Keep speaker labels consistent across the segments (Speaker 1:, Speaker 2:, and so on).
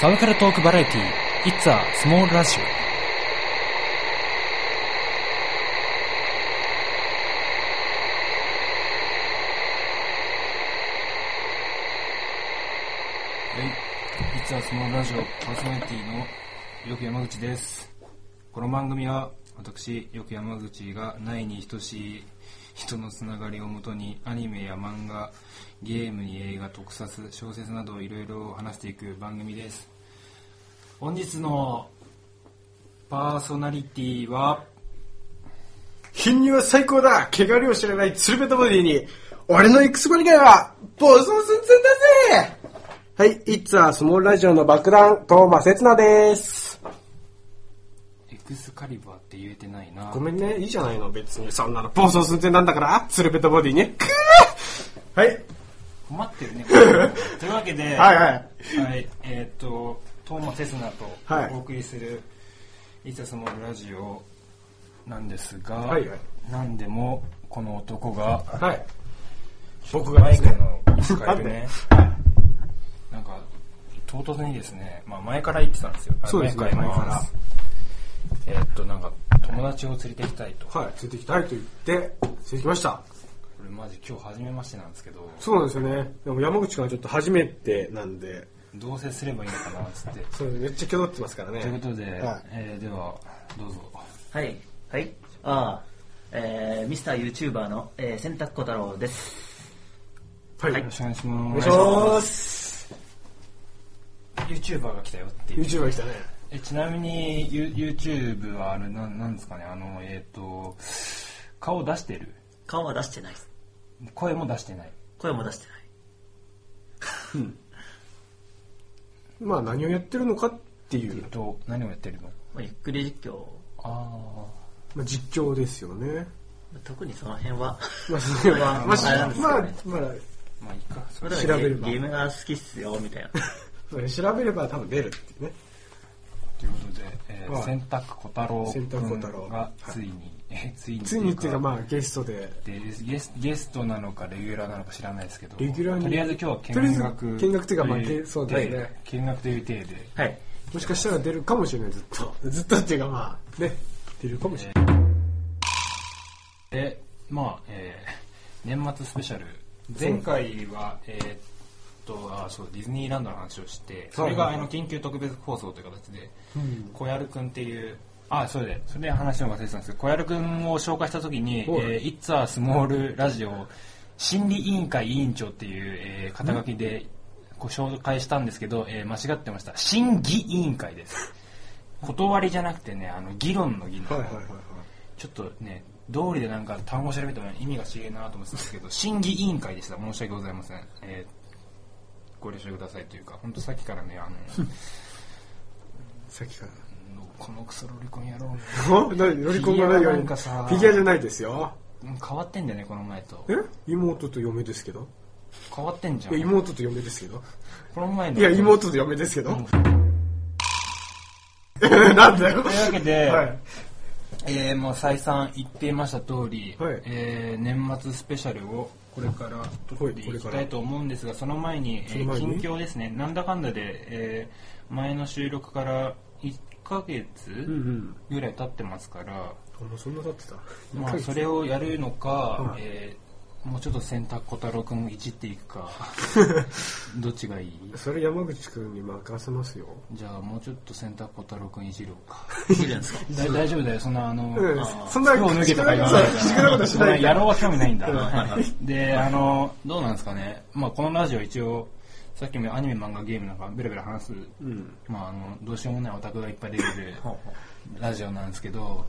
Speaker 1: サブカルトークバラエティ It's a Small Radio
Speaker 2: はい、実はスモールラジオパーソナリティのよく山口です。この番組は私、よく山口がないに等しい人のつながりをもとにアニメや漫画、ゲームに映画、特撮、小説などいろいろ話していく番組です。本日のパーソナリティは、
Speaker 3: 貧乳は最高だ汚れを知らない鶴瓶とボディに、俺の行くつもりがは、暴走寸前だぜはい、いつはスモールラジオの爆弾、トーマセツナです。
Speaker 2: エクスカリバーって言えてないな。
Speaker 3: ごめんね、いいじゃないの、別に。そんなの暴走寸前なんだから、鶴瓶とボディに。くーはい、
Speaker 2: 困って るね。これというわけで、
Speaker 3: はいはい。
Speaker 2: はい、えーっ、と、トーマ・セスナと
Speaker 3: はい
Speaker 2: お送りする、い、つもラジオなんですが、
Speaker 3: はいはい
Speaker 2: なんでもこの男が、
Speaker 3: はい。僕
Speaker 2: マ
Speaker 3: がで
Speaker 2: イ
Speaker 3: す
Speaker 2: ク
Speaker 3: ね
Speaker 2: の 使えるね、なんか、唐突にですね、まあ前から言ってたんですよ。
Speaker 3: そうですね
Speaker 2: 前から言って
Speaker 3: 前
Speaker 2: ま
Speaker 3: か
Speaker 2: す。えーっ、と、なんか、友達を連れて行きたいと。こ
Speaker 3: はい、ついてきたいと言って、ついてきました。
Speaker 2: れマジ今日初めましてなんですけど、
Speaker 3: そうなんですよね。でも山口君はちょっと初めてなんで、
Speaker 2: どうせすればいいのかな、つって。
Speaker 3: それめっちゃ気取ってますからね。
Speaker 2: ということで、
Speaker 3: はい
Speaker 2: えーでは、どうぞ。
Speaker 4: はい、はい、ああ、えー、ミスターユーチューバーの、えー、洗濯小太郎です。
Speaker 3: はい。
Speaker 2: よろしくお願いします。
Speaker 3: お願いします。
Speaker 2: YouTuber が来たよっていう
Speaker 3: YouTuber 来たね。
Speaker 2: えちなみに you YouTube はあれなんなんですかねあのえっ、と顔出してる
Speaker 4: 顔は出してない。
Speaker 2: 声も出してない
Speaker 4: 声も出してない。
Speaker 3: まあ何をやってるのかってい
Speaker 2: え
Speaker 3: う
Speaker 2: っ、、と何をやってるの
Speaker 4: まあ、ゆっくり実況、
Speaker 2: あ
Speaker 3: まあ、実況ですよね。
Speaker 4: 特にその辺は、
Speaker 3: まあそれ は、 まあ、し
Speaker 4: あれなんです
Speaker 3: ま
Speaker 4: よ
Speaker 3: あ
Speaker 4: ね、
Speaker 3: まあ
Speaker 2: あまあいいかそれ
Speaker 4: まあだか
Speaker 3: 調
Speaker 4: ら
Speaker 3: べ
Speaker 4: ゲ
Speaker 3: れば
Speaker 4: ゲームが好きっすよ、みたい な。
Speaker 3: それ調べれば多分出るっていうね。
Speaker 2: ということで、えー
Speaker 3: はい
Speaker 2: 洗濯小太郎
Speaker 3: 洗濯小太
Speaker 2: 君
Speaker 3: 郎
Speaker 2: がついに、 えついに
Speaker 3: ついにっていうか
Speaker 2: ま
Speaker 3: まあゲストで、
Speaker 2: ゲスゲストなのかレギュラーなのか知らないですけど
Speaker 3: レギュラーに
Speaker 2: とりあえず今日は
Speaker 3: とりあえ
Speaker 2: 見
Speaker 3: ず
Speaker 2: 学
Speaker 3: 見学っていうかまあ
Speaker 2: と
Speaker 3: けそうですね
Speaker 2: 体見学という体で
Speaker 4: はい。
Speaker 3: もしかしたら出るかもしれない、ずっと。ずっとっていうかまあ、ね、出るかもしれない。
Speaker 2: で、まあ、えー年末スペシャル。前回は、えーっと、あ、そう、ディズニーランドの話をして、それが、あの、緊急特別放送という形で、小籔くんっていう、あ、それで、それで話を忘れてたんですけど、小籔くんを紹介したときに、え
Speaker 3: はい
Speaker 2: ー、It's a Small ラジオ、心理委員会委員長っていう、えー肩書きで、ご紹介したんですけど、えー間違ってました。審議委員会です。断りじゃなくてね、あの、議論の議
Speaker 3: は
Speaker 2: 論。
Speaker 3: いはいはいはい。
Speaker 2: ちょっとね、道理でなんか単語調べても意味が違えなと思ってたんですけど、審議委員会でした。申し訳ございません。えーご了承くださいというか、本当さっきからね、あ の、
Speaker 3: さっきから。
Speaker 2: このクソロリコン野郎、
Speaker 3: お 何ロリコンが何
Speaker 2: フィギュア
Speaker 3: が
Speaker 2: なんかさ
Speaker 3: フィギュアじゃないですよ。
Speaker 2: うん変わってんだよね、この前と
Speaker 3: え。妹と嫁ですけど。
Speaker 2: 変わってんじゃ
Speaker 3: いや、
Speaker 2: ん。
Speaker 3: 妹と嫁ですけど。
Speaker 2: この前の。
Speaker 3: いや、妹と嫁ですけど。なんだよ。
Speaker 2: というわけで、
Speaker 3: はい。
Speaker 2: えーもう再三言っていました通り、
Speaker 3: はい
Speaker 2: えー年末スペシャルをこれから撮っていきたいと思うんですが、その前に、え
Speaker 3: その前に
Speaker 2: ー近況ですね、なんだかんだで、えー前の収録から1ヶ
Speaker 3: うんう
Speaker 2: 月
Speaker 3: ん。
Speaker 2: ぐらい経ってますから、
Speaker 3: あ、もうそんな経ってた。
Speaker 2: まあ、それをやるのか、
Speaker 3: い
Speaker 2: えーもうちょっと洗濯小太郎君をいじっていく か、どっちがいい
Speaker 3: それ山口くんに任せますよ。
Speaker 2: じゃあもうちょっと洗濯小太郎君いじろうか。
Speaker 4: いるんですか
Speaker 2: だ大丈夫だよ、そんなあの、
Speaker 3: うん
Speaker 2: あ
Speaker 3: そんな
Speaker 2: 服を脱げとか言わないから。
Speaker 3: 基軸なことしないから
Speaker 2: 野郎は興味ないんだ。で、あの、どうなんですかね。まあこのラジオ一応、さっきもアニメ、漫画、ゲームなんかベラベラ話す、
Speaker 3: うん。
Speaker 2: まああの、どうしようもないオタクがいっぱい出てるラジオなんですけど、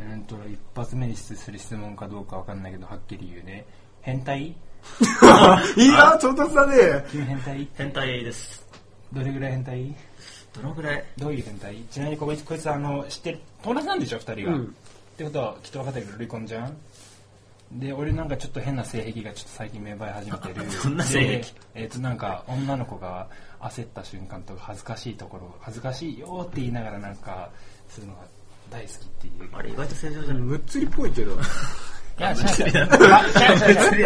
Speaker 2: うんと、一発目にする質問かどうかわかんないけど、はっきり言うね。変態
Speaker 3: い やー、調達だね。
Speaker 2: 君変態
Speaker 4: 変態です。
Speaker 2: どれぐらい変態
Speaker 4: どのぐらい
Speaker 2: どういう変態ちなみにこいつ、こいつあの、知ってる、友達なんでしょ、二人が。
Speaker 3: うん
Speaker 2: ってことは、きっと分かってるけど、ロリコンじゃんで、俺なんかちょっと変な性癖がちょっと最近芽生え始めてる。
Speaker 4: どんな性癖
Speaker 2: でえっ、と、なんか、女の子が焦った瞬間とか恥ずかしいところ、恥ずかしいよって言いながらなんか、するのが大好きっていう。
Speaker 4: あれ、意外と正常じゃない
Speaker 3: むっつりっぽいけど。
Speaker 2: いや、違う違う
Speaker 4: 違う違う違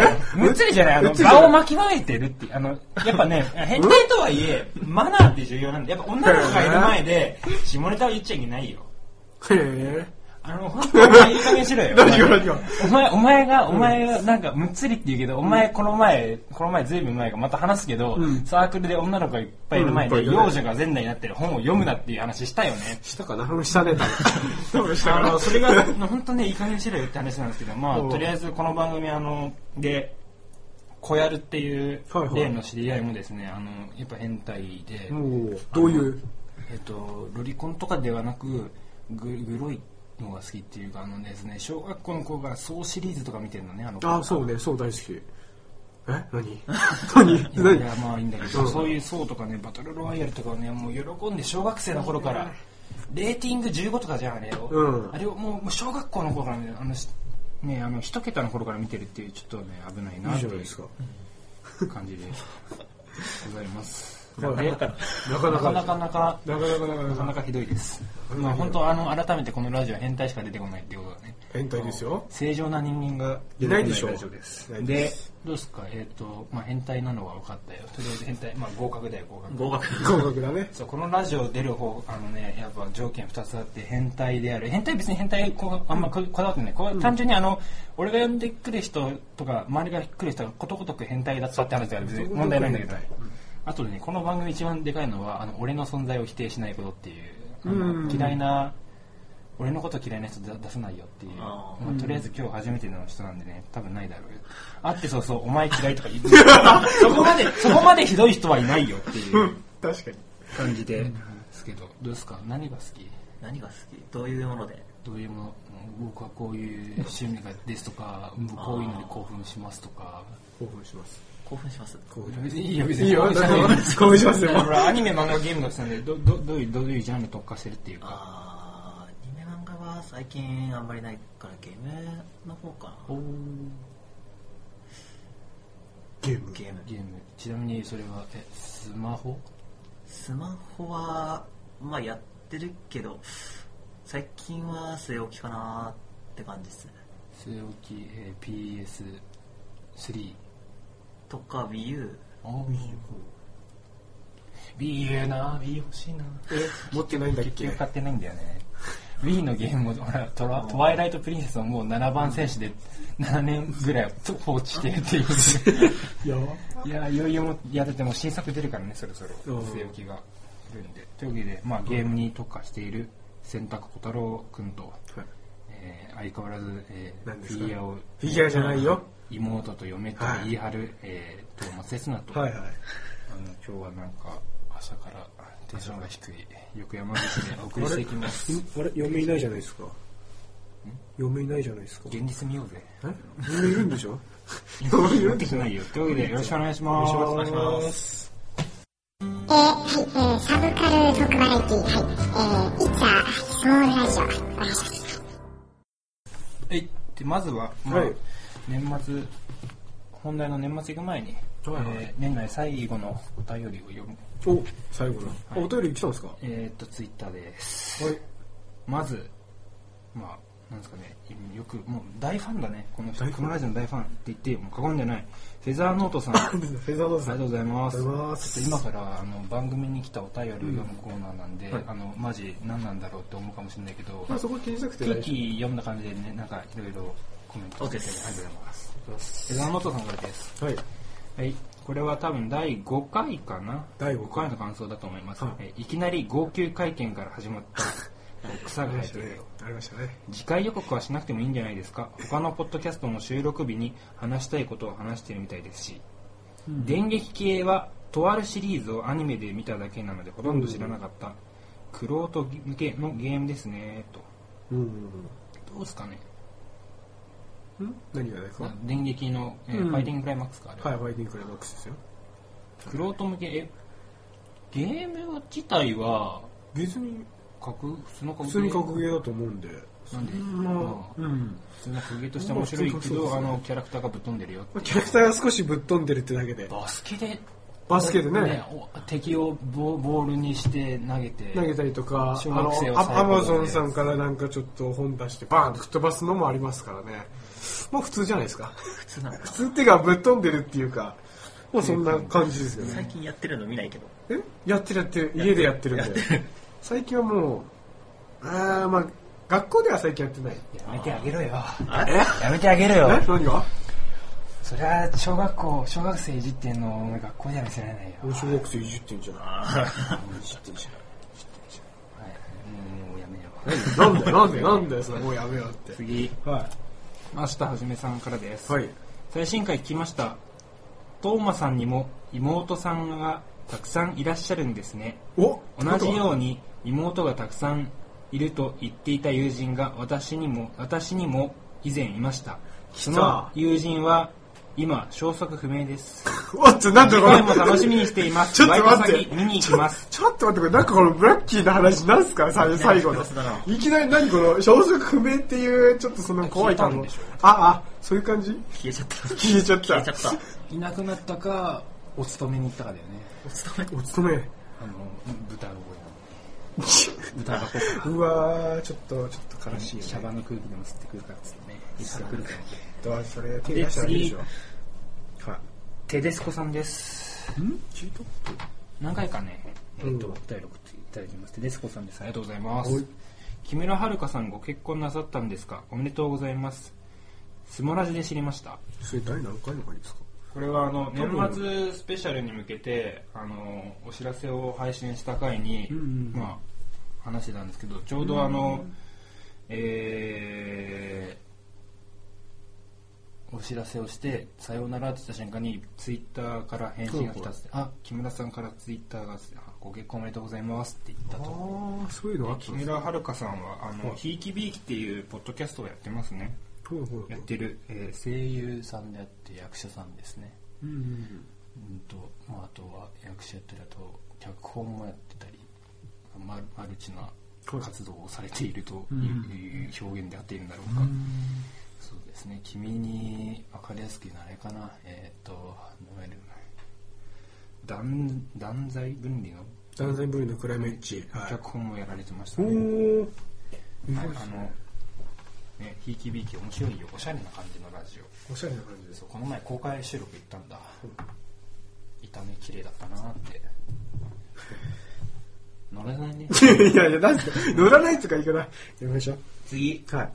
Speaker 4: う
Speaker 2: むつりじゃない、あの、場を巻きまいてるっていう、あの、やっぱね、変態とはいえ、マナーって重要なんで、やっぱ女の子がいる前で、下ネタは言っちゃいけないよ。
Speaker 3: へえ。
Speaker 2: あの、本当にお前いい加減しろよ。
Speaker 3: 何が何が
Speaker 2: お前、お前が、お前が、なんか、むっつりって言うけど、お前、この前、この前、ずいぶん前か、また話すけど、サークルで女の子がいっぱいいる前
Speaker 3: うん
Speaker 2: で、
Speaker 3: いっぱいいるね
Speaker 2: 幼女が前代になってる本を読むなっていう話したよね。
Speaker 3: したかな話した ね、多分。
Speaker 2: あ の、それが、本当ね、いい加減にしろよって話なんですけど、まあ、とりあえず、この番組、あの、で、小やるっていう
Speaker 3: はいはい
Speaker 2: 例の知り合いもですね、あの、やっぱ変態で、
Speaker 3: もう、どういう。
Speaker 2: えっと、ロリコンとかではなくググロいのが好きっていうかあのですね小学校の子が「そう」シリーズとか見てるのねあの子
Speaker 3: あ、そうね、そう大好き。え何
Speaker 2: い
Speaker 3: 何
Speaker 2: やい
Speaker 3: 何
Speaker 2: やまあいいんだけどそういう「そう」とかねバトルロワイヤルとかをねもう喜んで小学生の頃からレーティング15とかじゃんあれを、
Speaker 3: うん
Speaker 2: あれをもうもう小学校の頃からねあのしねあの一桁の頃から見てるっていうちょっとね危ないない
Speaker 3: い
Speaker 2: と
Speaker 3: じゃない
Speaker 2: い
Speaker 3: ですか。
Speaker 2: う感じでございますで
Speaker 3: はい
Speaker 2: なか
Speaker 3: なか
Speaker 2: な
Speaker 3: なか。
Speaker 2: かなか
Speaker 3: なかなかなかな
Speaker 2: なか
Speaker 3: か
Speaker 2: なかひどいです。まあ本当あの改めてこのラジオは変態しか出てこないっていうことだね。
Speaker 3: 変態ですよ。
Speaker 2: 正常な人間が
Speaker 3: いないでしょ
Speaker 2: 出てこラジオです
Speaker 3: ないで
Speaker 2: で、どうですかえっ、と、まあ変態なのは分かったよ。とりあえず変態、まあ合格だよ、合格。
Speaker 4: 合格。
Speaker 3: 合格だね。
Speaker 2: そうこのラジオ出る方あのねやっぱ条件2つあって変態である変態別に変態こうあんまここだわってないこう単純にあの、俺が呼んでくる人とか周りが来る人がことごとく変態だったって話だから別に問題ないんだけど、あとでねこの番組一番でかいのはあの俺の存在を否定しないことっていうあの
Speaker 3: うん
Speaker 2: 嫌いな俺のこと嫌いな人出さないよっていう、
Speaker 4: あ
Speaker 2: ま
Speaker 4: ー
Speaker 2: あ、とりあえず今日初めての人なんでね多分ないだ ろうよあってそうそうお前嫌いとか 言ってそこまでそこまでひどい人はいないよっていう。
Speaker 3: 確かに。
Speaker 2: 感じでですけど、どうですか何が好き
Speaker 4: 何が好きどういうもので
Speaker 2: どういうものうん僕はこういう趣味がですとか、僕こういうのに興奮しますとか。
Speaker 3: 興奮します。
Speaker 4: 興奮します
Speaker 2: いいよ、別
Speaker 3: いいよ、
Speaker 2: 興奮しない
Speaker 3: 興奮しますよ。
Speaker 2: ほらアニメ、漫画、ゲームが好きなんで、どどどういう、どういうジャンルに特化してるっていうか。
Speaker 4: あーアニメ漫画は最近あんまりないからゲームの方かな
Speaker 3: ゲーム。
Speaker 4: ゲーム
Speaker 2: ゲーム。ちなみにそれは、え、スマホ
Speaker 4: スマホはまあやってるけど最近は据え置きかなって感じですね
Speaker 2: 据え置き、えー PS3。
Speaker 4: とか WiiU
Speaker 2: あー、B いいな B 欲しいな
Speaker 3: 持ってないんだっ
Speaker 2: 結
Speaker 3: け
Speaker 2: 局買ってないんだよね Wii のゲームもほらトラトワイライトプリンセスをもう7番選手で7年ぐらい放置してるっていう
Speaker 3: いや
Speaker 2: いやいよいよもいやだってもう新作出るからねそろそろ
Speaker 3: うん
Speaker 2: 据え置きがいるんでというわけで、まあ、ゲームに特化している選択小太郎君と、えー相変わらず、えー
Speaker 3: 何です
Speaker 2: フ
Speaker 3: か
Speaker 2: ィギュアを
Speaker 3: フィギュアじゃないよ。
Speaker 2: 妹と嫁と言い張る、えー、と松江砂と、
Speaker 3: はいはい。
Speaker 2: あの今日はなんか朝からテンションが低いよく山口でお送りしていきます
Speaker 3: んあれ嫁いないじゃないですか。嫁いないじゃないですか。
Speaker 2: 現実見ようぜ
Speaker 3: え嫁いるんでしょ
Speaker 2: 嫁いるってないよというわけでよろしくお願いします
Speaker 3: お願いします
Speaker 5: えー、はい、えー、サブカル特バラエティ、はい、えー、いつは、スモールラジオ、はい、えー、お願いします。
Speaker 2: はいでまずは、まあ
Speaker 3: はい
Speaker 2: 年末本題の年末行く前に、
Speaker 3: はいはい
Speaker 2: えー年内最後のお便りを読む
Speaker 3: お、最後の。あお便り来たんですかは
Speaker 2: えー、っとツイッターです
Speaker 3: い。
Speaker 2: まずまあなんですかねよくもう大ファンだねこの人
Speaker 3: 大ファン
Speaker 2: クムラジオの大ファンって言ってもう過言じゃないフェザーノートさ ん
Speaker 3: フェザード
Speaker 2: あ
Speaker 3: さ
Speaker 2: りがと
Speaker 3: ん。
Speaker 2: うございます。
Speaker 3: ありがとうございま
Speaker 2: ち
Speaker 3: す
Speaker 2: ょっと今からあの番組に来たお便りを読むコーナーなんで、あのマジ何なんだろうって思うかもしれないけど、
Speaker 3: まあそこ気にしなくて
Speaker 2: 空
Speaker 3: 大丈
Speaker 2: 気読んだ感じでね、なんかいろいろコメント
Speaker 4: OK
Speaker 2: て
Speaker 4: で
Speaker 2: あり
Speaker 4: す
Speaker 2: がとうございます。江沢元さんからです。
Speaker 3: 夫。はい。
Speaker 2: はい、これは多分第5回かな
Speaker 3: 第五回
Speaker 2: の感想だと思います、
Speaker 3: はい
Speaker 2: えいきなり号泣会見から始まったこう草が生えてるよ
Speaker 3: ありましたね。
Speaker 2: 次回予告はしなくてもいいんじゃないですか他のポッドキャストの収録日に話したいことを話してるみたいですし、電撃系はとあるシリーズをアニメで見ただけなのでほとんど知らなかった、クロート向けのゲームですねと
Speaker 3: うんうん
Speaker 2: どうですかね
Speaker 3: うん。ん何がですかはい、
Speaker 2: 電撃の、えー
Speaker 3: うん
Speaker 2: ファイティングクライマックスかあれは、
Speaker 3: ファイティングクライマックスですよ。
Speaker 2: クロート向けえゲーム自体は
Speaker 3: 別に、
Speaker 2: 格普通の格
Speaker 3: 普
Speaker 2: ゲー
Speaker 3: 通に格ゲーだと思うんで。
Speaker 2: なんで、
Speaker 3: まあ
Speaker 2: まあ
Speaker 3: うん。
Speaker 2: 普通の格ゲーとして面白い
Speaker 3: まあ
Speaker 2: け
Speaker 3: そうそう
Speaker 2: ど
Speaker 3: そう
Speaker 2: あのキャラクターがぶっ飛んでるよっていう
Speaker 3: キャラクターが少しぶっ飛んでるってだけで。
Speaker 2: バスケで
Speaker 3: バスケでね
Speaker 2: お敵をボボールにして投げて
Speaker 3: 投げたりとか、あ
Speaker 2: 小
Speaker 3: の
Speaker 2: 学生を
Speaker 3: アア
Speaker 2: 最後まで
Speaker 3: マゾンさんからなんかちょっと本出してバーンと吹っ飛ばすのもありますからね。もう普通じゃないですか。
Speaker 4: 普通なのか
Speaker 3: 普通っていうかぶっ飛んでるっていうか、もうそんな感じですよ
Speaker 4: 最
Speaker 3: ね。
Speaker 4: 近やってるの見ないけど
Speaker 3: えやってるやってる。家でやってるんで。最近はもう、あーまあ、学校では最近やってない。
Speaker 2: やめてあげろよ
Speaker 3: え
Speaker 2: やめてあげろ
Speaker 3: え
Speaker 2: よ
Speaker 3: 何が
Speaker 2: そりゃ小学校小学生いじってんのお前学校には見せられないよ
Speaker 3: 小学生いじってんじゃ
Speaker 4: あー
Speaker 2: はいもうやめよう
Speaker 3: なんだよ、なんだよ、なんだよ、それもうやめようって。
Speaker 2: 次
Speaker 3: は
Speaker 2: マスターはじめさんからです、
Speaker 3: い。はい。
Speaker 2: 最新回聞きましたトーマさんにも妹さんがたくさんいらっしゃるんですね
Speaker 3: お
Speaker 2: 同じよ
Speaker 3: う
Speaker 2: うに妹がたくさんいると言っていた友人が私にも私にも以前いました
Speaker 3: 来
Speaker 2: そ
Speaker 3: た
Speaker 2: の友人は今消息不明です
Speaker 3: おっと、なんだこ
Speaker 2: 声
Speaker 3: れ。
Speaker 2: も楽しみにしています
Speaker 3: ちょっと待
Speaker 2: バ
Speaker 3: っ
Speaker 2: イ
Speaker 3: て
Speaker 2: ト。先見に行きます
Speaker 3: ちょっと待って、これなんかこのブラッキーな話なんすか最最後の
Speaker 4: 複雑だな。
Speaker 3: いきなり何この、消息不明っていう、ちょっとその怖い感
Speaker 2: 聞い
Speaker 3: じ
Speaker 2: たんでしょ。
Speaker 3: あ、あ、そういう感じ
Speaker 4: 消えちゃった
Speaker 3: 消えちゃった
Speaker 4: 消えちゃった
Speaker 2: いなくなったかお勤めに行ったかだよね
Speaker 4: お勤め
Speaker 3: お勤め。
Speaker 2: あの豚が 豚がこう
Speaker 3: うわー、ちょっと、ちょっと悲しいよ
Speaker 2: シャバの空気でも吸ってくるからっつってねいつか来るから
Speaker 3: だからそれ、手出したらいいでしょ。はい。
Speaker 2: テデスコさんです
Speaker 3: んチート
Speaker 2: 何回かね、えっと、
Speaker 3: う
Speaker 2: お便り送
Speaker 3: ん
Speaker 2: っていただいてます。デスコさんです。ありがとうございま
Speaker 3: はい
Speaker 2: す。木村遥さんご結婚なさったんですかおめでとうございます。スモラジで知りました。
Speaker 3: それ第何回の回ですか
Speaker 2: これはあの、年末スペシャルに向けて、あの、お知らせを配信した回に、
Speaker 3: んうん
Speaker 2: まあ、話してたんですけど、ちょうどあの、えーお知らせをして、さようならって言った瞬間に、ツイッターから返信が来たっつって、あ、木村さんからツイッターがつって、あご結婚おめでとうございますって言った
Speaker 3: あ
Speaker 2: と。
Speaker 3: ー、そういうのあった
Speaker 2: 木
Speaker 3: んですか
Speaker 2: 村遥さんは、あの、ひいきびいきっていうポッドキャストをやってますね。
Speaker 3: ほうほう
Speaker 2: やってる、えー声優さんであって役者さんですね。
Speaker 3: うんうんうん
Speaker 2: うんと、まあ、あとは役者やったりあと脚本もやってたりマルマルチな活動をされているといういう表現であっているんだろうか、そうですね君に分かりやすく言うのはあれかなえっ、といわゆる断断罪分離の
Speaker 3: 男性部位のクライメッチ。はい。
Speaker 2: 脚本もやられてました
Speaker 3: お
Speaker 2: ね、
Speaker 3: ー。
Speaker 2: はい、あのねひいきびいき面白いよおしゃれな感じのラジオ
Speaker 3: おしゃれな感じです
Speaker 2: そうこの前公開収録行ったんだいたね綺麗だったなって 乗れないね
Speaker 3: いやいや、なんすか、乗らないとかいかない。やめましょう。
Speaker 2: 次
Speaker 3: はい。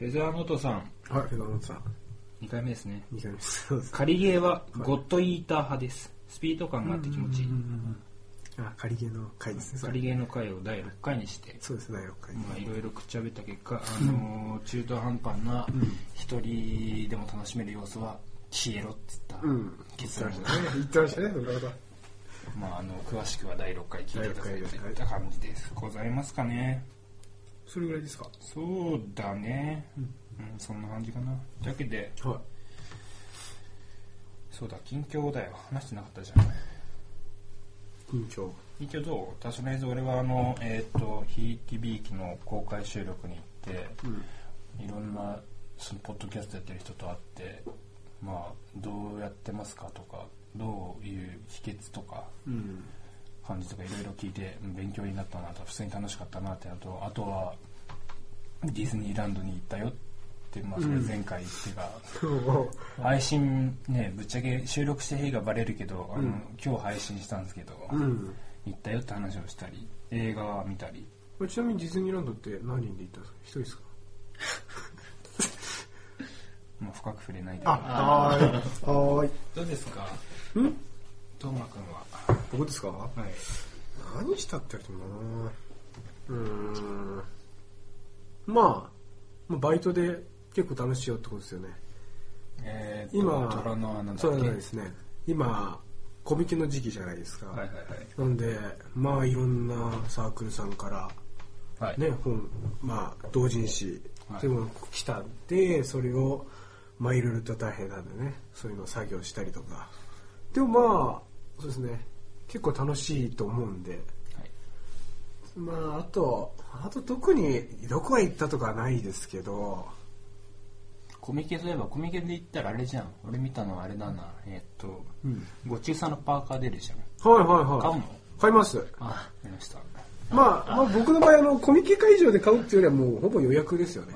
Speaker 2: フェザーノートさん
Speaker 3: はい、フェダーノートさん。
Speaker 2: 2回目ですね
Speaker 3: 二回目です。そうです。
Speaker 2: 仮ゲーはゴッドイーター派ですスピード感があって気持ちいい
Speaker 3: あ、仮ゲーの回ですね。そ
Speaker 2: 仮
Speaker 3: れ
Speaker 2: ゲーの回を第6回にして
Speaker 3: そうですね、第六回。
Speaker 2: まあいろいろくっちゃべった結果、あのー中途半端な一人でも楽しめる要素は消えろっつった
Speaker 3: うん。
Speaker 2: 結論
Speaker 3: ね言ってましたね、そんなことは。
Speaker 2: まああの詳しくは第6回聞いてください
Speaker 3: 第六
Speaker 2: と
Speaker 3: 回
Speaker 2: いった感じですございますかね
Speaker 3: それぐらいですか
Speaker 2: そうだね、うんそんな感じかなだけで
Speaker 3: は
Speaker 2: そうだ近況だよ話してなかったじゃん
Speaker 3: い。緊張。
Speaker 2: 近況どうとりあえず俺はあのえっ、とひいきびいきの公開収録に行って、いろんなそのポッドキャストやってる人と会ってまあどうやってますかとかどういう秘訣とか
Speaker 3: うん。
Speaker 2: 感じとかいろいろ聞いてうん勉強になったなと普通に楽しかったなってのとあとはディズニーランドに行ったよって、まあ、それ前回言ってが、配信ねぶっちゃけ収録して日がバレるけど、あの今日配信したんですけど、
Speaker 3: うん。
Speaker 2: 行ったよって話をしたり映画は見たり
Speaker 3: これちなみにディズニーランドって何人で行ったんですか一人ですか
Speaker 2: まあ深く触れないで
Speaker 3: あ、はーい。はーい。
Speaker 2: どうですかんトーマくんは
Speaker 3: 僕ですか
Speaker 2: はい
Speaker 3: 何したって言われてもなうーんまあまあバイトで結構楽しいよってことですよね
Speaker 2: えー、と
Speaker 3: 今
Speaker 2: 虎の穴だっけ
Speaker 3: そうなんですね今コミケの時期じゃないですか、
Speaker 2: はいはい
Speaker 3: なんでまあいろんなサークルさんから
Speaker 2: はいはい
Speaker 3: ね本まあ同人誌
Speaker 2: はい
Speaker 3: でも来たんでそれをまあいろいろと大変なんでねそういうのを作業したりとかでもまあそうですね結構楽しいと思うんで
Speaker 2: はい
Speaker 3: まああとあと特にどこへ行ったとかはないですけど
Speaker 2: コミケといえばコミケで言ったらあれじゃん俺見たのはあれだなえーっと、ごちゅうさんのパーカー出るじゃん
Speaker 3: はいはいはい。
Speaker 2: 買うの
Speaker 3: 買います。
Speaker 2: あ見ました
Speaker 3: まあ、まあ、僕の場合、あの、コミケ会場で買うっていうよりはもう、ほぼ予約ですよね。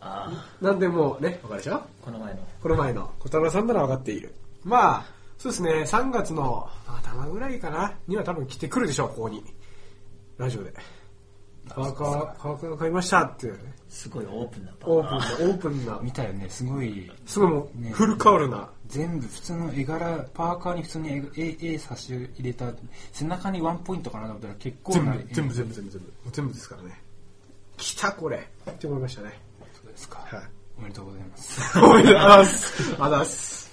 Speaker 4: あ
Speaker 3: なんでもうね、わかるでしょ
Speaker 4: あ、この前の。
Speaker 3: この前の小太郎さんなら分かっている。まあ、そうですね、3月の頭ぐらいかな、には多分来てくるでしょう、ここに。ラジオで。パーカー、パーカー買いましたっていうね、
Speaker 4: すごいオープンなパ
Speaker 3: オー
Speaker 4: ー
Speaker 3: プ
Speaker 4: カ
Speaker 3: ン
Speaker 4: ー。
Speaker 3: な、オープンな、
Speaker 2: 見たよねすごい
Speaker 3: すごいもう、フルカウルな。
Speaker 2: 全部普通の絵柄パーカーに普通に絵絵絵差し入れた背中にワンポイントかなと思ったら結構
Speaker 3: 全
Speaker 2: な
Speaker 3: 部、全部、全部、全部、全部。全部ですからね。来た、これ。って思いましたね。
Speaker 2: そうですか、
Speaker 3: はい。
Speaker 2: おめでとうございます
Speaker 3: おめでとうございます。あざっす。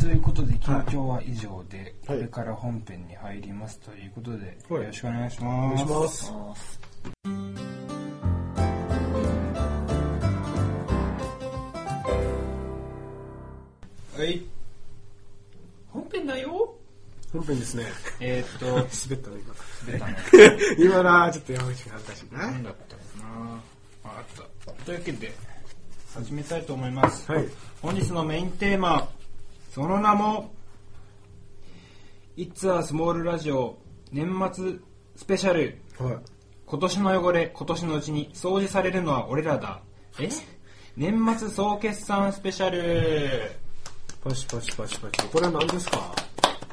Speaker 2: ということで近況は以上で、
Speaker 3: はい
Speaker 2: これから本編に入りますということで、
Speaker 3: はい
Speaker 2: よろしくお願いし
Speaker 3: お
Speaker 2: ま
Speaker 3: 願い
Speaker 2: す
Speaker 3: します。
Speaker 4: あー
Speaker 2: はい本編だよ
Speaker 3: 本編ですね。
Speaker 2: えー、っと
Speaker 3: 滑ったね、
Speaker 2: 出たね
Speaker 3: 今。今な、ちょっと山口君恥ずかしいな。
Speaker 2: 何だったかなああったというわけで始めたいと思います、
Speaker 3: はい
Speaker 2: 本日のメインテーマその名も「It's a Small ラジオ年末スペシャル
Speaker 3: はい。
Speaker 2: 今年の汚れ今年のうちに掃除されるのは俺らだ」え年末総決算スペシャル、
Speaker 3: パシパシパシパシ。これは何ですか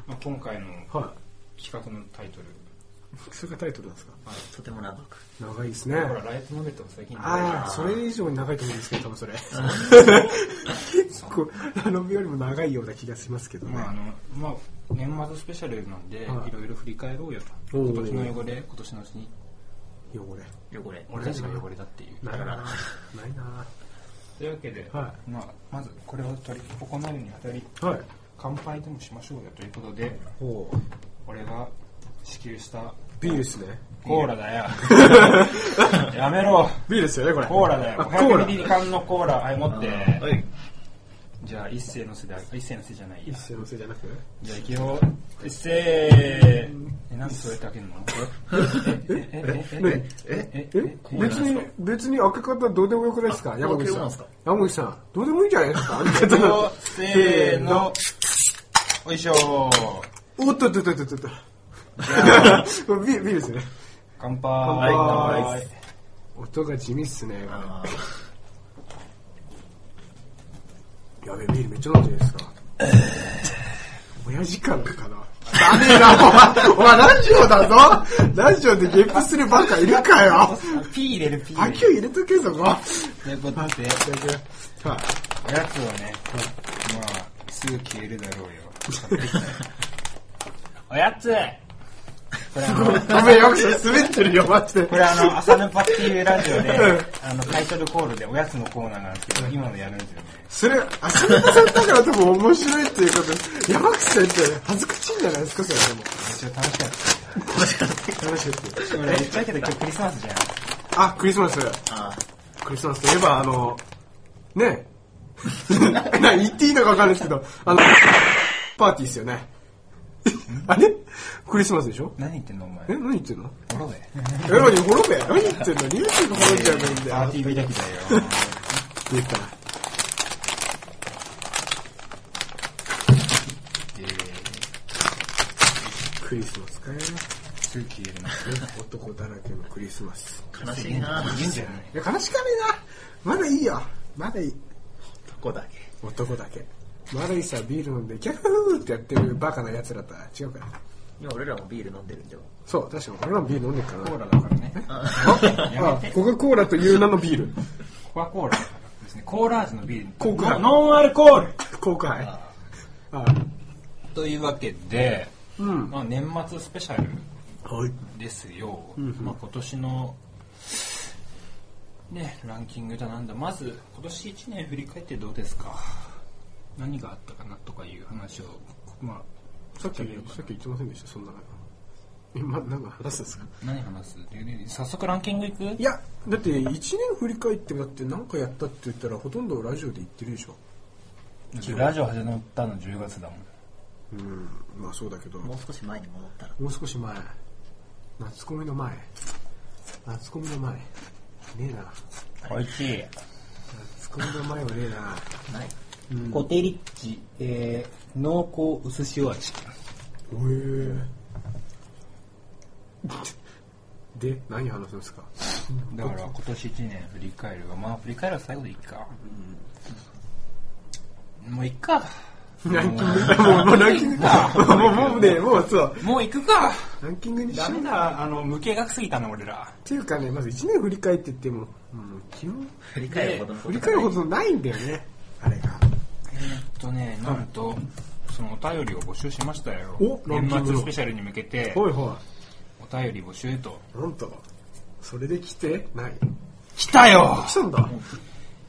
Speaker 2: まあ、今回の
Speaker 3: は
Speaker 2: 企画のタイトル
Speaker 3: い。それがタイトルなんですか
Speaker 4: とても長く。
Speaker 3: 長いですね。
Speaker 2: ほらライトノベルとか最近
Speaker 3: ああ、それ以上に長いと思うんですけど、多分それ。結構、あのよりも長いような気がしますけどね。
Speaker 2: まああのまあ、年末スペシャルなんで、
Speaker 3: はい
Speaker 2: いろいろ振り返ろうよと
Speaker 3: おー
Speaker 2: 今年の汚れ今年のうちに
Speaker 3: 汚れ。
Speaker 4: 汚れ。
Speaker 2: 俺たちが汚れだっていう
Speaker 3: ないな。ないな。
Speaker 2: というわけで、
Speaker 3: は
Speaker 2: まあ、まずこれを取り行うにあたり
Speaker 3: はい。
Speaker 2: 乾杯でもしましょうよということで
Speaker 3: お
Speaker 2: 俺が支給した
Speaker 3: ビールですね。
Speaker 2: コーラ だよやめろ
Speaker 3: ビールですよね、これ。
Speaker 2: コーラだよ
Speaker 3: あコーラ。
Speaker 2: 500ml 缶のコーラあれ持って
Speaker 4: はい。
Speaker 2: じゃあ一斉のせで一斉のせじゃないや
Speaker 3: 一世のせいじゃなく
Speaker 2: じゃあ行くよ一斉えなんでそうやって開けるのええええええ
Speaker 4: え
Speaker 2: え
Speaker 3: え別に、別に開け方どうでもよくないですか山口
Speaker 4: 開けよう
Speaker 3: さ
Speaker 4: なん
Speaker 3: ん
Speaker 4: すか。
Speaker 3: 山口さん、どうでもいいんじゃないですか開け方なんて
Speaker 2: せーの。おいしょ
Speaker 3: おっとっとっとっとっとっと。 ビールビールですね。
Speaker 2: 乾杯
Speaker 3: 乾杯音が地味っすね。
Speaker 4: あ
Speaker 3: やべ、ビールめっちゃ飲んでるじゃないですか。親父感か な。ダメだ、お前、お前ラジオだぞラジオでゲップするバカいるかよ
Speaker 2: ピー入れるピー
Speaker 3: ア
Speaker 2: 入れ
Speaker 3: キ
Speaker 2: る
Speaker 3: ュー入れとけぞ、こ
Speaker 2: ということで
Speaker 3: はい。
Speaker 2: おやつをねまあすぐ消えるだろうよ買ってきたよおやつこれあの
Speaker 3: ごめん、よく滑ってるよ、マジで
Speaker 2: こ。れあの、朝ヌパっていうラジオで、あの、タイトルコールでおやつのコーナーなんですけど、今のやるんですよね。
Speaker 3: それ、浅野さんだからでも面白いっていうこと、山口さんって恥ずかしいんじゃないですか、それでも。
Speaker 2: 一応楽しかっ
Speaker 3: 楽しいって。
Speaker 2: た。俺言っちゃうけど今日クリスマスじゃん。
Speaker 3: あ、クリスマス。
Speaker 4: あ
Speaker 3: クリスマスといえば、あの、ね え、な言っていいのかわかんないですけど、あの、パーティーですよね。あれクリスマスでしょ
Speaker 2: 何言ってんのお前
Speaker 3: え、。何言ってんの
Speaker 2: おろべ。
Speaker 3: え、何滅べ何言ってんのリュウジが滅んじゃえばい
Speaker 2: パ
Speaker 3: いんだ
Speaker 2: ー
Speaker 3: よ
Speaker 2: テ。ィー開きだよ。
Speaker 3: 言ったら。クリスマスかよ。
Speaker 2: すぐ消えるな。
Speaker 3: 男だらけのクリスマス。
Speaker 4: あ、悲しいな。
Speaker 2: 言うんじゃない。
Speaker 3: いや、悲しかねえな。まだいいよ。まだいい。
Speaker 4: ここだけ。
Speaker 3: 男だけ。まだいいさ、ビール飲んで、キャフーってやってるバカな奴らとは違うから。
Speaker 4: 今俺らもビール飲んでるんだよ。
Speaker 3: そう、確かに俺らもビール飲んでるからな
Speaker 2: コーラだからね。
Speaker 3: あ、コカ・コーラという名のビール。
Speaker 2: コアコーラですね。コーラ味のビール。
Speaker 3: コーラ
Speaker 2: ノノンアルコール
Speaker 3: 公開。あ
Speaker 2: というわけで、
Speaker 3: うん。
Speaker 2: まあ、年末スペシャル
Speaker 3: はい。
Speaker 2: ですよ。まあ、今年の、ね、ランキングだなんだ。まず、今年1年振り返ってどうですか何があったかなとかいう話を、まあ、
Speaker 3: さっき、さっき言ってませんでした、そんな。今、なんか話すんですか
Speaker 2: 何話す早速ランキングいく
Speaker 3: いや、だって1年振り返ってもだって何かやったって言ったらほとんどラジオで言ってるでしょ。
Speaker 2: ラジオ始まったの10月だもん。
Speaker 3: うん、まあそうだけど。
Speaker 4: も
Speaker 3: も
Speaker 4: う少し前に戻ったら。
Speaker 3: う少し前。夏コミの前。夏コミの前。ねえな。
Speaker 2: おいしい。
Speaker 3: 夏ツッコミの前はねえな。
Speaker 4: ない
Speaker 2: コテリッチ、えー、濃厚薄塩味。
Speaker 3: おえ で、何話すんですか
Speaker 2: だから今年1年振り返るは、まあ振り返るは最後でいいか。もういっか。
Speaker 3: ランキング、もうもうランキングか。もうもうね、もうそう。
Speaker 2: もういくか
Speaker 3: ランキングにし
Speaker 2: ダ
Speaker 3: よう
Speaker 2: メ
Speaker 3: っ
Speaker 2: だ、あの、無計画すぎたな、俺ら。
Speaker 3: ていうかね、まず1年振り返ってっても、うん、基本、
Speaker 4: 振り返るほどのこと
Speaker 3: 振り返るほどないんだよね、あれが。
Speaker 2: えーっとね、なんと、そのお便りを募集しましたよ
Speaker 3: お。ラン
Speaker 2: 年
Speaker 3: キング
Speaker 2: 末
Speaker 3: の
Speaker 2: スペシャルに向けて、お
Speaker 3: ほいほ
Speaker 2: 便り募集と。
Speaker 3: い、なんと、それで来てない。
Speaker 2: 来たよ
Speaker 3: 来たんだ。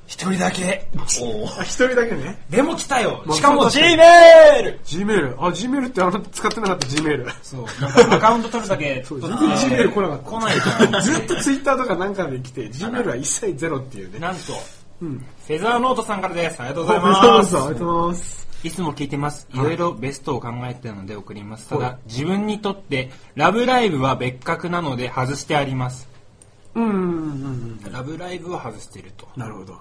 Speaker 2: 一人だけ。
Speaker 3: あ、一人だけね。
Speaker 2: でも来たよ
Speaker 3: まあ
Speaker 2: しかも
Speaker 3: そうだ
Speaker 2: G
Speaker 3: ね
Speaker 2: メール
Speaker 3: Gmail。あ、Gmail ってあの、使ってなかった Gmail。
Speaker 2: そう、なんかアカウント取るだけ。
Speaker 3: そう、
Speaker 2: 取
Speaker 3: 全
Speaker 2: っ
Speaker 3: 然
Speaker 2: て
Speaker 3: Gmail 来なかった。
Speaker 2: 来ないじゃん。
Speaker 3: ずっと Twitter とかなんかで来て、Gmail は一切ゼロっていうね。
Speaker 2: なんと、フェザーノートさんからです。ありがとうござい
Speaker 3: あ
Speaker 2: ま
Speaker 3: りがとうございます。あ
Speaker 2: す。
Speaker 3: りがとうございます。
Speaker 2: いつも聞いてます。い
Speaker 3: い
Speaker 2: ろいろベストを考えてるので送ります。た
Speaker 3: は
Speaker 2: だ
Speaker 3: い、
Speaker 2: 自分にとって、ラブライブは別格なので外してあります。
Speaker 3: うんうんうんうん。
Speaker 2: ラブライブは外してると。
Speaker 3: なるほど。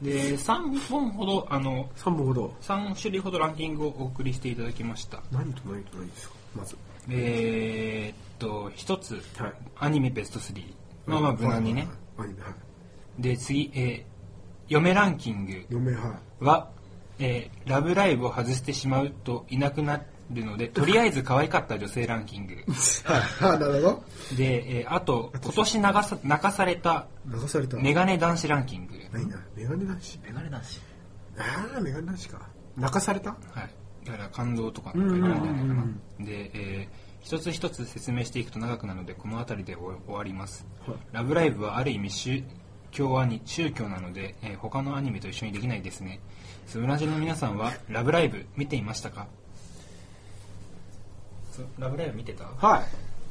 Speaker 2: で、3本ほど、あの、
Speaker 3: 3本ほど。
Speaker 2: 3種類ほどランキングをお送りしていただきました。
Speaker 3: 何と何と何ですかまず。
Speaker 2: えーっと、1つ、
Speaker 3: はい
Speaker 2: アニメベスト3。まあまあ、無難にね。
Speaker 3: はい。はいはい。
Speaker 2: で、次、えー嫁ランキング。
Speaker 3: 嫁は。
Speaker 2: は、えーラブライブを外してしまうといなくなる ので、とりあえず可愛かった女性ランキング。
Speaker 3: はい。なるほ
Speaker 2: で、えーあと、今年流さ泣かされた
Speaker 3: ど。流された。
Speaker 2: メガネ男子ランキング。
Speaker 3: ないな。メガネ男子。
Speaker 4: メガネ男子
Speaker 3: あー、メガネ男子か。泣かされた
Speaker 2: はい。だから感動とかなんかいろいろあるんじゃないかな。で、えー一つ一つ説明していくと長くなるので、この辺りで終終わります。
Speaker 3: はい
Speaker 2: ラブライブはある意味宗教アニ宗教なので、えー他のアニメと一緒にできないですね。スムラジの皆さんは、ラブライブ見ていましたかそラブライブ見てた
Speaker 3: は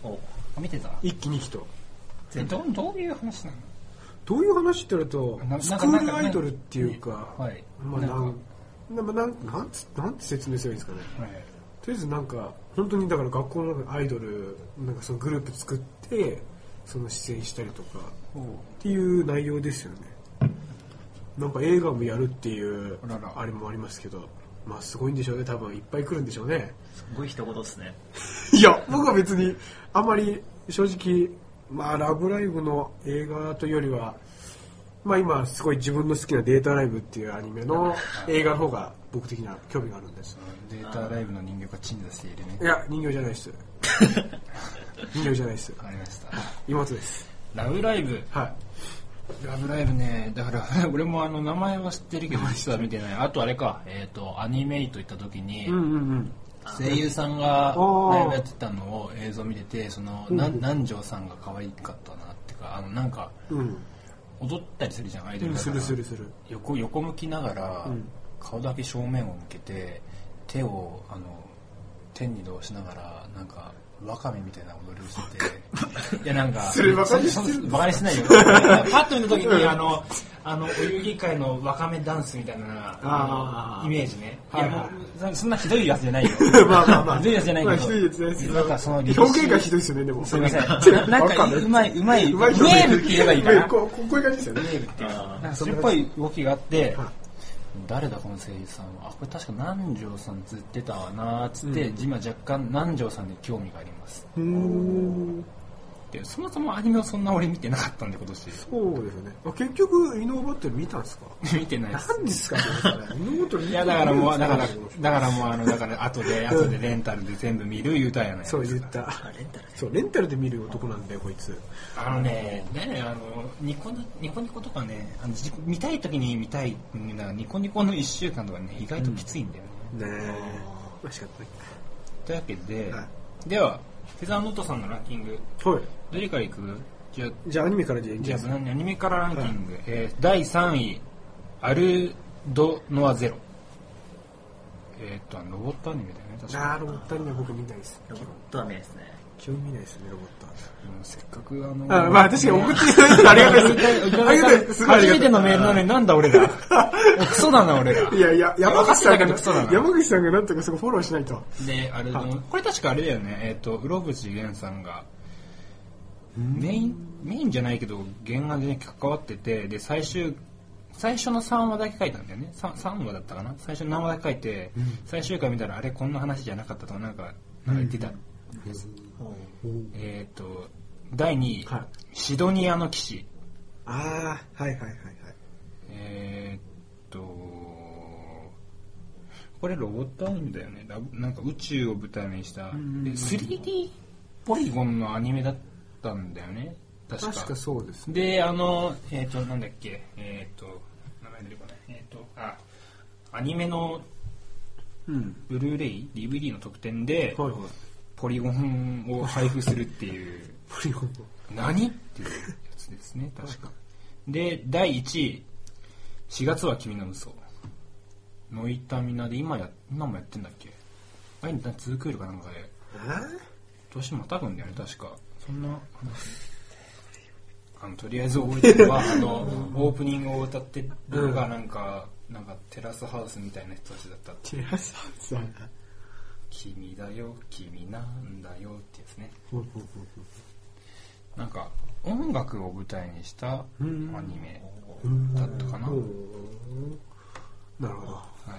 Speaker 4: お
Speaker 2: 見てた
Speaker 3: い。一気に来た。
Speaker 2: えどどういう話なの
Speaker 3: どういう話って言われると
Speaker 2: ななん、か
Speaker 3: スクールアイドルっていうか、
Speaker 2: なんかはい
Speaker 3: まあ、
Speaker 2: な
Speaker 3: なん
Speaker 2: か
Speaker 3: ん、なんかなんなんつ、なんて説明すればいいんですかね。
Speaker 2: はい
Speaker 3: とりあえずなんか、本当にだから学校の中でアイドル、なんかそのグループ作って、その出演したりとか、っていう内容ですよね。なんか映画もやるっていう
Speaker 2: あらら、
Speaker 3: あれもありますけど、まあすごいんでしょうね、多分いっぱい来るんでしょうね。
Speaker 4: すごい一言ですね
Speaker 3: いや、僕は別に、あまり正直、まあ、ラブライブの映画というよりは、まあ今、すごい自分の好きなデータライブっていうアニメの映画の方が僕的には興味があるんです。
Speaker 2: データライブの人形が鎮座しているね
Speaker 3: いや、人形じゃな いです。人形じゃないです。
Speaker 2: わかりました
Speaker 3: 妹です。
Speaker 2: ラブライブ
Speaker 3: はい。
Speaker 2: ラブライブね、だから、 俺もあの、名前は知ってるけど、実は見て ない。あとあれか、えっ、と、アニメイト行った時に、
Speaker 3: うんうんうん。
Speaker 2: 声優さんが
Speaker 3: ー
Speaker 2: ライブやってたのを映像見てて、その、な南條さんが可愛かったなってか、あの、なんか、
Speaker 3: うん。
Speaker 2: 踊ったりするじゃん、アイド
Speaker 3: う
Speaker 2: ル
Speaker 3: ん、
Speaker 2: だか
Speaker 3: す
Speaker 2: ら
Speaker 3: るするする。
Speaker 2: 横、横向きながら、
Speaker 3: ん
Speaker 2: 顔だけ正面を向けて、手を、あの、天に移動しながら、なんか、ワカメみたいな踊りをして て、いやなんか、
Speaker 3: それバカにしてるんですか
Speaker 2: バカにしてない よ。なんかパッと見た時に、あの、あの、お遊戯会のワカメダンスみたいな、あ
Speaker 3: あー
Speaker 2: のイメージね。い
Speaker 3: は
Speaker 2: や
Speaker 3: いは
Speaker 2: も、
Speaker 3: いう
Speaker 2: そんなひどいやつじゃないよ。
Speaker 3: まあまあまあ。
Speaker 2: ひどいやつじゃないけど
Speaker 3: まあひどいやつじゃないですけど
Speaker 2: なんかその理屈
Speaker 3: 表現がひどいですよね、でも。
Speaker 2: すいま せん。
Speaker 3: 違
Speaker 2: ななん
Speaker 3: わ
Speaker 2: か、
Speaker 3: んないう
Speaker 2: まい、うまい、ウ
Speaker 3: う
Speaker 2: ェ
Speaker 3: まい人
Speaker 2: ーブって言えばいいかな。
Speaker 3: こうこういう感じですよね。
Speaker 4: あ
Speaker 2: なんかそれっぽい動きがあって
Speaker 3: はい、
Speaker 2: 誰だこの声優さんは、あ、これ確か南條さんずってたわなーっつって、今若干南條さんに興味があります。
Speaker 3: うーん。
Speaker 2: で、そもそもアニメをそんな俺見てなかったんで今 年。
Speaker 3: そうですよね。あ結局、イノーバトル見たんですか
Speaker 2: 見てないです。
Speaker 3: 何ですか、ね、イノーバトル見
Speaker 2: い
Speaker 3: た
Speaker 2: や、だからもう、だ から、だからもうあの、だから後で、後でレンタルで全部見る言うたんやない
Speaker 3: そう言った。
Speaker 4: レンタル
Speaker 3: そう、レンタルで見る男なんだよ、こいつ。
Speaker 2: あのね、ね、あの、ニコニニコニコとかね、あのじ見たい時に見たい、なニコニコの1週間とかね、意外ときついんだよね。
Speaker 3: ねえ。まあ仕方な
Speaker 2: というわけで、
Speaker 3: は
Speaker 2: では、フェザーノートさんのランキング、
Speaker 3: い。はい。
Speaker 2: どれからいくじゃあ、
Speaker 3: じゃあ、アニメからでいいん
Speaker 2: じ
Speaker 3: で
Speaker 2: ゃ
Speaker 3: す
Speaker 2: あ、何アニメからランキング。えー第3位、アルドノアゼロ。えーっと、ロボットアニメだよね、確か
Speaker 3: あー、ロボットアニメ僕見ないです。
Speaker 4: ロボットは見ないですね
Speaker 3: 基本見ないですね、ロボット
Speaker 2: に。もうせっかくあの
Speaker 3: あまあ、確かに送っていただいてありがたいです。ありがたいです。すごいあり
Speaker 2: 初
Speaker 3: がた
Speaker 2: め
Speaker 3: い
Speaker 2: てのメールなのになんだ俺 ら。クソだな俺ら。
Speaker 3: いやいや、山口さ
Speaker 2: 分かってた
Speaker 3: んが、
Speaker 2: けどクソだな
Speaker 3: 山口さんがなんとかそこフォローしないと。
Speaker 2: で、あれの、これ確かあれだよね、えっ、と、うろぶちげんさんが、メイン、メインじゃないけど、原案でね、関わってて、で、最終最初の3話だけ書いたんだよね 3, 3話だったかな最初の何話だけ書いて、最終回見たらあれこんな話じゃなかったとかなんかなんか言ってた、えっ、と第2位、
Speaker 3: はい
Speaker 2: シドニアの騎士
Speaker 3: ああ、はいはいはいはい。
Speaker 2: えーっと、これロボットアニメだよね。ラブなんか宇宙を舞台にした、で 3D ポリゴンのアニメだったんだよね。確か。
Speaker 3: 確かそうですね。
Speaker 2: で、あの、えーっと、なんだっけ、えーっと、名前出てこない。えーっと、あ、アニメの
Speaker 3: うん。
Speaker 2: ブルーレイ、DVD の特典で、
Speaker 3: はいはい。
Speaker 2: ポリゴンを配布するっていう。
Speaker 3: ポリゴン
Speaker 2: 何っていうやつですね、確か。で、第1位、4月は君の嘘。ノイタミナで今や、今もやってんだっけあれ、2クールかなんかで。
Speaker 3: あ
Speaker 2: 年またぐんだよね、確か。そんな話。あの、とりあえず覚えてるのは、あの、オープニングを歌ってるのが、なんか、なんかテラスハウスみたいな人たちだったって。
Speaker 3: テラサさん。
Speaker 2: 君だよ、君なんだよってやつね。なんか、音楽を舞台にしたアニメだったかな。
Speaker 3: なるほど。
Speaker 2: はい。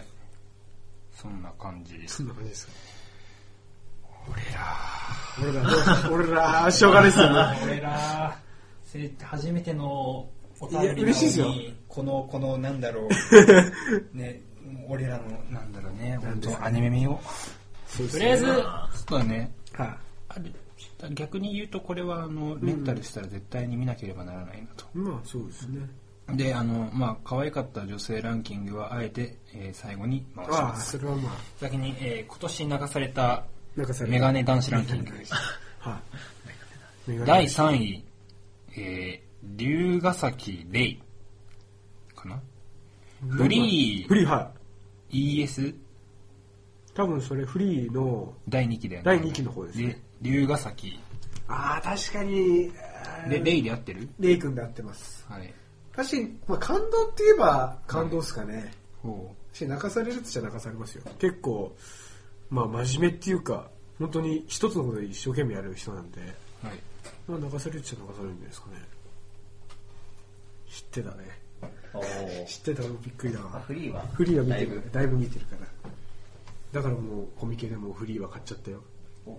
Speaker 2: そんな感じです。
Speaker 3: そんな感じですか。俺ら俺ら、俺ら、しょうがないですよね。
Speaker 2: 俺ら、せ初めてのお
Speaker 3: いや嬉しいですよ
Speaker 2: この、この、なんだろ う、ね、俺らの、なんだろうね、本当アニメ見よ
Speaker 3: そう
Speaker 2: う。
Speaker 3: です
Speaker 2: と
Speaker 3: ね
Speaker 2: りあえず、そうだね、
Speaker 3: は
Speaker 2: ある逆に言うとこれは、あの、レンタルしたら絶対に見なければならないなと。
Speaker 3: い。まあ、そうですね。
Speaker 2: で、あの、まあ、可愛かった女性ランキングはあえて、えー最後に回し
Speaker 3: あ
Speaker 2: ま
Speaker 3: あ、
Speaker 2: す。
Speaker 3: それはまあ、
Speaker 2: 先に、えー今年流された
Speaker 3: なんかさ、
Speaker 2: メガネ男子ランキング。
Speaker 3: はい。メガネ
Speaker 2: 第3位、えー、龍ヶ崎レイかなフリー
Speaker 3: フリー、はい。
Speaker 2: ES
Speaker 3: 多分それフリーの、
Speaker 2: 第2期だよね。
Speaker 3: 第二期の方ですね
Speaker 2: 龍ヶ崎。
Speaker 3: ああ、確かに、
Speaker 2: で、レイで合ってる
Speaker 3: レイ君で合ってます。
Speaker 2: はい。
Speaker 3: 確かに、まあ、感動って言えば感動っすかね。
Speaker 2: ほ
Speaker 3: 確かに泣かされるとしたら泣かされますよ。結構、まあ真面目っていうか、本当に一つのことで一生懸命やる人なんで、
Speaker 2: う。はい。
Speaker 3: まあ泣かされるっちゃ泣かされるんじゃないですかね。知ってたね。
Speaker 4: おー
Speaker 3: 知ってたのびっくりだわ。
Speaker 4: フリーは
Speaker 3: フリーは見て
Speaker 4: だい
Speaker 3: る
Speaker 4: ぶ。
Speaker 3: だいぶ見てるから。だからもうコミケでもフリーは買っちゃったよ。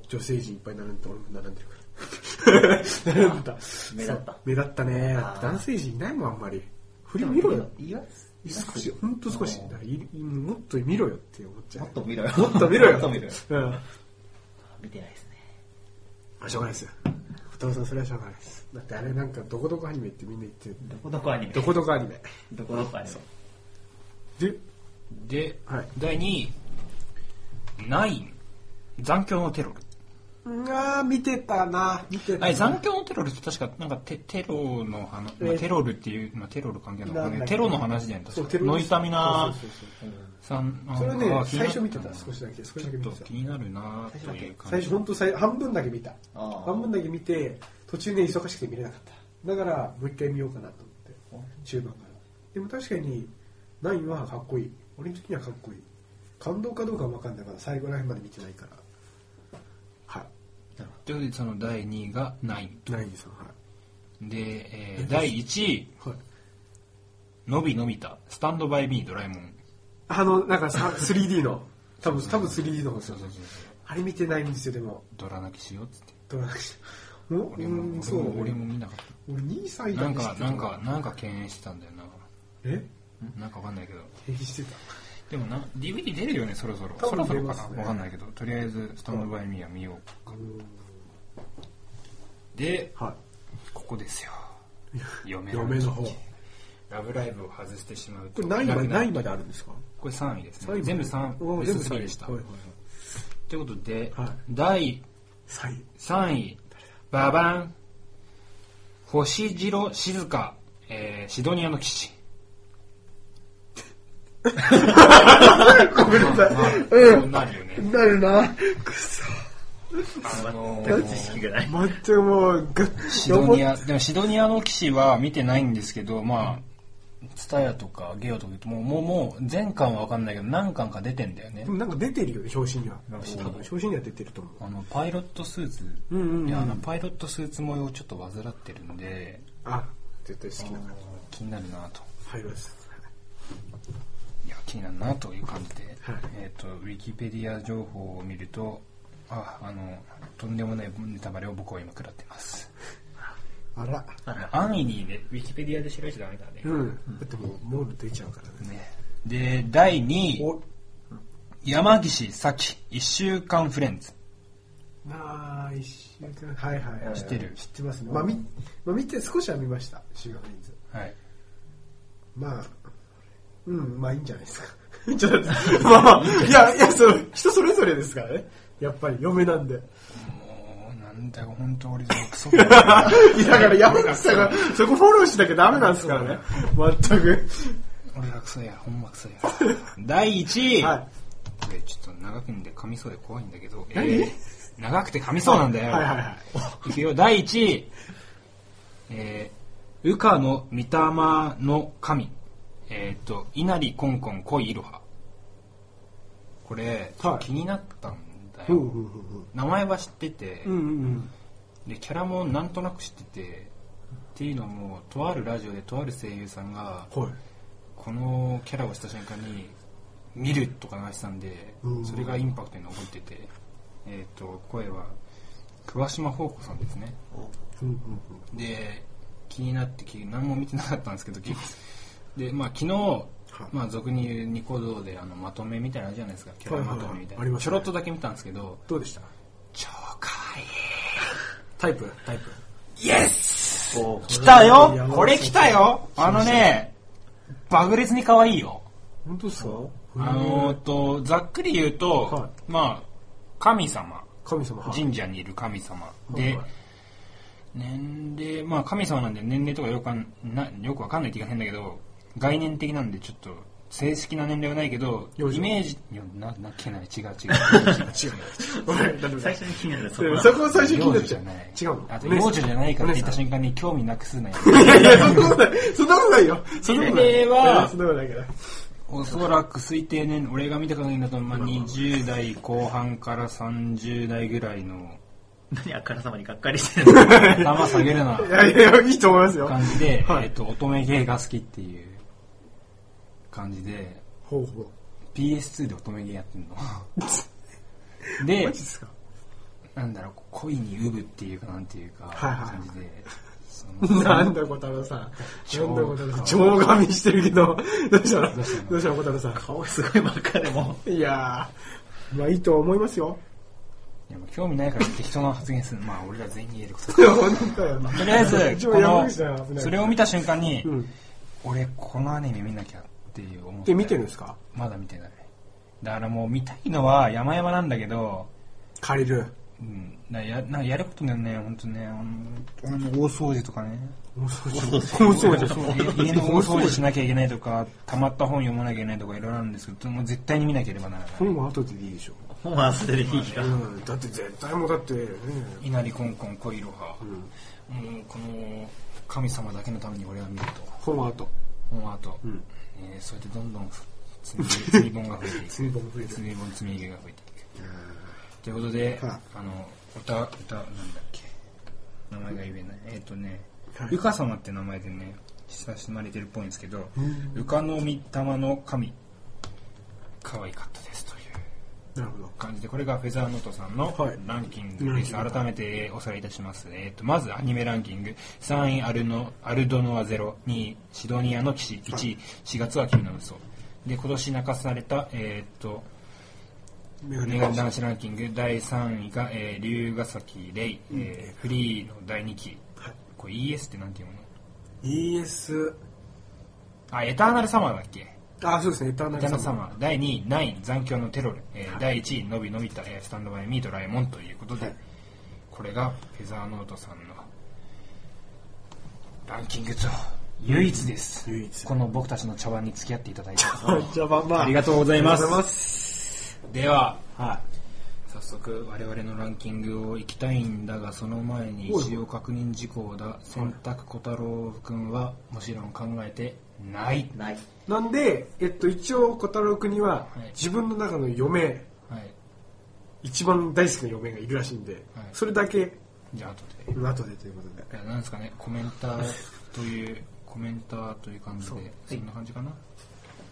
Speaker 3: 女性陣いっぱい並んでた、俺も並んでるから。 並んでた。
Speaker 4: 目立
Speaker 3: そ
Speaker 4: った
Speaker 3: う目立ったね
Speaker 4: あ。ー
Speaker 3: 男性陣いないもん、あんまり。フリー見ろよ。
Speaker 4: いや
Speaker 3: 少し、ほんと少し。だからいもっと見ろよって思っちゃう。
Speaker 4: もっと見ろよ
Speaker 3: もっと見ろよ。
Speaker 4: もっと見ろよ
Speaker 3: うん。ま
Speaker 4: 見てないですね
Speaker 3: あ、しょうがないですよ。二葉さん、それはしょうがないです。だってあれなんか、どこどこアニメってみんな言ってる。
Speaker 4: どこどこアニメ
Speaker 3: どこどこアニメ。
Speaker 4: どこどこアニメ
Speaker 3: で、
Speaker 2: で、
Speaker 3: はい
Speaker 2: 第2位、ナイン、残響のテロル。
Speaker 3: あー、見てたな。見て
Speaker 2: あ
Speaker 3: たな。
Speaker 2: れ、残響のテロルって確か、なんかテ、テロの話、まあ
Speaker 3: えー
Speaker 2: テロルっていう、まあ、テロル関係なのか
Speaker 3: なん
Speaker 2: ね。
Speaker 3: だっけ
Speaker 2: テロの話じゃない
Speaker 3: そう
Speaker 2: 確か。ノイタミナ
Speaker 3: そうそうそうそう
Speaker 2: さんあ
Speaker 3: それね
Speaker 2: あ気にな
Speaker 3: 最初見てた少しだけ少しだけ見
Speaker 2: ちょ
Speaker 3: て
Speaker 2: ったと気になるなという
Speaker 3: 最
Speaker 2: 感じ
Speaker 3: 初本当最半分だけ見た
Speaker 4: あー
Speaker 3: 半分だけ見て途中ね忙しくて見れなかっただからもう一回見ようかなと思って中盤からでも確かにナインはかっこいい俺の時にはかっこいい感動かどうかは分かんないから最後らへんまで見てないからは
Speaker 2: ということでその第2位がナイン
Speaker 3: いナインさんは
Speaker 2: で、えー第1位
Speaker 3: い、はい、
Speaker 2: のびのびたスタンドバイミードラえもん
Speaker 3: あのなん かさ 3D の多分多分 3D の方です
Speaker 2: そ
Speaker 3: よ
Speaker 2: う
Speaker 3: ね
Speaker 2: そうそうそう
Speaker 3: あれ見てないんですよでも
Speaker 2: ドラ泣きしようっつって
Speaker 3: ドラクエもう
Speaker 2: 俺も,、
Speaker 3: んそう
Speaker 2: 俺
Speaker 3: 俺
Speaker 2: も見なかっ
Speaker 3: 俺2歳
Speaker 2: た
Speaker 3: だ
Speaker 2: な
Speaker 3: け
Speaker 2: ん
Speaker 3: 知っ
Speaker 2: か
Speaker 3: てた
Speaker 2: なんかなんか敬遠してたんだよな
Speaker 3: え
Speaker 2: なんかわかんないけど
Speaker 3: 平気してた
Speaker 2: でもな DVD 出るよねそろそろ
Speaker 3: 多
Speaker 2: そろ
Speaker 3: 分
Speaker 2: そ
Speaker 3: 出
Speaker 2: ろか
Speaker 3: ま
Speaker 2: な
Speaker 3: すね
Speaker 2: わかんないけどとりあえずスタンドバイミーは見ようかで
Speaker 3: は
Speaker 2: ここですよ
Speaker 3: い
Speaker 2: 嫁
Speaker 3: 嫁の方こ
Speaker 2: ラブライブを外してしまうと
Speaker 3: れ何ま
Speaker 2: なくな
Speaker 3: で
Speaker 2: る
Speaker 3: 何まであるんですか
Speaker 2: これ3位です
Speaker 3: 三
Speaker 2: ね
Speaker 3: 位
Speaker 2: 全部3
Speaker 3: お
Speaker 2: ベ
Speaker 3: 全部
Speaker 2: スト3でした
Speaker 3: はいはいはい
Speaker 2: ということで、
Speaker 3: はい
Speaker 2: 第
Speaker 3: 三位
Speaker 2: 3位ババン星白静香、えーシドニアの騎士
Speaker 3: ごめんなさ
Speaker 2: まあ
Speaker 3: い、
Speaker 2: そうなるよね
Speaker 3: なるなくそ
Speaker 2: あの
Speaker 4: 全く
Speaker 2: ー
Speaker 4: 知識がない
Speaker 3: 待ってもうグ
Speaker 2: シ
Speaker 3: ッ
Speaker 2: ドニアでもシドニアの騎士は見てないんですけどまあツタヤとかゲオとか言うともうもうもう全巻は分かんないけど何巻か出てんだよね
Speaker 3: でもなんか出てるよね表紙には
Speaker 2: 表紙に
Speaker 3: 多分表紙には出てると思う
Speaker 2: あのパイロットスーツ、
Speaker 3: うんうんうん
Speaker 2: いやあのパイロットスーツ模様をちょっと患ってるんで
Speaker 3: あ絶対好きな感じ
Speaker 2: 気になるなと
Speaker 3: 入ります
Speaker 2: いや気になるなという感じで、えー、とウィキペディア情報を見るとああのとんでもないネタバレを僕は今食らってます
Speaker 3: あら。
Speaker 2: 安易にねウィキペディアで調べちゃダメだね,、
Speaker 3: うん。だってもう、モール出ちゃうからね。
Speaker 2: ねで第2位
Speaker 3: お、
Speaker 2: 山岸咲1週間フレンズ
Speaker 3: まあ、一週間。はいはいはい。
Speaker 2: 知ってる
Speaker 3: 知ってますね。まあ、み、まあ、見て、少しは見ました。修学人数。
Speaker 2: はい
Speaker 3: まあ、うん、まあいいんじゃないですか。 ちょっと、まあまあ、いや、いや、その、人それぞれですからね。やっぱり、嫁なんで。
Speaker 2: もうなんだよ本当俺クソだ な
Speaker 3: いや、だから山口さんが、そこフォローしなきゃダメなんですからね。全く。
Speaker 2: 俺がクソやほんまクソ や第1位、
Speaker 3: は
Speaker 2: これちょっと長くんで噛みそうで怖いんだけど、えー長くて噛みそうなんだ
Speaker 3: い。
Speaker 2: よ、
Speaker 3: はいはいはい。
Speaker 2: いくよ、第1位。えー、羽化の御霊の神。えっ、ー、と、稲荷コンコン恋いろは。これ、
Speaker 3: はい
Speaker 2: 気になったんだ
Speaker 3: う
Speaker 2: よ。
Speaker 3: んうん
Speaker 2: 名前は知ってて、
Speaker 3: うんうん。うんうん
Speaker 2: で、キャラもなんとなく知ってて、っていうのも、とあるラジオでとある声優さんが、
Speaker 3: うん。はい。
Speaker 2: このキャラをした瞬間に、見るとか流してたんで
Speaker 3: う、ん
Speaker 2: それがインパクトに残ってて、えっ、と、声は、桑島宝子さんですね。
Speaker 3: うんうんうん。
Speaker 2: で気になって気に何も見てなかったんですけど結局で、まあ、昨日、まあ、俗に言うニコ動であのまとめみたいなのあるじゃないですかキャラまとめみたい
Speaker 3: はいはいはいあり
Speaker 2: な
Speaker 3: まし
Speaker 2: ち
Speaker 3: た
Speaker 2: ょ
Speaker 3: ね
Speaker 2: ろっとだけ見たんですけど
Speaker 3: どうでした
Speaker 2: 超かわいい
Speaker 3: タイプタイプ。
Speaker 2: イエス
Speaker 4: お
Speaker 2: 来た
Speaker 3: い
Speaker 2: よ
Speaker 3: や
Speaker 2: これ来たよあのね爆裂に可愛いよ
Speaker 3: 本当ですか
Speaker 2: あのー、とざっくり言うと、
Speaker 3: は
Speaker 2: まあ神様
Speaker 3: 神様。はい
Speaker 2: 神社にいる神様
Speaker 3: はい
Speaker 2: で
Speaker 3: はい
Speaker 2: 年齢まあ神様なんで年齢とかよくわかんなよくわかんないって言い方変だけど概念的なんでちょっと正式な年齢はないけどイ
Speaker 3: 幼児
Speaker 2: メージいやななっけない 違う違う違う
Speaker 3: ごめん、大丈夫
Speaker 4: 最初に気になるそ
Speaker 3: で
Speaker 4: こ
Speaker 3: も
Speaker 4: だ
Speaker 3: そこ最初気に
Speaker 2: 幼
Speaker 3: なっ
Speaker 2: 児
Speaker 3: ち
Speaker 2: じ
Speaker 3: ゃ
Speaker 2: ゃ
Speaker 3: う
Speaker 2: ない。
Speaker 3: 違うの
Speaker 2: あと
Speaker 3: お姉さん
Speaker 2: 幼児じゃないからって言った
Speaker 3: お姉
Speaker 2: 瞬間に興味なくすなよ
Speaker 3: いやいや、そんなことない。そんなことないよ。そんなことない。
Speaker 2: 年齢はい
Speaker 3: やそんなことないから。
Speaker 2: おそらく推定年俺が見た限りだとまあ20代後半から30代ぐらいの
Speaker 4: 何あからさまにがっかりしてるの
Speaker 2: 頭下げるない
Speaker 3: やいや、いいと思いますよ。
Speaker 2: 感じで、
Speaker 3: はい
Speaker 2: えっと、乙女芸が好きっていう感じで、
Speaker 3: ほうほう。
Speaker 2: PS2 で乙女芸やってん の。で
Speaker 3: マジ、ですか
Speaker 2: なんだろう、恋にうぶっていうか、なんていうか、
Speaker 3: はいはい
Speaker 2: 感じで、そ の
Speaker 3: なんだ小太郎さん。なんだ小太郎さ
Speaker 2: 超
Speaker 3: ん。超髪してるけど、どうしたのどうしたの小太郎さん。
Speaker 4: 顔すごい真っ赤でも
Speaker 3: いやー、まあいいと思いますよ。
Speaker 2: いやもう興味ないから適当な発言するの。まあ、俺ら全員言える こと。
Speaker 3: いや本当だよ。
Speaker 2: とりあえず、
Speaker 3: 一応
Speaker 2: こ
Speaker 3: 山
Speaker 2: の、
Speaker 3: 口さんは危ない
Speaker 2: それを見た瞬間に、
Speaker 3: うん。
Speaker 2: 俺、このアニメ見なきゃっていう思って。
Speaker 3: で、見てるんですか
Speaker 2: まだ見てない。だからもう見たいのは山々なんだけど、
Speaker 3: 借りる。
Speaker 2: うん、なやなんかやることだよね、本当ね、あの、あの大掃除とかね。
Speaker 3: 大掃除。大掃除。
Speaker 2: 家の大掃除しなきゃいけないとか、溜まった本読まなきゃいけないとかいろいろあるんですけど、もう絶対に見なければならない。
Speaker 3: 本は後でいいでしょ。
Speaker 4: 本は捨てるいいか
Speaker 3: うん。だって絶対もうだって、ね
Speaker 2: 稲荷コンコン恋いろは、もうこの神様だけのために俺は見ると。
Speaker 3: 本は後。
Speaker 2: 本はあと、
Speaker 3: ん
Speaker 2: えーそうやってどんどん積み積み本が増えていく。
Speaker 3: 積み本増えていく
Speaker 2: 積み本積み毛が増えていく。ということで、
Speaker 3: は
Speaker 2: あ
Speaker 3: い
Speaker 2: の、歌、歌、なんだっけ。名前が言えない。えっ、とね、
Speaker 3: はい
Speaker 2: ルカ様って名前でね、親しまれてるっぽいんですけど、ルカの御霊の神、可愛かったですという
Speaker 3: なるほど。
Speaker 2: 感じで、これがフェザーノートさんの
Speaker 3: はい
Speaker 2: ランキングです。
Speaker 3: ランキング
Speaker 2: 改めておさらいいたします。えっ、と、まずアニメランキング、3位アルノ、アルドノアゼロ、2位シドニアの騎士、1位、4月は君の嘘。で、今年泣かされた、えっ、と、
Speaker 3: メガ
Speaker 2: メ
Speaker 3: ネ
Speaker 2: ガ
Speaker 3: が
Speaker 2: ネ男子ランキング第3位が、えー、龍ヶ崎レイ、えーフリーの第2期、
Speaker 3: はい
Speaker 2: これ ES ってなんていうの
Speaker 3: ES、
Speaker 2: あエターナルサマーだっけエ
Speaker 3: あ、そうですね、エターナ
Speaker 2: ターナ
Speaker 3: ル
Speaker 2: ルサ
Speaker 3: 様。
Speaker 2: マー第2位ナイン残響のテロル、えー第1位のびのびた、えースタンドバイミードラえもんということで、これがフェザーノートさんのランキングと唯一です、
Speaker 3: 唯一
Speaker 2: この僕たちの茶碗に付き合っていただいて
Speaker 3: じゃあまあまあ。
Speaker 2: ありがとうございます
Speaker 3: ありがとうございます。
Speaker 2: では
Speaker 3: は
Speaker 2: 早速我々のランキングを行きたいんだがその前に一応確認事項だ選択小太郎君はもちろん考えてない、
Speaker 4: ない
Speaker 3: い。なんで、えっと、一応、小太郎君には
Speaker 2: はい、
Speaker 3: 自分の中の嫁、
Speaker 2: はい、
Speaker 3: 一番大好きな嫁がいるらしいんで
Speaker 2: はい、
Speaker 3: それだけ、
Speaker 2: じゃあ後で
Speaker 3: 後でということ
Speaker 2: い
Speaker 3: で。
Speaker 2: やなんですかねコメンターというコメンターという感じでそんな感じかな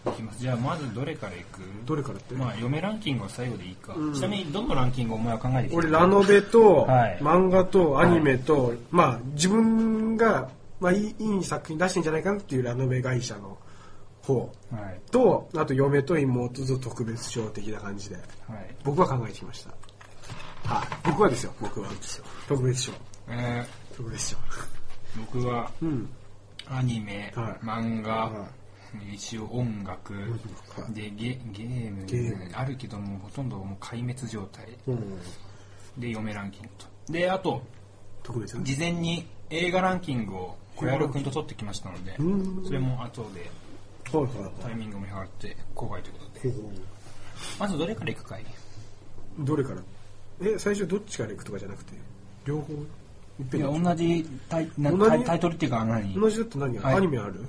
Speaker 2: いきますじゃあまずどれからいく
Speaker 3: どれからって、
Speaker 2: まあ嫁ランキングは最後でいいか、
Speaker 3: うん
Speaker 2: ちなみにどのランキングをお前は考えてきた
Speaker 3: 俺ラノベと、
Speaker 2: はい
Speaker 3: 漫画とアニメと、まあ自分が、まあ、いいいい作品出してんじゃないかなっていうラノベ会社の方
Speaker 2: はい、はい
Speaker 3: とあと嫁と妹と特別賞的な感じで僕は考えてきましたはい僕はですよ僕は特別賞
Speaker 2: え
Speaker 3: 特別賞
Speaker 2: ー僕は
Speaker 3: うん
Speaker 2: アニメ、
Speaker 3: はい
Speaker 2: 漫画、
Speaker 3: は
Speaker 2: 一応音楽、
Speaker 3: はい
Speaker 2: でゲゲーム
Speaker 3: ゲーム
Speaker 2: あるけどもほとんどもう壊滅状態
Speaker 3: うん
Speaker 2: で嫁ランキングとであと
Speaker 3: 特別
Speaker 2: 事前に映画ランキングを小籔君と取ってきましたので
Speaker 3: うん
Speaker 2: それも後で
Speaker 3: はいはい
Speaker 2: タイミングも見計らって公開ということ
Speaker 3: ほう
Speaker 2: で
Speaker 3: ほう
Speaker 2: まずどれからいくかい
Speaker 3: どれからえ最初どっちから行くとかじゃなくて両方いっぺんに
Speaker 2: 同じタイ
Speaker 3: な同じタイタイ
Speaker 2: トルっていうか何
Speaker 3: 同じだって何やる、
Speaker 2: はい
Speaker 3: アニメある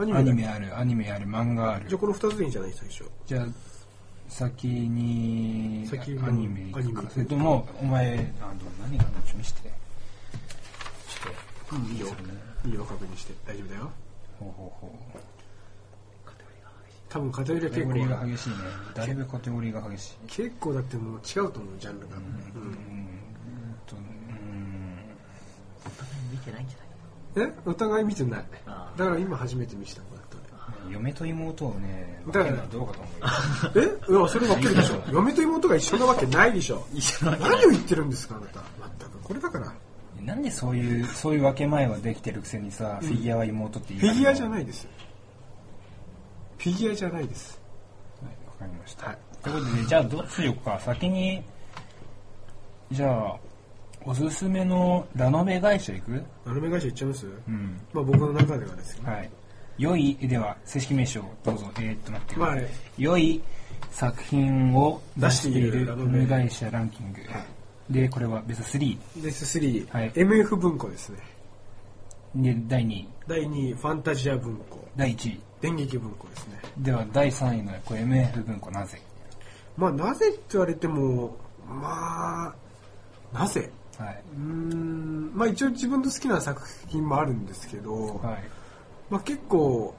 Speaker 3: アニ
Speaker 2: アニ
Speaker 3: だ
Speaker 2: メあるアニメある漫画あ
Speaker 3: じゃ
Speaker 2: る
Speaker 3: あこの2つでいいんじゃない最初
Speaker 2: じゃあ先に
Speaker 3: 先に
Speaker 2: アニメ
Speaker 3: アニ
Speaker 2: 行
Speaker 3: メ
Speaker 2: くかそれともお前あの何があるのちょっと見せてちょっ
Speaker 3: いいよいいよ確認して大丈夫だよ
Speaker 2: とほうほうほう
Speaker 3: 多分偏りは
Speaker 2: カテ
Speaker 3: 結
Speaker 2: ゴリーが
Speaker 3: 構
Speaker 2: 激しいねだいぶカテゴリーが激しい
Speaker 3: 結構だってもう違うと思うジャンルが、うん
Speaker 2: とうん
Speaker 4: 見てないんじゃない
Speaker 3: えお互い見てない
Speaker 4: あー
Speaker 3: だから今初めて見したこう
Speaker 2: 嫁と妹をね分
Speaker 3: だ
Speaker 2: け
Speaker 3: から
Speaker 2: るのはどうかと思 うよ
Speaker 3: やってえいやそれ分けるでしょ嫁と妹が一緒なわけないでし ょ何を言ってるんですかあなた全くこれだから
Speaker 2: なんでそういうそういう分け前はできてるくせにさフィギュアは妹って言い
Speaker 3: フィギュアじゃ
Speaker 2: い
Speaker 3: ないですよフィギュアじゃないです
Speaker 2: わかりました、
Speaker 3: はい
Speaker 2: ということでじゃあどうしようか先にじゃあおすすめのラノベ会社行く
Speaker 3: アルメ会社行っちゃいます、
Speaker 2: うん
Speaker 3: まあ僕の中ではですよ
Speaker 2: はい良いでは正式名称どうぞえー、っと待ってください、
Speaker 3: はい
Speaker 2: 良い作品を出してい
Speaker 3: 出してい
Speaker 2: る
Speaker 3: る
Speaker 2: ラ
Speaker 3: ラ
Speaker 2: ノ
Speaker 3: ノ
Speaker 2: ベ
Speaker 3: ベ
Speaker 2: 会社ランキング、でこれはベスト3
Speaker 3: で3、
Speaker 2: はい
Speaker 3: MF 文庫ですね
Speaker 2: で第2位
Speaker 3: 第2位ファンタジア文庫
Speaker 2: 第1位
Speaker 3: 電撃文庫ですね
Speaker 2: では第3位のこれ MF 文庫なぜ
Speaker 3: まあなぜって言われてもまあなぜ
Speaker 2: はいう
Speaker 3: ーんまあ一応自分の好きな作品もあるんですけど、
Speaker 2: はい
Speaker 3: まあ結構、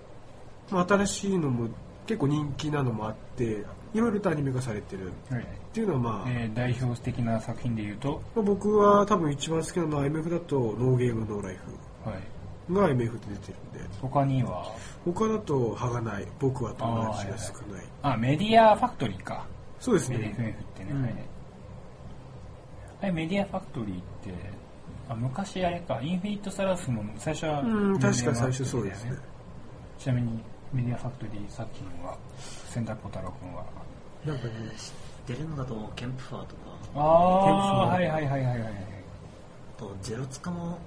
Speaker 3: まあ、新しいのも結構人気なのもあっていろいろとアニメ化されてるっ
Speaker 2: はい
Speaker 3: ていうのはまあ、
Speaker 2: えー代表的な作品で言うと、
Speaker 3: まあ僕は多分一番好きなのは MF だとノーゲームノーライフ
Speaker 2: はい、
Speaker 3: が MF で出てるんで
Speaker 2: 他には
Speaker 3: 他だとはがない僕は友達が少ない
Speaker 2: あメディアファクトリーか
Speaker 3: そうですね、
Speaker 2: MFF ってね、
Speaker 3: うん
Speaker 2: はいあれメディアファクトリーってあ昔あれかインフィニットサラスも最初は
Speaker 3: うん、
Speaker 2: メディア
Speaker 3: 確か最初そう
Speaker 2: ファ
Speaker 3: で
Speaker 2: クト
Speaker 3: す
Speaker 2: リーだよ
Speaker 3: ね。
Speaker 2: ちなみにメディアファクトリー作品は千田小太郎君は
Speaker 3: なんかね、
Speaker 4: えー知ってるのだとケンプファーとか
Speaker 2: あ
Speaker 3: あ
Speaker 2: はいはいはいはいはい
Speaker 4: あとゼロツカも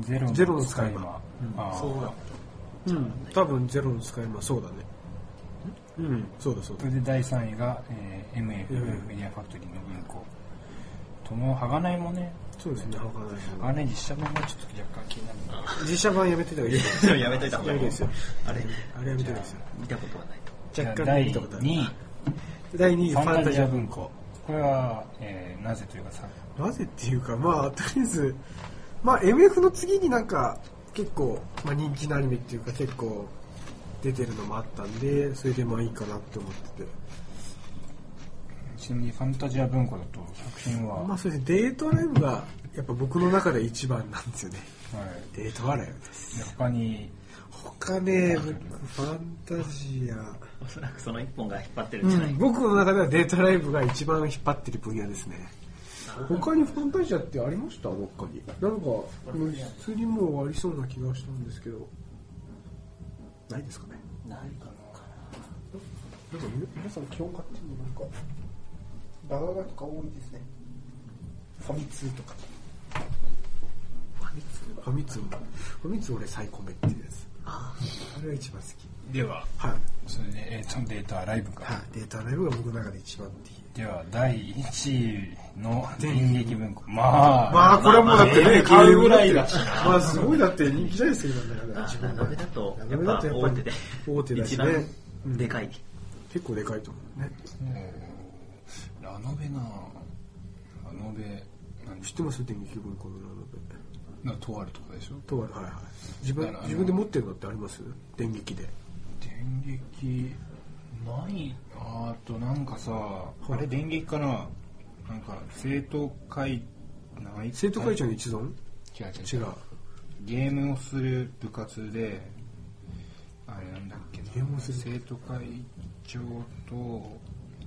Speaker 2: ゼロ
Speaker 3: ゼロの
Speaker 2: 使
Speaker 3: 使
Speaker 2: い
Speaker 3: い
Speaker 2: 魔
Speaker 3: 魔、
Speaker 2: あー
Speaker 4: そうだ
Speaker 3: うん、多分ゼロの使い魔、そうだね。うん、そうだそう
Speaker 2: そ
Speaker 3: だ。
Speaker 2: れで第3位が、えー MF、
Speaker 3: うん
Speaker 2: メディアファクトリーの文庫とも鋼もね
Speaker 3: そうですね、わかんない
Speaker 2: 鋼実写版がちょっと若干気になるな
Speaker 3: 実写版やめてた方がいいです
Speaker 4: や めといた方がいい
Speaker 3: やめてですよ。
Speaker 4: あれ
Speaker 3: あれやめてですよ。
Speaker 4: 見たことはないと
Speaker 2: じゃあ
Speaker 3: 若干
Speaker 2: 第
Speaker 3: 見たことある
Speaker 2: 2位
Speaker 3: 第2位、
Speaker 2: フ
Speaker 3: フ
Speaker 2: ァ
Speaker 3: ァ
Speaker 2: ン
Speaker 3: ン
Speaker 2: タ
Speaker 3: タ
Speaker 2: ジ
Speaker 3: ジ
Speaker 2: ア
Speaker 3: ア
Speaker 2: 文
Speaker 3: 文
Speaker 2: 庫
Speaker 3: 庫。
Speaker 2: これは、えーなぜというかさ
Speaker 3: なぜっていうか、まあ、とりあえず、まあ、MF の次になんか、結構、まあ、人気のアニメっていうか、結構、出てるのもあったんで、それでまあいいかなって思ってて。
Speaker 2: ちなみにファンタジア文庫だと作品は、
Speaker 3: ま
Speaker 2: は
Speaker 3: あ、それでデートライブが、やっぱ僕の中で一番なんですよね。
Speaker 2: い、
Speaker 3: デートアライブです。
Speaker 2: で他に
Speaker 3: 他ね、ファンタジア。
Speaker 4: おそらくその一本が引っ張ってる
Speaker 3: うん
Speaker 4: じゃない
Speaker 3: ん、僕の中ではデータライブが一番引っ張ってる分野ですね。他にファンタジアってありましたどっかに。なんか、もう普通にもうありそうな気がしたんですけど。ないですかね。
Speaker 4: ないか
Speaker 3: なんか皆さん気を買ってもなんか、バナナとか多いですね。ファミ通とか。ファミ通ファミ通ファミ通俺最高めっていうやつ。あれが一番好き。
Speaker 2: では
Speaker 3: はい。
Speaker 2: それで、えー、とデータライブか、
Speaker 3: はい、データライブが僕の中で一番っていう。
Speaker 2: では第1位の電撃文庫まあ、
Speaker 3: まあ、これはもうだってね、
Speaker 2: 買うぐらいだしな
Speaker 3: まあ、すごいだって人気じゃないですか、今の中で
Speaker 4: な
Speaker 3: 一
Speaker 4: あ
Speaker 3: 番
Speaker 4: ラノベだと
Speaker 3: ラノ
Speaker 4: やっ
Speaker 3: ベ
Speaker 4: ぱ
Speaker 3: だとやっぱ
Speaker 4: 大手で
Speaker 3: 大手だ
Speaker 4: 一
Speaker 3: しね
Speaker 4: 番。でかい
Speaker 3: 結構でかいと思うね。
Speaker 2: うんラノベなラノベ何
Speaker 3: 知ってます電撃文庫のラノベ。
Speaker 2: なとあるとかでしょ
Speaker 3: とある、はいはい。自分
Speaker 2: だから、
Speaker 3: 自分で持ってるのってあります電撃で。
Speaker 2: 電撃ないあーとなんかさあれ電撃かななんか生徒会ない
Speaker 3: 生徒会長の一存
Speaker 2: 違う違
Speaker 3: 違
Speaker 2: う違
Speaker 3: う
Speaker 2: う。ゲームをする部活であれなんだっけな
Speaker 3: ゲームをする
Speaker 2: 生徒会長と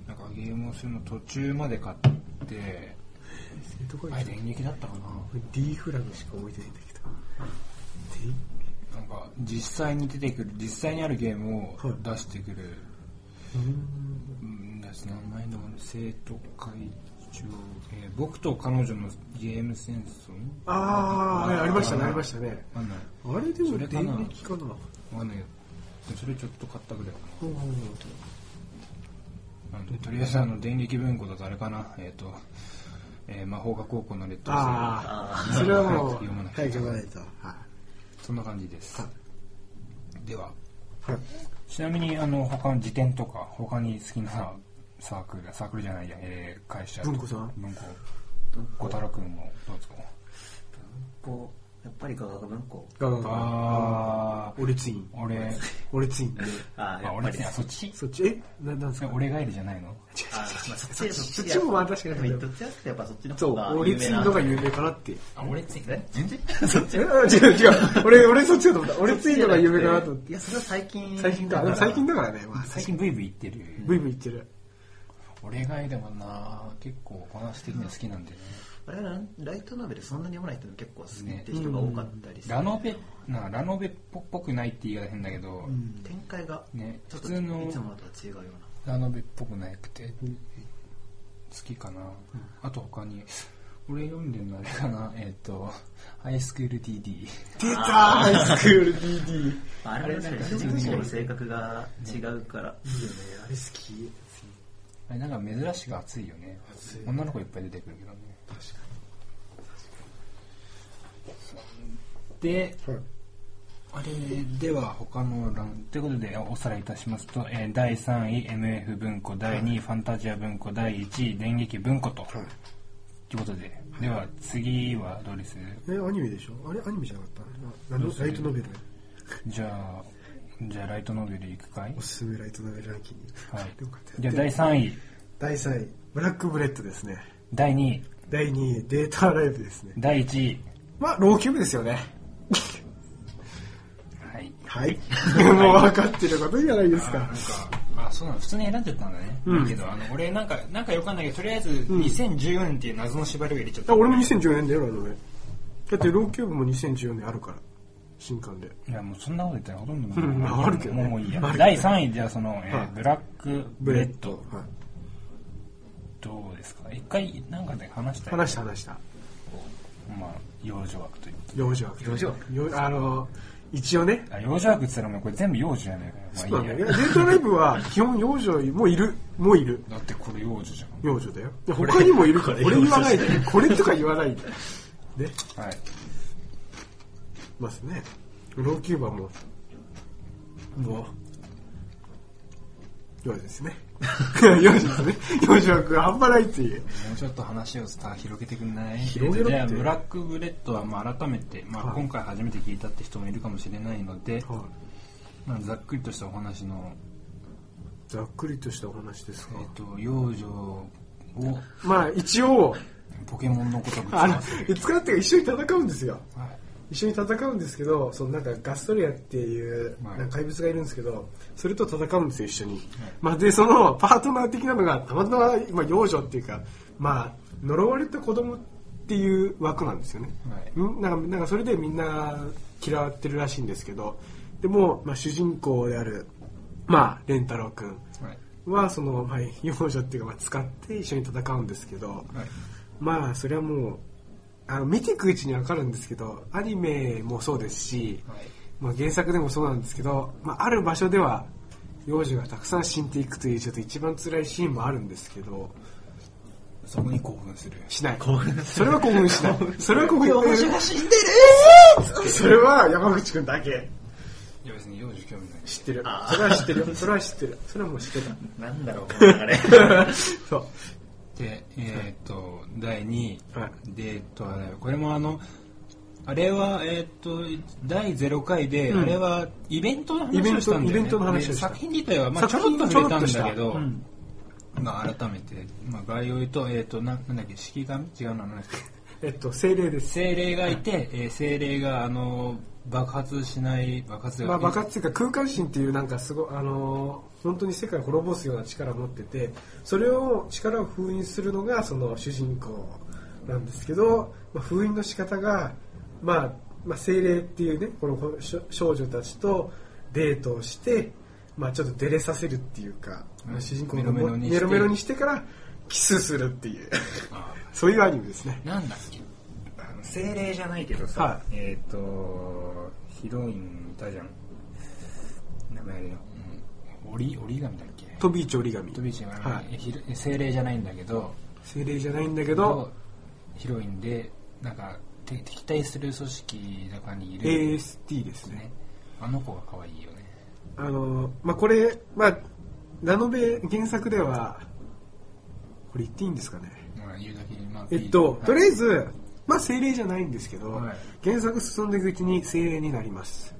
Speaker 2: なんかゲームをするの途中まで買って
Speaker 3: 生徒
Speaker 2: あ
Speaker 3: 会
Speaker 2: れ
Speaker 3: 長
Speaker 2: 電撃だったか
Speaker 3: D フラグしか覚えてないんだけど。
Speaker 2: ななんか実際に出てくる実際にあるゲームを
Speaker 3: はい
Speaker 2: 出してくる、
Speaker 3: D うん
Speaker 2: うんです名前の生徒会長、えー僕と彼女のゲーム戦争
Speaker 3: あー、はいありましたね、ありましたね。
Speaker 2: わかんない
Speaker 3: あれでも
Speaker 2: それかな
Speaker 3: 電撃かな。
Speaker 2: わかんないよそれちょっと買ったぐらい
Speaker 3: うん
Speaker 2: なんでとりあえずあの電撃文庫だとあれかなえっ、と、えー魔法科高校のレッドあ
Speaker 3: ああ、それはもう、
Speaker 2: 早く読まないと
Speaker 3: 早く読まないと。はい
Speaker 2: そんな感じですでは
Speaker 3: はい
Speaker 2: ちなみにあの他の辞典とか他に好きなサークルサークルじゃないや、えー会社とか
Speaker 3: 文庫さん
Speaker 2: 文庫小太郎くんもどうですか
Speaker 4: こうやっぱり科学文庫
Speaker 3: ガガガ。
Speaker 2: あ
Speaker 3: 俺ツイン。
Speaker 2: あ俺
Speaker 3: 俺ツインで。
Speaker 4: あー
Speaker 2: あ
Speaker 4: やっぱ
Speaker 2: 俺
Speaker 4: り
Speaker 2: ねあそっち
Speaker 3: そっち、えななんですか
Speaker 2: 俺がいるじゃないの
Speaker 4: あーまあそっち
Speaker 3: そっちもまあ確かに
Speaker 4: でもどっちだってやっぱそっちの
Speaker 3: そ
Speaker 4: 方
Speaker 3: う
Speaker 4: が、
Speaker 3: 俺ツインの方が有名かなって。
Speaker 4: あ俺ついてそっちそっ
Speaker 3: え
Speaker 4: ち
Speaker 3: あ違う違う。俺、俺そっちだと思った。俺ツインの方が有名かなと思って。
Speaker 4: いやそれは最近
Speaker 3: 最近か。でも最近だからね。まあ、
Speaker 2: 最近ブイブイ言ってる
Speaker 3: ブイブイ言ってる。
Speaker 2: 俺がいるもんな結構お話的には好きなんでね
Speaker 4: あれはライトノベルそんなに読まないっていうの結構好きって人が多かったりする
Speaker 2: ラノベなラノベっぽくないって言い方変だけど、
Speaker 4: 展開が
Speaker 2: ね
Speaker 4: ちょっと
Speaker 2: 普通の
Speaker 4: いつもとは違うような
Speaker 2: ラノベっぽくなくて好きかな、あと他に俺読んでるのあれかなえっ、とハイスクール DD
Speaker 3: 出たハイスクール DD。
Speaker 4: まああれは確かに主人公の性格が違うから、
Speaker 3: いいよね、あれ好き。
Speaker 2: あれなんか珍しく熱いよね
Speaker 3: 熱い
Speaker 2: 女の子いっぱい出てくるけどね
Speaker 3: 確か
Speaker 2: で
Speaker 3: に。はい。
Speaker 2: あれでは他の欄ということでおさらいいたしますと、えー第3位 MF 文庫第2位ファンタジア文庫第1位電撃文庫と、
Speaker 3: はい
Speaker 2: ということで、では次はどうです
Speaker 3: え、アニメでしょあれアニメじゃなかったななライトノベル。
Speaker 2: じゃあ、じゃあライトノベル行くかい
Speaker 3: おすすめライトノベルランキング。
Speaker 2: はい
Speaker 3: よかっ。た
Speaker 2: じゃあ第3位、
Speaker 3: 第3位、ブラックブレッドですね。
Speaker 2: 第2位、
Speaker 3: 第2位、データライブですね。
Speaker 2: 第1位。
Speaker 3: まあ、ローキューブですよね。
Speaker 2: はい。
Speaker 3: はい。 もう分かってることじゃないです
Speaker 2: なん
Speaker 3: か
Speaker 2: か。、あ、そうなの、普通に選んじゃったんだね。
Speaker 3: うん
Speaker 2: だけど、あの、俺なんか、なんかよくわかんないけど、とりあえず2014年っていう謎の縛りを入れちゃった。
Speaker 3: あ俺も2014年だよ、ラノベ。だって、ローキューブも2014年あるから。新刊で。
Speaker 2: いや、もうそんなこと言ったらほとんど
Speaker 3: うんまああるけどね
Speaker 2: もういいや
Speaker 3: あ。るけど
Speaker 2: 第3位、じゃあその、え
Speaker 3: はい
Speaker 2: ーブラックブレッド、
Speaker 3: はい。
Speaker 2: どうですか一回、なんかで話したよ
Speaker 3: 話した話した。
Speaker 2: まあ、幼女枠という。
Speaker 3: 幼女枠。幼女あの、一応ね。
Speaker 2: あ、幼女枠って言ったらもうこれ全部幼女じゃないかよ。
Speaker 3: ま
Speaker 2: ま
Speaker 3: あ
Speaker 2: あい
Speaker 3: ね、
Speaker 2: い
Speaker 3: い
Speaker 2: や。
Speaker 3: やデータライブは基本幼女もいる。もういる。
Speaker 2: だってこれ幼女じ
Speaker 3: 幼女だよ。いや他にもいるから、俺言わないで。これとか言わないで。ね。
Speaker 2: ゃん。はい。
Speaker 3: ますね。ローキューバも、もう、幼女ですね。 幼女ですね。幼女枠が半端ないっていう。
Speaker 2: もうちょっと話をさ広げてくんない
Speaker 3: 広げろって
Speaker 2: じゃあブラックブレッドはまあ改めて、まあ、
Speaker 3: はい
Speaker 2: 今回初めて聞いたって人もいるかもしれないので、
Speaker 3: は
Speaker 2: まあ、ざっくりとしたお話の、
Speaker 3: い。ざっくりとしたお話です
Speaker 2: え
Speaker 3: が。
Speaker 2: っと幼女を
Speaker 3: まあ一応、
Speaker 2: ポケモンのことぶつ
Speaker 3: あ
Speaker 2: かわせる
Speaker 3: の、いつかっていうか一緒に戦うんですよ。
Speaker 2: はい
Speaker 3: 一緒に戦うんですけど、そのなんかガストリアっていう
Speaker 2: はい
Speaker 3: なんか怪物がいるんですけど、それと戦うんですよ、一緒に。まあで、そのパートナー的なのが、たまたま今、幼女っていうか、まあ、呪われた子供っていう枠なんですよね。
Speaker 2: はい
Speaker 3: んなんか、なんかそれでみんな嫌われてるらしいんですけど、でも、まあ主人公である、まあ、蓮太郎くん
Speaker 2: はい
Speaker 3: は、その、まあ、幼女っていうか、まあ、使って一緒に戦うんですけど、
Speaker 2: はい
Speaker 3: まあそれはもうあの見ていくうちに分かるんですけどアニメもそうですし、まあ、原作でもそうなんですけど、まあ、ある場所では幼女がたくさん死んでいくというちょっと一番辛いシーンもあるんですけど
Speaker 2: そこに興奮する
Speaker 3: しないそれは興奮し ないそれは興奮しない
Speaker 4: 死んでる
Speaker 3: それは山口くんだけ
Speaker 2: いや別に幼女興味ない
Speaker 3: 知ってる
Speaker 4: あー
Speaker 3: それは知ってるよそれは知ってるそれはもう知ってた
Speaker 4: なんだろうこの流れ
Speaker 3: そう
Speaker 2: でえっと第2位、
Speaker 3: はい
Speaker 2: デートはねこれもあのあれは、えーっと、第0回で、
Speaker 3: うん
Speaker 2: あれはイベントの話をしたんだよね。
Speaker 3: イベントイベントの話をした
Speaker 2: で作品自体は、まあ、ちょ
Speaker 3: 作
Speaker 2: ろっ
Speaker 3: 品
Speaker 2: と
Speaker 3: もちょ
Speaker 2: 触れ
Speaker 3: ろった
Speaker 2: ん
Speaker 3: とした
Speaker 2: だけど、
Speaker 3: うん
Speaker 2: まあ、改めて、まあ、概要と、えーっと、なんなんだっけ、式神違うな、なんだっけ。
Speaker 3: えっと、精霊です。
Speaker 2: 精霊がいて、えー精霊が、あの、爆発しない、爆発が。
Speaker 3: まあ、爆発というか空間心っていうなんかすごいあのー本当に世界を滅ぼすような力を持っててそれを力を封印するのがその主人公なんですけど、まあ、封印の仕方がまあ、まあ、精霊っていうねこの少少女たちとデートをして、まあ、ちょっとデレさせるっていうか、
Speaker 2: うん
Speaker 3: 主人公
Speaker 2: メロメロにして
Speaker 3: メロメロにしてからキスするっていう
Speaker 2: あ
Speaker 3: そういうアニメですね
Speaker 2: ーなんだっけ
Speaker 6: あの精霊じゃないけどさ、
Speaker 3: は
Speaker 6: えっ、とヒロインいたじゃん名前あれよ
Speaker 2: うん折り折り紙だっけ
Speaker 3: 飛び一折り紙
Speaker 2: 飛び石がある、
Speaker 3: は
Speaker 2: はいい、ひろ精霊じゃないんだけど
Speaker 3: 精霊じゃないんだけど
Speaker 2: ヒロインでなんかて敵対する組織の中にいる、
Speaker 3: AST ですね
Speaker 2: ね、あの子が可愛いよね
Speaker 3: あの、まあ、これ、まあ、ラノベ原作では、これ言っていいんですかね。
Speaker 2: まあ言うだけにまあ
Speaker 3: えっと、とりあえ
Speaker 2: ず
Speaker 3: ず、まあ、精霊じゃないんですけど、
Speaker 2: はい
Speaker 3: 原作進んでいくうちに精霊になります。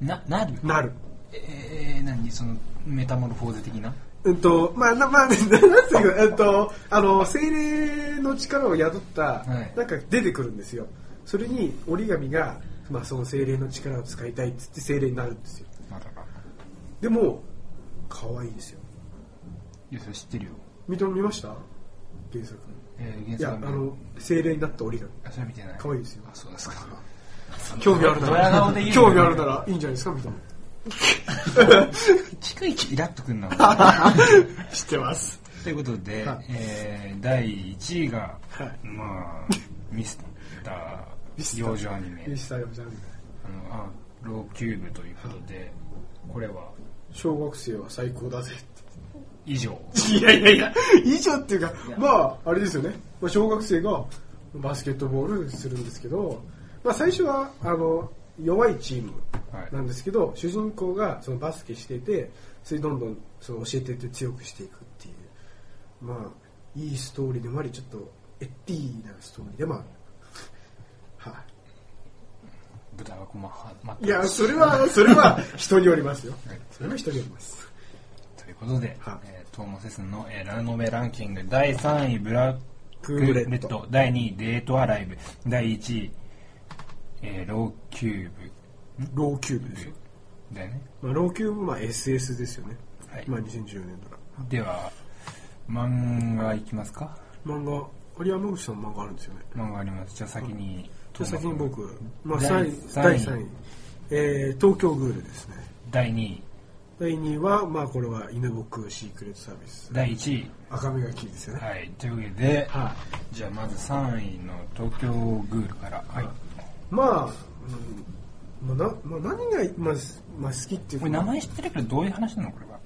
Speaker 2: ななる
Speaker 3: なる。
Speaker 2: えー、何そのメタモルフォーゼ的な
Speaker 3: うんと、まあ、な、まあ、なん ていうか、えっと、あの、精霊の力を宿った、
Speaker 2: はい
Speaker 3: なんか出てくるんですよ。それに折り紙が、まあ、その精霊の力を使いたいっつって精霊になるんですよ。
Speaker 2: まだか
Speaker 3: でも、可愛いですよ。
Speaker 2: いやそれ知ってるよ、
Speaker 3: 見て見ました原作。
Speaker 2: えー、原
Speaker 3: いや、あ
Speaker 2: 作は見
Speaker 3: の、精霊になった折り紙。
Speaker 2: あそれ見てない
Speaker 3: 可愛いですよ
Speaker 2: あそうですか
Speaker 3: 興味あるな
Speaker 2: ドヤ
Speaker 3: ら
Speaker 2: 顔で言うの
Speaker 3: 興味あるならいいんじゃないですかみたい
Speaker 2: 逐一イラっとく んな
Speaker 3: な知ってます
Speaker 2: ということで、
Speaker 3: はい
Speaker 2: えー第1位が、
Speaker 3: はい
Speaker 2: まあ、ミスタ
Speaker 3: ミス
Speaker 2: ー
Speaker 3: ター
Speaker 2: 幼女アニメ
Speaker 3: ミスター山ちゃん
Speaker 2: あのあローキューブということで、これは
Speaker 3: 小学生は最高だぜ
Speaker 2: 以上
Speaker 3: いやいやいや以上っていうかまああれですよね、まあ、小学生がバスケットボールするんですけど、まあ、最初はあの弱いチームなんですけど、主人公がそのバスケしててそれどんどんその教えてって強くしていくっていうまあいいストーリーでもありちょっとエッティーなストーリーでもあるはい、
Speaker 2: 豚が困はま
Speaker 3: いや、それは、それは人によりますよ。それは人によります。
Speaker 2: ということで、
Speaker 3: はい
Speaker 2: えートーマセスの、えーラノベランキング第3位ブラック
Speaker 3: ク
Speaker 2: レ
Speaker 3: ー
Speaker 2: ッ
Speaker 3: レ
Speaker 2: ド
Speaker 3: ッド
Speaker 2: 第2位デートアライブ第1位、えーローキュー
Speaker 3: ローキューブですよ。
Speaker 2: ブだよね
Speaker 3: まあ、ローキューブは SS ですよね。
Speaker 2: はい
Speaker 3: まあ、2014年から。
Speaker 2: では漫画いきますか
Speaker 3: 漫画、あれ山口さんの漫画あるんですよね。
Speaker 2: 漫画ありますじゃあ先に
Speaker 3: じゃあ先に僕、まあ、
Speaker 2: 第
Speaker 3: 3位、
Speaker 2: 三
Speaker 3: 第
Speaker 2: 位
Speaker 3: 3位。えー、東京グールですね。
Speaker 2: 第2位
Speaker 3: 第2位は、まあ、これは犬僕シークレットサービス。
Speaker 2: 第1位
Speaker 3: 赤目がきですよね。
Speaker 2: はいというわけで、
Speaker 3: は
Speaker 2: じゃあまず3位の東京グールからはい
Speaker 3: い。まあ、うんまあ、なまあ、何が、まあ、すまあ、好きっていう
Speaker 2: こ
Speaker 3: か
Speaker 2: れ名前知ってるけどどういう話なのこれは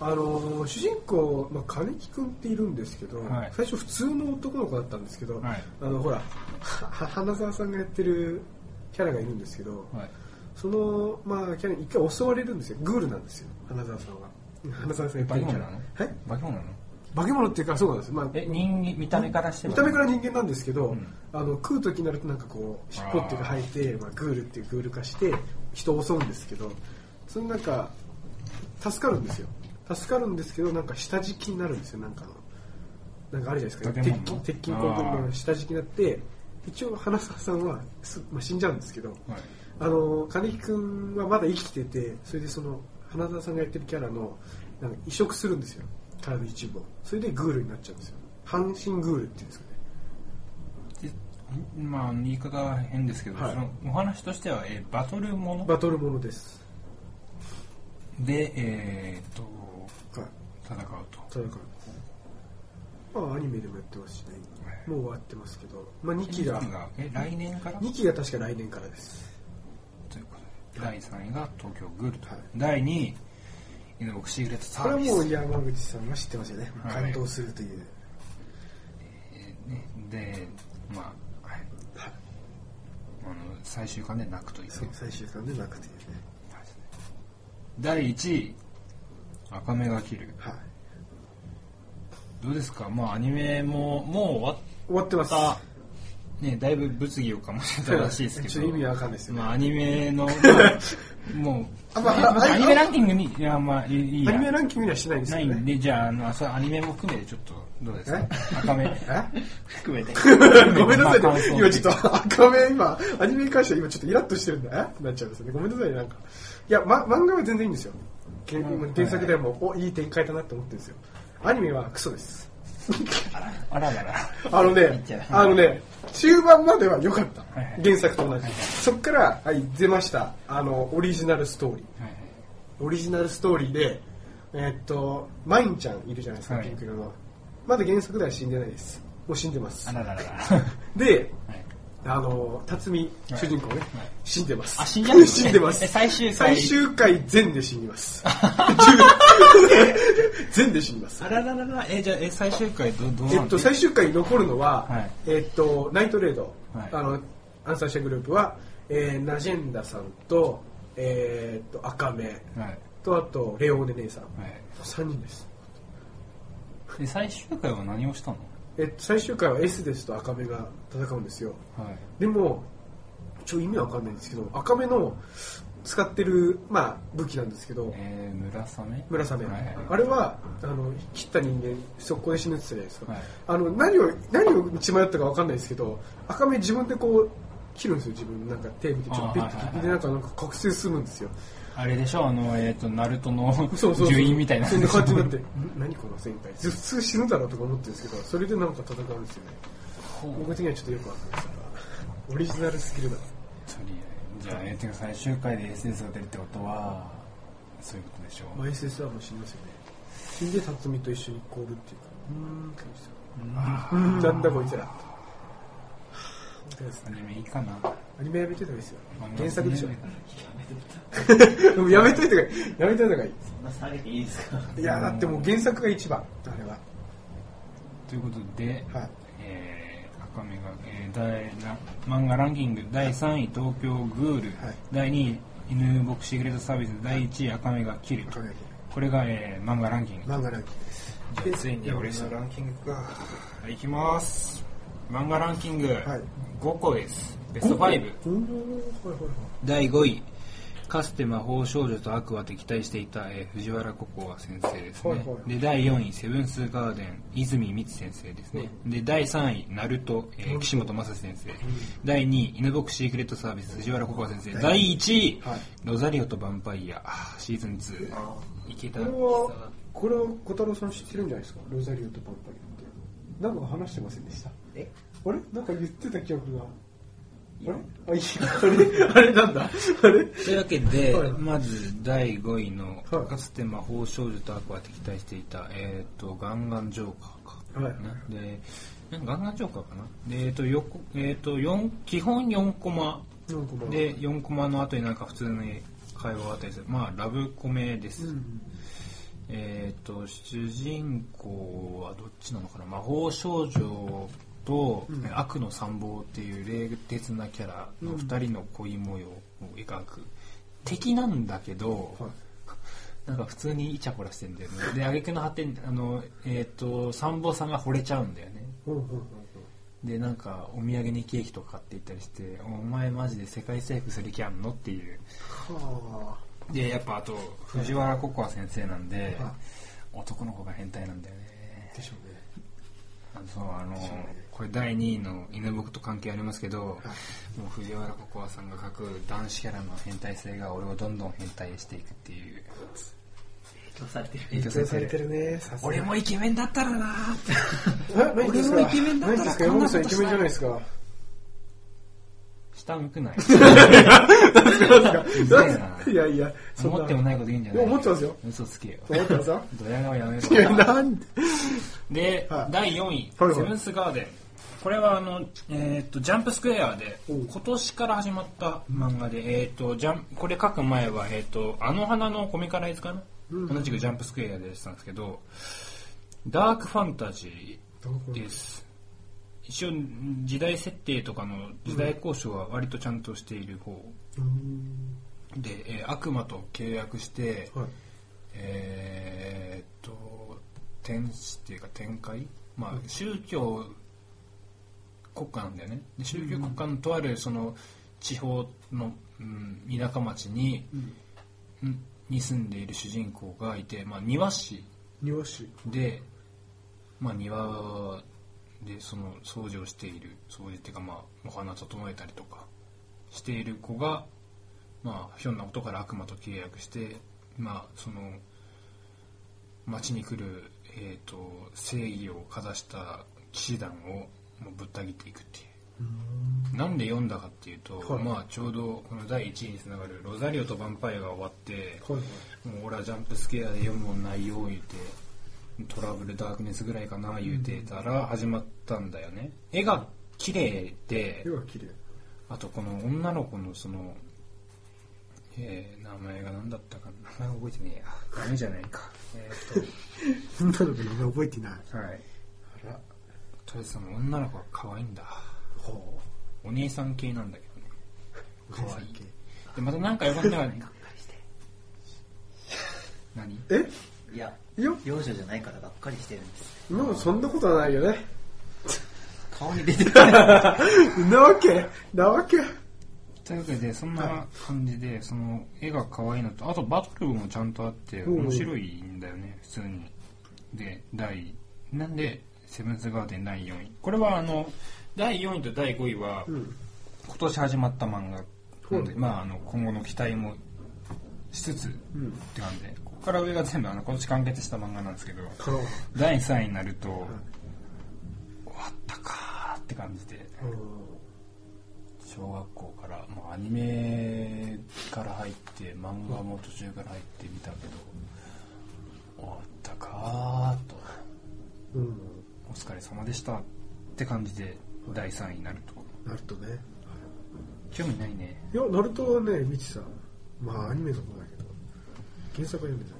Speaker 3: あのー主人公、まあ、金木君っているんですけど、
Speaker 2: はい
Speaker 3: 最初普通の男の子だったんですけど、
Speaker 2: はい
Speaker 3: あのほらはは花澤さんがやってるキャラがいるんですけど、
Speaker 2: はい
Speaker 3: その、まあ、キャラに一回襲われるんですよグールなんですよ花澤さんは花澤さんやって
Speaker 2: 化け
Speaker 3: るキ
Speaker 2: 物
Speaker 3: ャ
Speaker 2: なの
Speaker 3: ラはい
Speaker 2: 化け物なの
Speaker 3: 化け物っていうかそうなんです、まあ、
Speaker 2: え人間見た目からして
Speaker 3: 見た目から
Speaker 2: に
Speaker 3: 人間なんですけど、
Speaker 2: ん
Speaker 3: あの食う時になるとなんかこう尻尾っていうか生えてまあ、グールっていうグール化して人を襲うんですけどそのなんか助かるんですよ助かるんですけどなんか下敷きになるんですよなんかのなんかあるじゃないですか
Speaker 2: 建
Speaker 3: 鉄
Speaker 2: 物
Speaker 3: 筋鉄筋コンクリートの下敷きになって一応花澤さんはす、まあ、死んじゃうんですけど、
Speaker 2: はい
Speaker 3: あの金木君はまだ生きててそれでその花澤さんがやってるキャラのなんか移植するんですよ体の一部をそれでグールになっちゃうんですよ半身グールっていうんですかね
Speaker 2: でまあ言い方は変ですけど、
Speaker 3: はい
Speaker 2: そのお話としては、えーバトルもの
Speaker 3: バトルものです
Speaker 2: でえーっと
Speaker 3: はい
Speaker 2: 戦うと
Speaker 3: 戦うまあアニメでもやってますしねもう終わってますけど、まあ、2期が
Speaker 2: 二がえ来年から
Speaker 3: 2期が確か来年からです
Speaker 2: ということで第3位が東京グールと、第2位犬ボクシークレットサ
Speaker 3: これ
Speaker 2: ー
Speaker 3: は
Speaker 2: ビス
Speaker 3: もう山口さんは知ってますよね
Speaker 2: はい
Speaker 3: 感動するという、
Speaker 2: ねでまあ、はい、あの最終巻で泣くという
Speaker 3: そう最終巻でなくてね
Speaker 2: 第1位赤目が切る
Speaker 3: はい
Speaker 2: どうですかまあアニメももう終わ
Speaker 3: 終わってま
Speaker 2: っ
Speaker 3: す
Speaker 2: たね、だいぶ物議を醸してたらしいですけ
Speaker 3: ちょ
Speaker 2: ど
Speaker 3: っと意味わかんないですよね
Speaker 2: まあ、アニメ の、まあもう、
Speaker 3: あまああ
Speaker 2: アニメランキングに、いや、まあ、いいい
Speaker 3: ア
Speaker 2: や
Speaker 3: ニメランキングにはしてないんです
Speaker 2: ない
Speaker 3: よ
Speaker 2: ん
Speaker 3: ね。
Speaker 2: で、じゃあ、あの、朝アニメも含めてちょっと、どうですか赤 目。含めて。
Speaker 3: ごめんなさいね
Speaker 2: まあ感想。
Speaker 3: 今ちょっと赤目、今、アニメに関しては今ちょっとイラッとしてるんだ。えってなっちゃうんですよね。ごめんなさいね、なんか。いや、ま、漫画は全然いいんですよ。原原作でも、お、いい展開だなって思ってるんですよ。アニメはクソです。
Speaker 2: あららら。
Speaker 3: あのね
Speaker 2: ちゃう、
Speaker 3: あのね、中盤までは良かった
Speaker 2: いはい。
Speaker 3: 原作と同じ。そっから、はい、出ました。あの、オリジナルストーリー。オリジナルストーリーで、えーっと、マインちゃんいるじゃないですか、
Speaker 2: はい
Speaker 3: ピンク色の。まだ原作では死んでないです。もう死んでます
Speaker 2: あ。ららら ら。
Speaker 3: で、
Speaker 2: はい
Speaker 3: あの、辰巳、主人公ね、死んでます。
Speaker 2: あ死んじゃうんですね
Speaker 3: 死んでます。
Speaker 2: え最終回
Speaker 3: 最終回全で死にます。 全で死にます
Speaker 2: あ。らららら。え、じゃあ、え、最終回ど、どう
Speaker 3: え
Speaker 2: な
Speaker 3: っ
Speaker 2: ん
Speaker 3: と、最終回残るのは、
Speaker 2: はい
Speaker 3: えっと、ナイトレード、
Speaker 2: はい
Speaker 3: あの、アンサー社グループは、えーナジェンダさんと、えーっと、赤目
Speaker 2: はい。はい。
Speaker 3: と、あと、レオーネ姉さん。3人です。
Speaker 2: で、最終回は何をしたの
Speaker 3: えっと、最終回は S ですと赤目が戦うんですよ。
Speaker 2: はい。
Speaker 3: でも、ちょ意味わかんないんですけど、赤目の使ってる、まあ、武器なんですけど、
Speaker 2: えー、村雨
Speaker 3: 村雨、
Speaker 2: はいはい
Speaker 3: あれはあの切った人間、速攻で死ぬって言ってたじゃない
Speaker 2: はい
Speaker 3: ですか、あの何を何を血迷ったかわかんないですけど、赤目、自分でこう切るんですよ、自分、なんか手見て、ちょっとピッて
Speaker 2: あはいはいは
Speaker 3: 切っ
Speaker 2: い
Speaker 3: て、でなんかなんか覚醒するんですよ、
Speaker 2: あれでしょあの、えっ、と、ナルトの
Speaker 3: そうそうそう
Speaker 2: 獣医みたいな。
Speaker 3: そんな感じになって、ん 何この戦隊、普通死ぬだろうとか思ってるんですけど、それでなんか戦うんですよね、僕的にはちょっとよくわかんないです、オリジナルスキルだな。
Speaker 2: とりあえ ずじゃあ、えー、てか最終回で SS が出るってことは、そういうことでしょ
Speaker 3: まあ、SSR も死にますよね死んで辰巳と一緒に凍るっていうかうーんって感じですよなんだこいつらはぁ本当です
Speaker 2: ア
Speaker 3: ね
Speaker 2: ニメいいかな。
Speaker 3: アニメやめといた方がいいですよ
Speaker 2: 漫画
Speaker 3: 原作でしょ
Speaker 2: ね
Speaker 3: でも やめといた方がいいやめといた方がい
Speaker 4: そんな下げていいですか
Speaker 3: いいやだってもう原作が一番あれは
Speaker 2: ということで、
Speaker 3: はい
Speaker 2: えー赤目が、えー第な漫画ランキング第3位東京グール、
Speaker 3: はい
Speaker 2: 第2位犬ボクシーグレートサービス第1位赤目が切る
Speaker 3: 考えて
Speaker 2: これが、えー漫画ランキング
Speaker 3: 漫画ランキン
Speaker 2: じゃあついに俺のランキングかはい、いきます漫画ランキング、
Speaker 3: い
Speaker 2: 5個ですベスト5
Speaker 3: グうーんはいはいはい
Speaker 2: 第5位かつて魔法少女と悪は敵対していた、えー藤原ココア先生ですね、
Speaker 3: はいはい
Speaker 2: で第4位セブンスガーデン泉光先生ですね、で第3位ナルト、えー岸本正先生、第2位犬ボクシークレットサービス藤原ココア先生、第1位、
Speaker 3: はい
Speaker 2: ロザリオとヴァンパイアあーシーズン2
Speaker 4: あ
Speaker 2: 池田
Speaker 3: これはこれは小太郎さん知ってるんじゃないですかロザリオとパンパリってなんか話してませんでした
Speaker 4: え
Speaker 3: あれなんか言ってた記憶があ れあいやあれあれなんだあれ
Speaker 2: というわけで、
Speaker 3: はい
Speaker 2: まず第5位の、
Speaker 3: はい
Speaker 2: かつて魔法少女と悪は敵対していた、えっ、と、ガンガンジョーカーか。
Speaker 3: はい
Speaker 2: なで、なんガンガンジョーカーかな。で、えっ、と、よこえっ、と、四基本4コマ。
Speaker 3: なんかまあ
Speaker 2: で、4コマの後になんか普通の会話があったりする。まあ、ラブコメです。えっ、と、主人公はどっちなのかな。魔法少女と、悪の参謀っていう冷徹なキャラの2人の恋模様を描く。敵なんだけど、
Speaker 3: はい
Speaker 2: なんか普通にイチャコラしてんだよね。で、挙句の果てに、あの、えっ、と、参謀さんが惚れちゃうんだよね。
Speaker 3: ほうほうほう
Speaker 2: でなんかお土産にケーキとか買っていったりして「お前マジで世界征服する気あんの?」っていう
Speaker 3: は
Speaker 2: でやっぱあと藤原ココア先生なんで
Speaker 3: は
Speaker 2: 男の子が変態なんだよね
Speaker 3: あでしょうね
Speaker 2: あのそうあのこれ第2位の犬僕と関係ありますけどもう藤原ココアさんが描く男子キャラの変態性が俺をどんどん変態していくっていう
Speaker 4: 影響されてる
Speaker 2: 影響
Speaker 3: 影響されてるねさすが
Speaker 2: 俺もイケメンだったらなーって
Speaker 3: え何ですか
Speaker 2: 俺もイケメンだったら
Speaker 3: 何ですか
Speaker 2: こ
Speaker 3: 山
Speaker 2: んなこ
Speaker 3: 本
Speaker 2: と
Speaker 3: さんイケメンじゃないですか
Speaker 2: 下向くない
Speaker 3: 何
Speaker 2: すげえな
Speaker 3: ですかいやいやそんな
Speaker 2: 思ってもないこと言うんじゃない
Speaker 3: 思ってますよ
Speaker 2: 嘘つけよ
Speaker 3: 思ってますよ
Speaker 2: ドヤ顔やめろ
Speaker 3: いやなんで
Speaker 2: で、
Speaker 3: はい
Speaker 2: 第4位、
Speaker 3: はいはい
Speaker 2: セブンスガーデン。これはあの、えーっと、ジャンプスクエアで、
Speaker 3: おう
Speaker 2: 今年から始まった漫画で、えーっと、ジャンこれ書く前は、えーっと、あの花のコミカライズかな、同じくジャンプスクエアでしたんですけど、ダークファンタジーです。一応、時代設定とかの時代交渉は割とちゃんとしている方で、えー悪魔と契約して、
Speaker 3: はい
Speaker 2: えーっと天使っていうか展開まあ宗教国家なんだよねで宗教国家のとあるその地方の、うん、田舎町に,、んに住んでいる主人公がいて、まあ、庭師
Speaker 3: 庭師
Speaker 2: で、まあ、庭でその掃除をしている掃除っていうか、まあ、お花整えたりとかしている子が、まあ、ひょんなことから悪魔と契約して、まあ、その町に来る、えー、と正義をかざした騎士団をもうぶった切っていくっていう。なんで読んだかっていうと、
Speaker 3: はい
Speaker 2: まあ、ちょうどこの第1位につながる「ロザリオとヴァンパイア」が終わって、
Speaker 3: はいはい
Speaker 2: もう俺はジャンプスケアで読むもんないよ言うてトラブルダークネスぐらいかな言うてたら始まったんだよね絵が綺麗で
Speaker 3: 絵が綺麗
Speaker 2: あとこの女の子のそのえー、名前が何だったかな名前覚えてねえやダメじゃないかえーっ
Speaker 3: そんなのが今覚えてない
Speaker 2: とはいとりあえずその女の子が可愛いんだ
Speaker 3: ほ
Speaker 2: お姉さん系なんだけどね
Speaker 3: う
Speaker 2: 可愛いでまたなんかよかったら何
Speaker 3: え
Speaker 4: いや
Speaker 3: いや
Speaker 4: 幼女じゃないからがっかりしてるんです
Speaker 3: もうそんなことはないよ ね
Speaker 4: 顔に出てた
Speaker 3: なわけなわけ
Speaker 2: というわけでそんな感じでその絵が可愛いのとあとバトルもちゃんとあって
Speaker 3: うん
Speaker 2: 面白いんだよね普通にで第なんでセブンスガーデン第4位これはあの第4位と第5位は
Speaker 3: ん
Speaker 2: 今年始まった漫画なんで、
Speaker 3: う
Speaker 2: まああの今後の期待もしつつって感じでここから上が全部あの今年完結した漫画なんですけど
Speaker 3: この
Speaker 2: 第3位になると終わったかーって感じで小学校から、まあ、アニメから入って漫画も途中から入ってみたけど終わったかーと
Speaker 3: うん
Speaker 2: お疲れ様でしたって感じで第3位になると
Speaker 3: ナルトね
Speaker 2: 興味ないね
Speaker 3: いやナルトはね見てたまあアニメの方だけど原作は読めた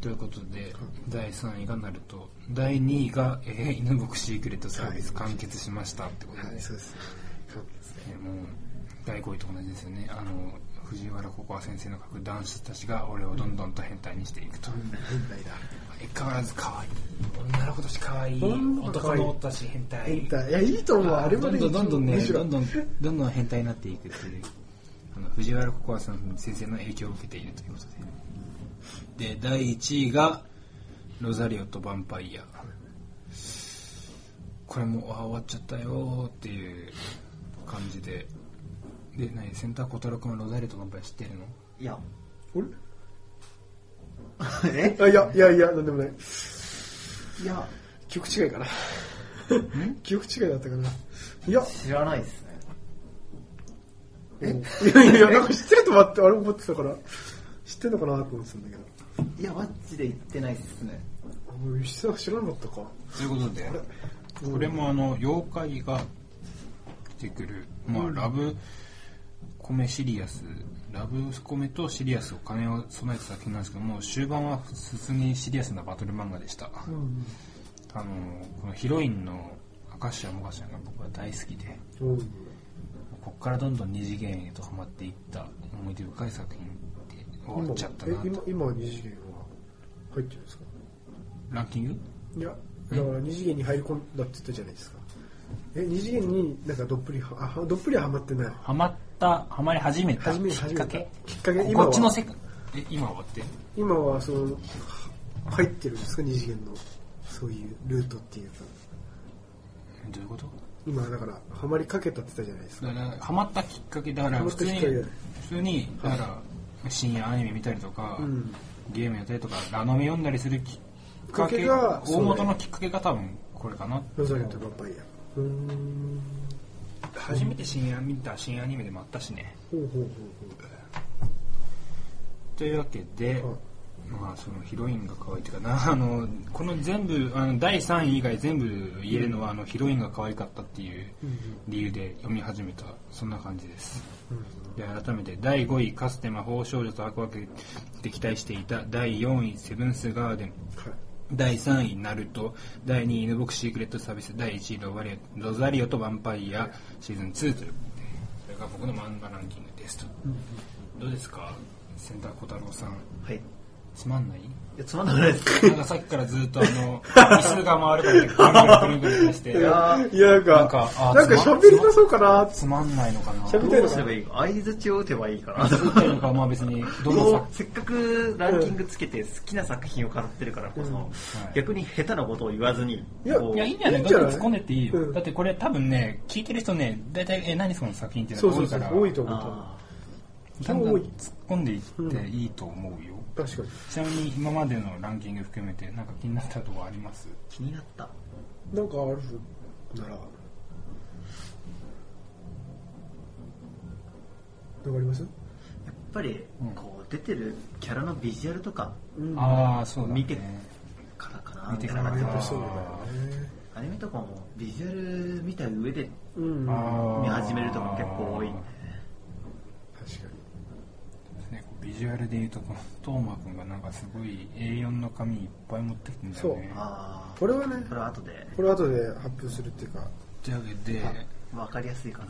Speaker 2: ということで第3位がなると第2位が、えー犬牧シークレットサービス完結しましたってことで、
Speaker 3: うです完結ね
Speaker 2: えーもう第5位と同じですよねあの藤原ココア先生の書く男子たちが俺をどんどんと変態にしていくと、
Speaker 3: 変態だ
Speaker 2: 相変わらず可愛い女の子たち可愛い
Speaker 3: 女の子可
Speaker 2: 男
Speaker 3: 愛い
Speaker 2: の子たち変態
Speaker 3: 変態いやいいと思うあれま
Speaker 2: ど
Speaker 3: で
Speaker 2: んどんどんどんね
Speaker 3: 一応
Speaker 2: どんどんどんどん変態になっていくっていうあの藤原ココアさん先生の影響を受けているということでで第1位が「ロザリオとヴァンパイア」これもあ終わっちゃったよーっていう感じでで何センター小太郎君はロザリオとヴァンパイア知ってるの
Speaker 4: いや
Speaker 3: あれあいやいやいやなんでもない
Speaker 4: いや
Speaker 3: 記憶違いかな 記憶違いだったかないや
Speaker 4: 知らないですね
Speaker 3: いやいや、なんか知ってると思って、あれ思ってたから、知ってんのかなと思ってたんだけど。
Speaker 4: いやマッチで言ってないですね
Speaker 3: あ、もう知ら知らなかったか。
Speaker 2: ということでこれもあの妖怪が出てくる、まあ、ラブコメシリアスラブコメとシリアスを兼ね備えた作品なんですけども終盤は普通にシリアスなバトル漫画でした、
Speaker 3: うん。
Speaker 2: あのこのヒロインの明石家萌歌ちゃんが僕は大好きで
Speaker 3: うん。
Speaker 2: こっからどんどん二次元へとハマっていった思い出深い作品で終わっちゃったな
Speaker 3: え今
Speaker 2: と、
Speaker 3: 今は二次元は入ってるんですか
Speaker 2: ランキング
Speaker 3: いや、だから二次元に入り込んだって言ったじゃないですか。え、二次元になんかどっぷりは、あ、はどっぷりはまってない。
Speaker 2: ハマったハマり始めた
Speaker 3: 始め
Speaker 2: きっか
Speaker 3: 始
Speaker 2: け
Speaker 3: めたきっかけ今
Speaker 2: こ
Speaker 3: は
Speaker 2: っちの世界え今終わって
Speaker 3: 今は、その、は入ってるんですか二次元の、そういうルートっていうか。
Speaker 2: どういうこと
Speaker 3: 今、だから、はまりかけたって言ったじゃないですか。
Speaker 2: だからハマったきっかけだから
Speaker 3: ハマっ
Speaker 2: 普
Speaker 3: たき
Speaker 2: 通
Speaker 3: っか
Speaker 2: に
Speaker 3: け
Speaker 2: 普通にだから深夜アニメ見たりとか、
Speaker 3: うん。
Speaker 2: ゲームやったりとかラノベ読んだりするきっか
Speaker 3: き
Speaker 2: け
Speaker 3: っかけがそう
Speaker 2: 大元のきっかけが多分これかな
Speaker 3: ロザリオとヴァンパイア。うーん。
Speaker 2: 初めて深夜見た深夜アニメでもあったしね
Speaker 3: ほうほうほう
Speaker 2: というわけで、
Speaker 3: ほう。
Speaker 2: まあそのヒロインが可愛いっていうかな あのこの全部あの第3位以外全部言えるのは、あのヒロインが可愛かったっていう理由で読み始めたそんな感じです、で改めて第5位かつて魔法少女と悪役で期待していた第4位セブンスガーデン
Speaker 3: はい。
Speaker 2: 第3位ナルト第2位犬クシークレットサービス第1位ロバリオロザリオとヴァンパイアシーズン2ということでそれが僕の漫画ランキングですと、どうですかセンター小太郎さん
Speaker 4: はい
Speaker 2: つまんない
Speaker 4: いやつまんなくないですか
Speaker 2: なんかさっきからずっとあ の、椅子が回るからぐるぐるぐるぐるして、
Speaker 3: いや、なんか、な
Speaker 2: なんん
Speaker 3: か
Speaker 2: かあ
Speaker 3: 喋り出そうかな
Speaker 2: つまんないのかな。
Speaker 3: 喋りたいの
Speaker 4: どう
Speaker 3: か
Speaker 4: すればいいか相づちを打てばいいかな
Speaker 2: 作ってるのか、まあ別に、どの
Speaker 4: もうせっかくランキングつけて好きな作品を語ってるからこそ、逆に下手なことを言わずに
Speaker 3: いや
Speaker 4: こう
Speaker 2: いや、いいんじゃない
Speaker 3: いいん
Speaker 2: ど
Speaker 3: じ
Speaker 2: ん
Speaker 3: ゃ
Speaker 2: ど
Speaker 3: ない
Speaker 2: ん突っ込んでっていいうよ
Speaker 3: ん。
Speaker 2: だってこれ多分ね、聞いてる人ね、大体、え、何その作品っていう
Speaker 3: そ
Speaker 2: のが
Speaker 3: うそ
Speaker 2: 多
Speaker 3: う
Speaker 2: い
Speaker 3: そ
Speaker 2: か
Speaker 3: う
Speaker 2: ら、、
Speaker 3: 多いと思う多分。
Speaker 4: あ
Speaker 2: どんどん突っ込んでいっていいと思うよ。
Speaker 3: 確か
Speaker 2: ちなみに今までのランキング含めて、なんか気になったとこあります
Speaker 4: ー気になった
Speaker 3: に。なんかあるなら。なんかあります
Speaker 4: やっぱり
Speaker 2: うん
Speaker 4: こう出てるキャラのビジュアルとか
Speaker 3: うん。
Speaker 2: ああ、そうだね。
Speaker 4: 見てからかな
Speaker 2: 見てから
Speaker 4: みたい
Speaker 3: や
Speaker 4: な
Speaker 3: っ
Speaker 4: 感
Speaker 3: ぱ
Speaker 4: じ
Speaker 3: そうだよね。
Speaker 4: アニメとかもビジュアル見た上で
Speaker 3: うん。
Speaker 2: あ
Speaker 3: 確か
Speaker 2: ー
Speaker 4: 見始めるとか結構多い
Speaker 2: ね、こうビジュアルでいうとこのトーマくんがなんかすごい A4 の紙いっぱい持ってきてんだよね
Speaker 3: に。
Speaker 4: ああ
Speaker 3: これはね
Speaker 4: こ、れは後で
Speaker 3: これ後で発表するっていうか、わか
Speaker 2: というわけで
Speaker 4: 分かりやすいかな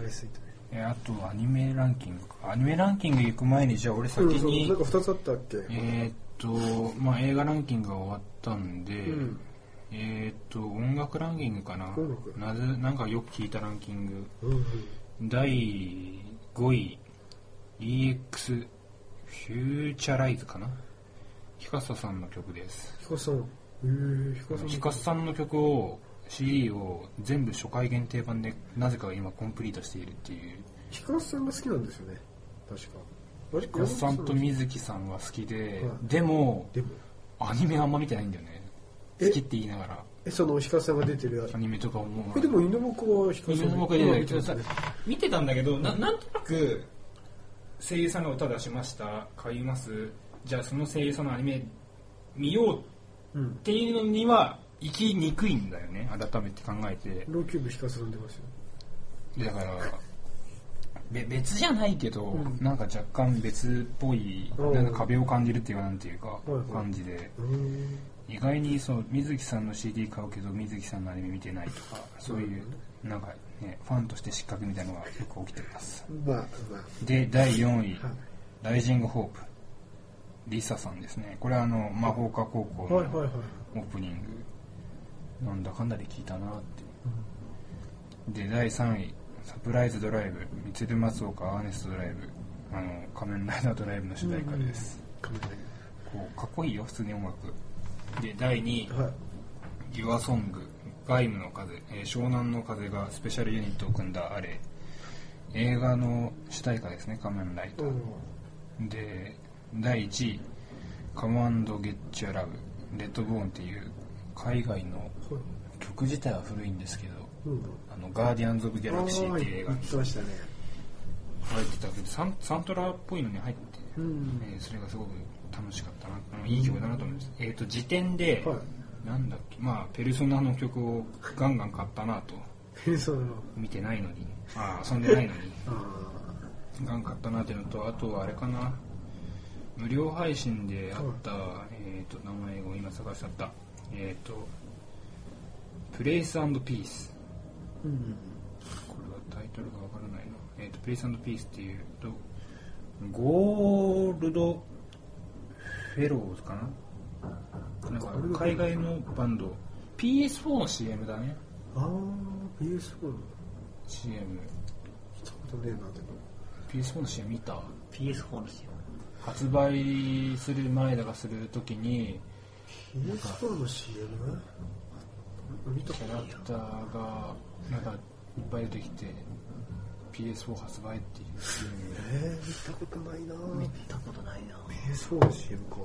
Speaker 3: りやすいという。
Speaker 2: えあとアニメランキングかアニメランキング行く前にじゃあ俺先
Speaker 3: うんそう
Speaker 2: に
Speaker 3: なんか二つあったっけ
Speaker 2: えーっとまあ映画ランキングが終わったんで、
Speaker 3: ん
Speaker 2: えーっと音楽ランキングかな
Speaker 3: 音楽
Speaker 2: なぜなんかよく聞いたランキング
Speaker 3: うんうん。
Speaker 2: 第5位 EX フューチャライズかなピカソさんの曲です
Speaker 3: ヒカさん。えー、ヒカさん。
Speaker 2: ヒカスさんの曲を CD を全部初回限定版でなぜか今コンプリートしているっていう
Speaker 3: ヒカさんが好きなんですよね。確か。あれ
Speaker 2: ヒカスさんと水木さんは好きで、
Speaker 3: はい
Speaker 2: でも
Speaker 3: でも、
Speaker 2: アニメあんま見てないんだよね
Speaker 3: え
Speaker 2: 好きって言いながら
Speaker 3: え、そのヒカさんが出てるやつ
Speaker 2: ア。ニメとか思
Speaker 3: こ
Speaker 2: う
Speaker 3: れでも犬も子はヒカさん。
Speaker 2: 見
Speaker 3: てますね
Speaker 2: 見てたんだけどななんとなく声優さんの歌出しました買いますじゃあその声優さんのアニメ見よう
Speaker 3: うん
Speaker 2: っ。ていうのには行きにくいんだよね改めて考えて、
Speaker 3: ローキューブヒカさん出ますよ。
Speaker 2: だからべ別じゃないけど、
Speaker 3: うん
Speaker 2: なんか若干別っぽい
Speaker 3: うん
Speaker 2: なんか壁を感じるっていうかなんていうか
Speaker 3: いはい
Speaker 2: 感じで
Speaker 3: うーん。
Speaker 2: 意外にそう水木さんの CD 買うけど水木さんのアニメ見てないとかそういうなんかねファンとして失格みたいなのがよく起きてます
Speaker 3: まあ、まあ。
Speaker 2: で第4位
Speaker 3: はい
Speaker 2: 「ライジングホープ」リサさんですねこれはあの魔法科高校
Speaker 3: はいはい
Speaker 2: の
Speaker 3: はい。
Speaker 2: オープニングなんだかんだで聞いたなってで第3位サプライズドライブミツル松岡アーネストドライブあの仮面ライダードライブの主題歌です、
Speaker 3: 仮面ライ
Speaker 2: こうかっこいいよ普通に音楽で第2位
Speaker 3: ダーはい。
Speaker 2: 「ユアソング外務の風、えー湘南の風」がスペシャルユニットを組んだあれ映画の主題歌ですね仮面ライダ
Speaker 3: う
Speaker 2: ー、
Speaker 3: ん。
Speaker 2: で第1位「カムアンドゲッチャラブ」レッドボーンっていう海外の
Speaker 3: ほい
Speaker 2: 曲自体は古いんですけど
Speaker 3: うん。
Speaker 2: あのガーディアンズ・オブ・ギャラクシーっていう映画
Speaker 3: 言
Speaker 2: に
Speaker 3: ってましたね。
Speaker 2: 入ってたけどサンサントラっぽいのに入って、
Speaker 3: うん。
Speaker 2: えーそれがすごく楽しかったなあのいい曲だなと思いました、えー、と時点で、
Speaker 3: はい
Speaker 2: なんだっけまあペルソナの曲をガンガン買ったなと
Speaker 3: ペルソナの。
Speaker 2: 見てないのにあー遊んでないのに
Speaker 3: あ
Speaker 2: ガン買ったなっていうのとあとはあれかな無料配信であった、えー、と名前を今探しちゃったえっ、とプレイスピース
Speaker 3: ーうん。
Speaker 2: これはタイトルがわからないな。えっ、と、プレイスピースっていうと、ゴールドフェローズかななんか海外のバンド、PS4 の CM だね。
Speaker 3: あー、PS4 の。
Speaker 2: CM。
Speaker 3: ちょっとねえな、でも。
Speaker 2: PS4 の CM 見た
Speaker 4: PS4 の CM
Speaker 2: 発売する前だかするときに、
Speaker 3: PS4 の CM? 見た
Speaker 2: キャラクターがなんかいっぱい出てきて、PS4 発売っていう CM。
Speaker 3: えー、見たことないな
Speaker 4: 見たことないな
Speaker 3: PS4 の CM か。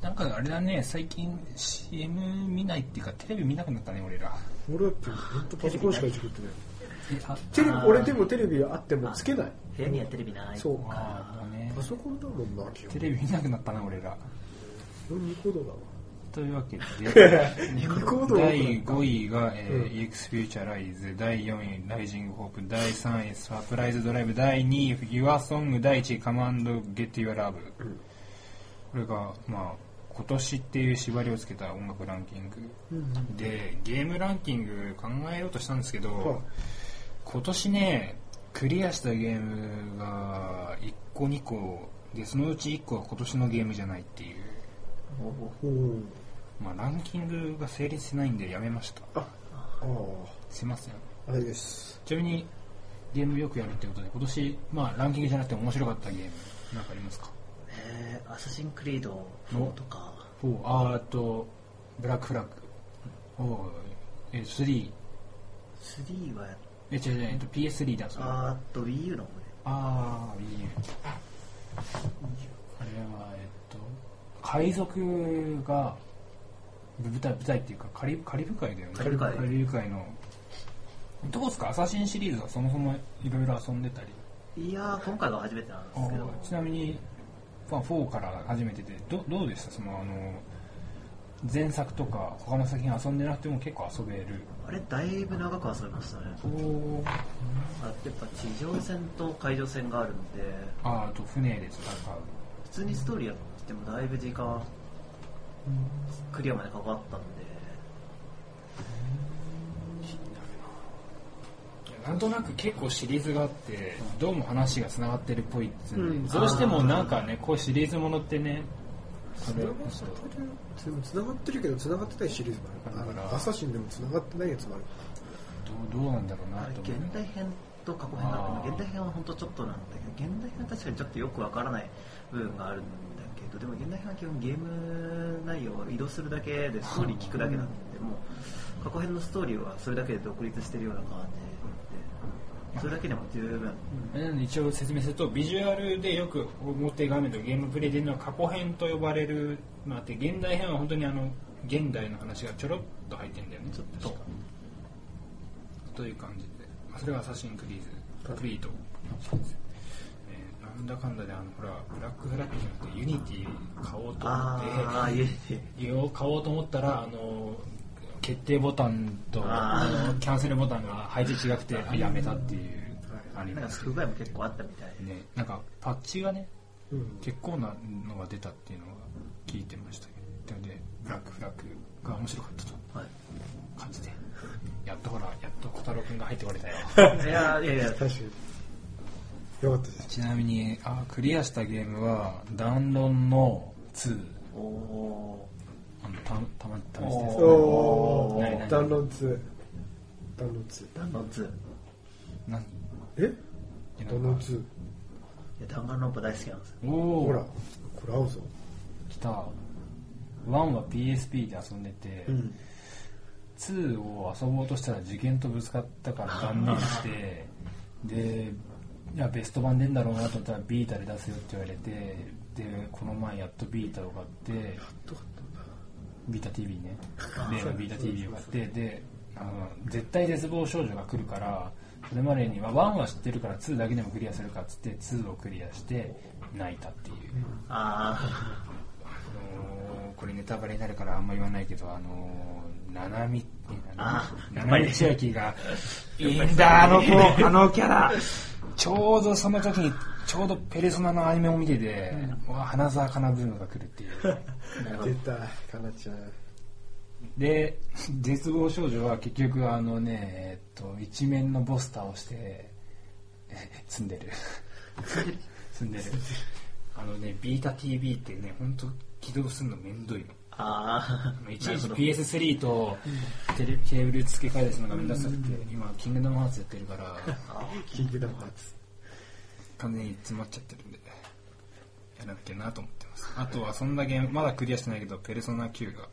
Speaker 2: なんかあれだね、最近 CM 見ないっていうか、テレビ見なくなったね、俺ら。
Speaker 3: 俺だって、ほんとパソコンしかいじくってない。
Speaker 2: あ
Speaker 3: テレビ、俺でもテレビあってもつけない。
Speaker 4: 部屋にはテレビない
Speaker 3: そうか。
Speaker 2: あだね
Speaker 3: パソコンだもんな、基本
Speaker 2: テ。レビ見なくなったな俺ら
Speaker 3: 俺ニコ動だわ。
Speaker 2: というわけで
Speaker 3: ニコ動
Speaker 2: 第5位が、えー EX フューチャライズ第4位ライジングホープ第3位サプライズドライブ第2位 YourSong 第1位カマンドゲット Your Love これがまあ今年っていう縛りをつけた音楽ランキング、でゲームランキング考えようとしたんですけど、
Speaker 3: はい
Speaker 2: 今年ねクリアしたゲームが1個2個でそのうち1個は今年のゲームじゃないっていう、
Speaker 3: うん。
Speaker 2: まあ、ランキングが成立しないんでやめました
Speaker 3: あ
Speaker 2: すいません
Speaker 3: あ、あれです。
Speaker 2: ちなみにゲームよくやるってことで今年、まあ、ランキングじゃなくて面白かったゲームなんかありますか
Speaker 4: えー、アサシンクリード4とか、
Speaker 2: 4あーっとブラックフラッグおえー3
Speaker 4: 3はやっ
Speaker 2: え違う違う、えっと、PS3 だそう
Speaker 4: あーっと Wii U の方で。
Speaker 2: あー、いいね。あれは、えっと、海賊が、舞台、舞台っていうか、カリブ、カリブ海だよね。
Speaker 4: カリブ海
Speaker 2: カリブ海の、どうですかアサシンシリーズはそもそもいろいろ遊んでたり。
Speaker 4: いやー、今回が初めてなんですけど、
Speaker 2: ちなみに、まあ、4から始めてて、どどうでしたその、あの、前作とか他の作品遊んでなくても結構遊べる。
Speaker 4: あれ、だいぶ長く遊びましたね。
Speaker 2: お
Speaker 4: あやっぱ地上戦と海上戦があるので、
Speaker 2: ああと船で戦う。
Speaker 4: 普通にストーリーやってもだいぶ時間、クリアまでかかったんで、
Speaker 2: なんとなく結構シリーズがあってどうも話がつながってるっぽいっつうんで
Speaker 3: うん
Speaker 2: どうしてもなんかねこういうシリーズものってねそれ
Speaker 3: それも繋がってるけど、繋がってないシリーズもあるから、
Speaker 2: だから
Speaker 3: アサシンでも繋がってないやつもある。
Speaker 2: どうどうなんだろうな
Speaker 4: あれ、
Speaker 2: と
Speaker 4: 現
Speaker 2: 思う
Speaker 4: 代編と過去編だっ
Speaker 2: あー
Speaker 4: たの、現代編は本当ちょっとなんだけど、現代編は確かにちょっとよくわからない部分があるんだけど、でも現代編は基本ゲーム内容を移動するだけで、ストーリー聞くだけなんで、もう過去編のストーリーはそれだけで独立してるような感じで、それだけでも十分。
Speaker 2: なので一応説明するとビジュアルでよく表画面とゲームプレイでのは過去編と呼ばれるまああって現代編は本当にあの現代の話がちょろっと入ってんだよねちょっとという感じでまあそれがアサシンクリーズクリードえーなんだかんだであのほらブラックフラッグじゃなくてユニティ買おうと思っ
Speaker 4: あ
Speaker 2: て
Speaker 4: ーあ、いえいえ。
Speaker 2: 家を買おうと思ったらあの決定ボタンと
Speaker 4: あー
Speaker 2: あのキャンセルボタンが配置違くてやめたっていうあり
Speaker 4: な
Speaker 2: ま
Speaker 4: んか
Speaker 2: す
Speaker 4: 不具合も結構あったみたいで。
Speaker 2: ねなんかパッチがね
Speaker 3: うん。
Speaker 2: 結構なのが出たっていうのは聞いてましたけどなのでブラックフラッグが面白かったと
Speaker 4: はい
Speaker 2: 感じで やっとほらやっと小太郎くんが入ってこれたよ
Speaker 4: いやいやいや、
Speaker 3: 確かに。よかったです。
Speaker 2: ちなみにあクリアしたゲームは「ダンロンの2
Speaker 4: おお」
Speaker 2: あのたたま試してですね
Speaker 3: お
Speaker 2: ないな
Speaker 3: ー、
Speaker 2: い
Speaker 3: ダンロン2。ダンロン2。
Speaker 4: ー、弾丸2。い
Speaker 2: 何
Speaker 3: え
Speaker 2: えな
Speaker 3: ダ
Speaker 2: ん
Speaker 3: ン
Speaker 2: か
Speaker 3: ロン2。
Speaker 4: や、弾丸論破大好きなんですよ。
Speaker 2: おお
Speaker 3: ほら、これ合うぞ。
Speaker 2: 来た1は PSP で遊んでて、
Speaker 3: うん。
Speaker 2: 2を遊ぼうとしたら受験とぶつかったから断念してでいやベスト版出んだろうなと思ったらビータで出すよって言われてでこの前やっとビータを買ってビータ TV ね例のビータ TV を買ってであの絶対絶望少女が来るからそれまでには1は知ってるから2だけでもクリアするかっつって2をクリアして泣いたっていう。
Speaker 4: あ
Speaker 2: あのーこれネタバレになるからあんま言わないけど、あのー、ななみ、えな
Speaker 4: あ
Speaker 2: ななみ千秋が、いいんだ、あの子、あのキャラ。ちょうどその時に、ちょうどペルソナのアニメを見てて、うわ花澤香菜ブームが来るっていう。
Speaker 3: 出た、かなちゃん。
Speaker 2: で、絶望少女は結局あのね、えっと、一面のボス倒して、 え積んでる。積んでる。あのね、ビータ TV ってね、ほんと起動するのめんどいの。
Speaker 4: あ、あ あ、
Speaker 2: いちいち PS3 とテレケーブル付け替えですのがめんどくさくて、今、キングダムハーツやってるから、
Speaker 3: キングダムハーツ。
Speaker 2: 完全に詰まっちゃってるんで、やらなきゃなと思ってます。あとは、そんなゲーム、まだクリアしてないけど、ペルソナ9が、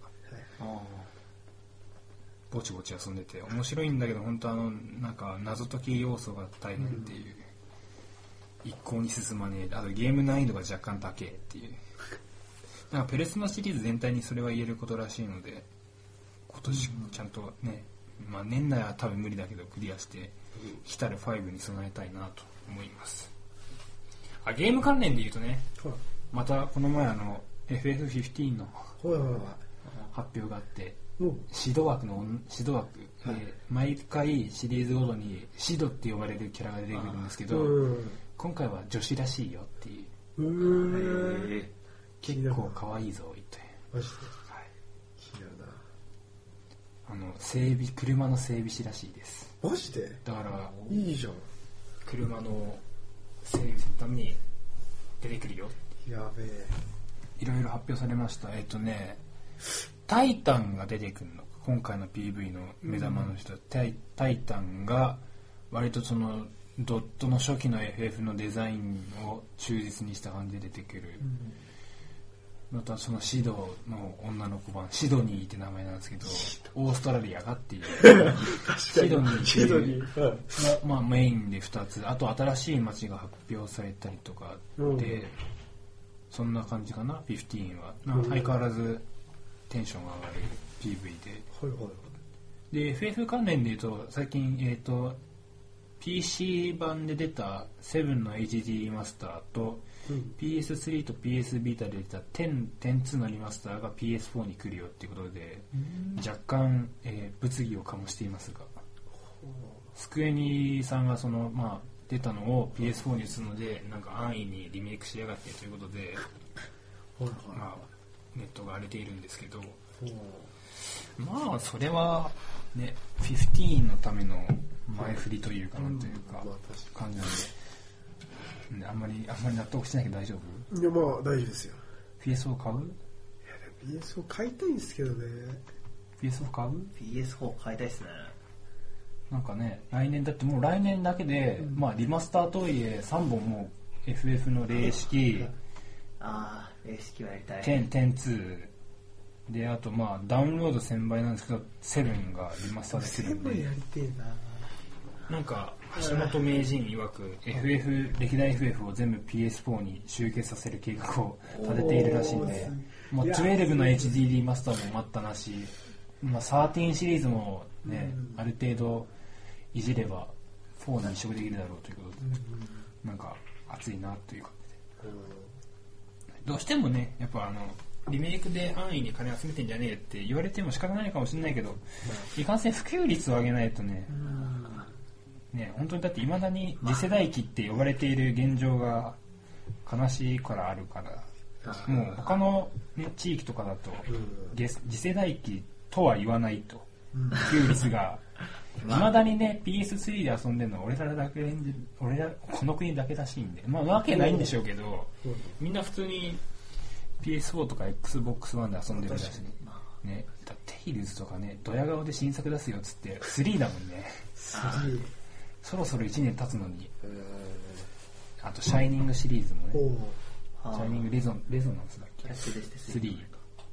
Speaker 2: ぼちぼち遊んでて、面白いんだけど、本当あの、なんか、謎解き要素が大変っていう、一向に進まねえ、あとゲーム難易度が若干高えって いう。なんか、ペルソナシリーズ全体にそれは言えることらしいので、今年ちゃんとね、まあ年内は多分無理だけどクリアして、来たる5に備えたいなと思います。あ、ゲーム関連で言うとね、
Speaker 3: ほら、
Speaker 2: またこの前あの、FF15 の
Speaker 3: ほらほらほら。
Speaker 2: 発表があって、
Speaker 3: もう、
Speaker 2: シド枠の女、シド枠、えー毎回シリーズごとにシドって呼ばれるキャラが出てくるんですけど、
Speaker 3: うん。
Speaker 2: 今回は女子らしいよっていう、
Speaker 3: うーん。
Speaker 4: え
Speaker 3: 気にな
Speaker 2: 結
Speaker 3: る
Speaker 2: 構可愛いぞ、言って。
Speaker 3: マジで。
Speaker 2: はい
Speaker 3: 気になるな。
Speaker 2: あの、整備、車の整備士らしいです。
Speaker 3: マジで
Speaker 2: だから、
Speaker 3: いいじゃん。
Speaker 2: 車の整備するために出てくるよって
Speaker 3: やべえ。
Speaker 2: いろいろ発表されましたえっ、とねタイタンが出てくるの今回の PV の目玉の人、タイタイタンが割とそのドットの初期の FF のデザインを忠実にした感じで出てくる、またそのシドの女の子版シドニーって名前なんですけどオーストラリアがって いうシドニーって
Speaker 3: シド
Speaker 2: い
Speaker 3: ニ
Speaker 2: う
Speaker 3: ー。うん
Speaker 2: ままあ、メインで2つあと新しい街が発表されたりとかで、
Speaker 3: うん
Speaker 2: そんな感じかな15は、まあ相変わらずテンションが上がる PV
Speaker 3: はいはいはい。
Speaker 2: でで FF 関連で言うと最近、えー、と PC 版で出た7の HD マスターと、PS3 と PS ビータで出た10 10.2のリマスターが PS4 に来るよっていうことで若干、えー物議を醸していますがスクエニさんがその、まあ、出たのを PS4 に打つのでなんか安易にリメイクしやがってということで、まあ、ネットが荒れているんですけどまあそれはね15のための前振りというかなんというか感じなんで、ねあんまりあんまり納得してないけど大丈夫
Speaker 3: いや、まあ、大丈夫ですよ。
Speaker 2: PS を買う
Speaker 3: いや、そう買いたいんですけどね。
Speaker 2: PS を買う
Speaker 4: PS4 買いたいっすね
Speaker 2: なんかね来年だってもう来年だけで、まあリマスターとはいえ3本もう FF の霊式
Speaker 4: ああ霊式はやりたい
Speaker 2: 10、10-2であとまあダウンロード1000倍なんですけど7がリマスターできるん
Speaker 3: 全部
Speaker 2: で
Speaker 3: やりてえな。
Speaker 2: なんか橋本名人曰く FF 歴代 FF を全部 PS4 に集結させる計画を立てているらしいんでもう12の HD リマスターも待ったなし、まあ、13シリーズもね、ある程度いじれば4に移植できるだろうということで、なんか熱いなという感じでどうしてもねやっぱあのリメイクで安易に金集めてんじゃねえって言われても仕方ないかもしれないけど、いかんせん普及率を上げないとね、ね本当にだっていまだに次世代機って呼ばれている現状が悲しいからあるからもう他の、ね、地域とかだと、げ次世代機とは言わないと普及率が。いまだにね、PS3 で遊んでるのは俺らだけで、俺ら、この国だけらしいんで、まあわけないんでしょうけど、みんな普通に PS4 とか Xbox One で遊んでるらしい。ね、だってテイルズとかね、ドヤ顔で新作出すよっつって、3だもんね。
Speaker 3: 3。
Speaker 2: そろそろ1年経つのに。あと、シャイニングシリーズもね。
Speaker 3: おう
Speaker 2: シャイニングレゾンレゾナンスだっけ
Speaker 4: やってるして
Speaker 2: 3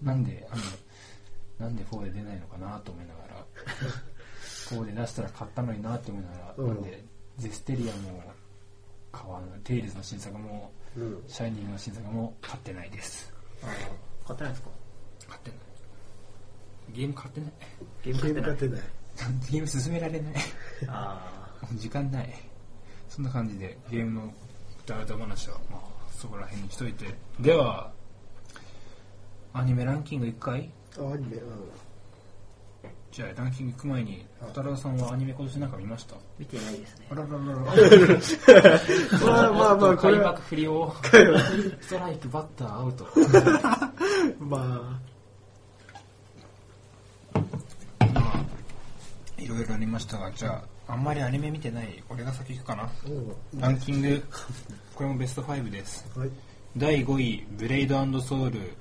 Speaker 2: なんであのなんで4で出ないのかなと思いなが ら4で出したら買ったのになって思いながら、
Speaker 3: うん
Speaker 2: なんでゼステリアも買わないテイルズの新作も、
Speaker 3: うん
Speaker 2: シャイニングの新作も買ってないです
Speaker 4: 買ってないんですか
Speaker 2: 買ってないゲーム買ってない
Speaker 4: ゲーム
Speaker 3: ゲ
Speaker 4: 買
Speaker 3: ー
Speaker 4: っ
Speaker 3: ム
Speaker 4: てない
Speaker 3: 勝てな い。
Speaker 2: ゲーム進められない
Speaker 4: あ
Speaker 2: 時間ないそんな感じでゲームのダウト話は、まあ、そこら辺にしといてではアニメランキング1回
Speaker 3: あ、アニメ、うん。
Speaker 2: じゃあランキング行く前に、太郎さんはアニメ今年なんか見ました
Speaker 4: ー見てないですね
Speaker 2: あらららら。
Speaker 3: まあまあまあ、これ
Speaker 2: 開
Speaker 3: は、
Speaker 2: 幕不良。ストライク、バッター、アウト。
Speaker 3: ま
Speaker 2: いろいろありましたが、じゃあ、あんまりアニメ見てない、俺が先行くかな。
Speaker 3: あ、うん。
Speaker 2: ランキング、これもベスト5です。
Speaker 3: はい。
Speaker 2: 第5位、ブレイドソウル。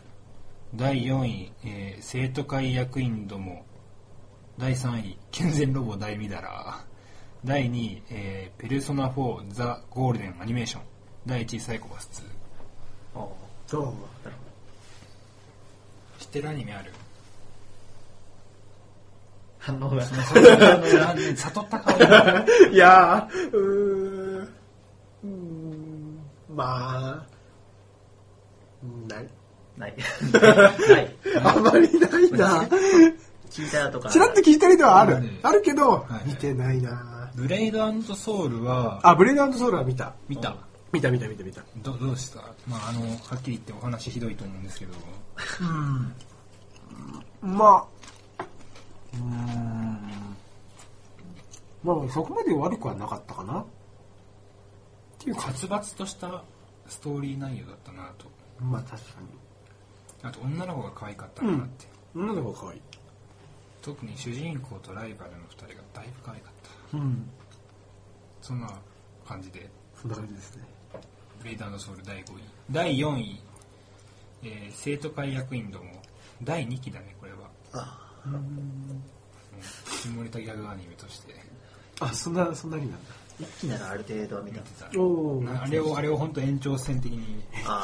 Speaker 2: 第4位、えー生徒会役員ども。第3位、健全ロボ大ミダラ。第2位、えーペルソナ4ザ・ゴールデンアニメーション。第1位、サイコパス
Speaker 4: あー
Speaker 3: どうも。
Speaker 2: 2。知ってるアニメある
Speaker 4: 反応が
Speaker 2: あの悟った顔だ
Speaker 3: いやー、うーん、うーん、まあ、ない。
Speaker 4: ないない
Speaker 3: あまりないな。
Speaker 4: 聞いたとか
Speaker 3: ちらっと聞いたりではある
Speaker 2: うん。
Speaker 3: あるけど
Speaker 2: は、い
Speaker 3: 見てないな。
Speaker 2: ブレイドソウルは、
Speaker 3: あ、ブレードソウルは見た。
Speaker 2: 見た。
Speaker 3: 見た見た見た見た。
Speaker 2: どどうしたまあ、あの、はっきり言ってお話ひどいと思うんですけど。
Speaker 3: まあ、うーん。まあ、そこまで悪くはなかったかな。っていうか、
Speaker 2: 殺伐としたストーリー内容だったなと。
Speaker 3: まあ確かに。
Speaker 2: あと女の子が可愛かったなって、
Speaker 3: 女の子が可愛い。
Speaker 2: 特に主人公とライバルの2人がだいぶ可愛かった
Speaker 3: うん。
Speaker 2: そんな感じで
Speaker 3: そんな感じですね。
Speaker 2: ブレイドソウル第5位。第4位、えー生徒会役員ども、第2期だね、これは。
Speaker 3: あ
Speaker 2: うん埋もれたギャグアニメとして。
Speaker 3: あ、そんな、そんなになんだ。
Speaker 4: 一気ならある程度は見た。
Speaker 3: おー
Speaker 2: なあれを、あれを本当延長線的に、
Speaker 4: ああ、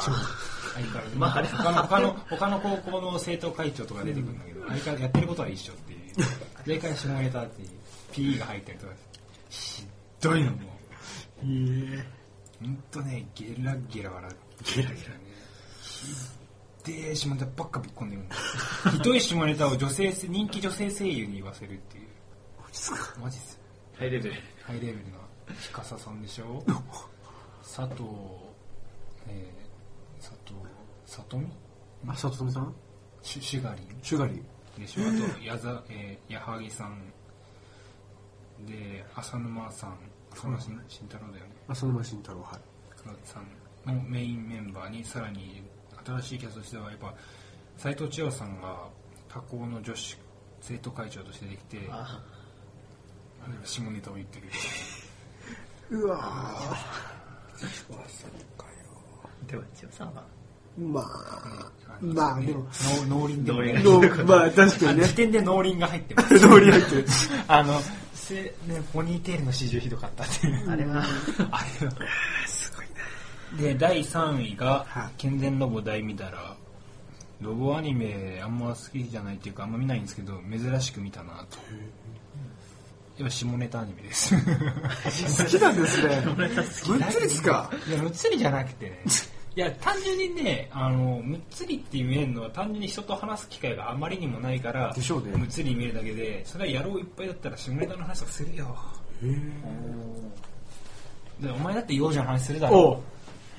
Speaker 2: 相変わらず。
Speaker 4: まああれ
Speaker 2: 他の、他の、他の高校の生徒会長とか出てくるんだけど、相変わらずやってることは一緒 っていう。で、一回下ネタっていう、PE が入ったりとか、ひどいのもう。ほんとね、ゲラゲラ笑う。ゲラゲラね。ひでえ下ネタばっかぶっ込んでるんだよ。ひどい下ネタを女性、人気女性声優に言わせるっていう。マジっす
Speaker 4: ハイレベル。
Speaker 2: ハイレベルなひかささんでしょ佐藤、えー、佐藤、さとみ
Speaker 3: あ、さとみさん
Speaker 2: シュシュガリン
Speaker 3: シュガリー。
Speaker 2: で しょあと、やざ、えー、矢作さん。で、浅沼さん。浅沼慎慎太郎だよね。
Speaker 3: 浅沼慎太郎、はい。
Speaker 2: 黒田さんのメインメンバーにさらに新しいキャストとしてはやっぱ斎藤千代さんが他校の女子生徒会長としてできて
Speaker 4: あ
Speaker 2: 下ネタを言ってる
Speaker 3: う わ
Speaker 4: では、千代さんは。
Speaker 3: ーまあ、まあでも、
Speaker 2: 農林でもね
Speaker 3: どうまあ確か
Speaker 2: あ
Speaker 3: に
Speaker 2: の
Speaker 3: ね
Speaker 2: 時。点で 農林が入ってます
Speaker 3: 通り入ってる。
Speaker 2: あのせ、ね、ポニーテールの始終ひどかったっていう
Speaker 4: あれは、
Speaker 2: あれはすごいなで第3位が
Speaker 3: はい
Speaker 2: 「健全ロボ大見たら」ロボアニメあんま好きじゃないっていうかあんま見ないんですけど珍しく見たなとやっぱ下ネタアニメです
Speaker 3: 好きなんですね。ぶっつりっすか。
Speaker 2: いやむっつりじゃなくてねいや単純にねあのむっつりって見えるのは単純に人と話す機会があまりにもないから
Speaker 3: でしょうね
Speaker 2: むっつり見えるだけでそれは野郎いっぱいだったら下ネタの話をするよでお前だって幼女の話するだろ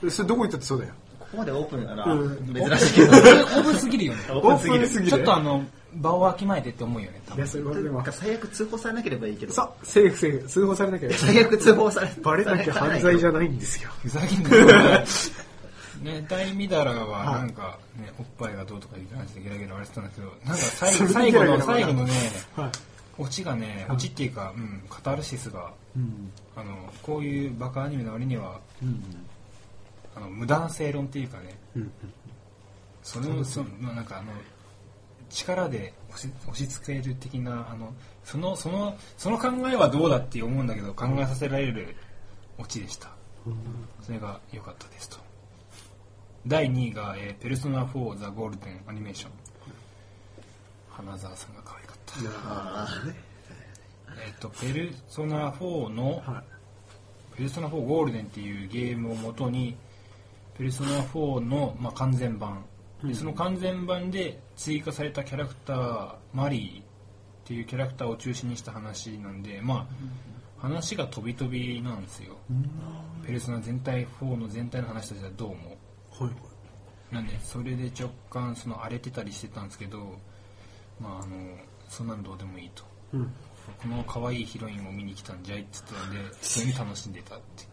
Speaker 3: おうそれどこ行ったってそうだよ。
Speaker 4: ここまでオープンなら、
Speaker 3: うん
Speaker 4: 珍しいけ
Speaker 2: オ
Speaker 4: ど、
Speaker 2: ープンすぎる よね
Speaker 4: オー
Speaker 3: オ
Speaker 4: プン
Speaker 3: ー
Speaker 4: す
Speaker 3: プ
Speaker 4: ぎる
Speaker 3: ン。すぎる。
Speaker 2: ちょっとあの、場をわきまえてって思うよね、多
Speaker 3: いや、
Speaker 2: 分。
Speaker 3: それはでも
Speaker 4: なんか。最悪通報されなければいいけど、
Speaker 3: そう、セーフセーフ。通報されなきゃいけない
Speaker 4: 最悪通報され
Speaker 3: バレなきゃ犯罪じゃ
Speaker 4: な
Speaker 3: な
Speaker 4: い。
Speaker 3: いんですよ。
Speaker 2: ふざけんなよ。ね、大みだらはなんか、ね、おっぱいがどうとかいう話でゲラゲラ言われてたんだけど、なんか最後最後の、最後のね、
Speaker 3: はい。
Speaker 2: オチがね、オチっていうか、うん、カタルシスが、
Speaker 3: うん。
Speaker 2: あの、こういうバカアニメの割には、
Speaker 3: うん。
Speaker 2: あの、無断正論っていうかね、
Speaker 3: うん。
Speaker 2: それを、その、なんかあの、力で押し押し付ける的な、あの、その、その、その考えはどうだって思うんだけど、考えさせられるオチでした。それが良かったですと。第2位が、えー、ペルソナ4ザ・ゴールデンアニメーション。花澤さんが可愛かった。
Speaker 4: あ
Speaker 2: えっ、と、ペルソナ4の、
Speaker 3: は
Speaker 2: ペルソナ4ゴールデンっていうゲームをもとに、ペルソナ4の、まあ、完全版、でその完全版で追加されたキャラクター、マリーっていうキャラクターを中心にした話なんで、まあ、話が飛び飛びなんですよ。ペルソナ全体4の全体の話としてはどうも。
Speaker 3: い。はい。
Speaker 2: なんで、それで若干その荒れてたりしてたんですけど、まあ、あの、そんなんどうでもいいと。
Speaker 3: うん。
Speaker 2: この可愛いヒロインを見に来たんじゃいって言ってたんで、普通に楽しんでたって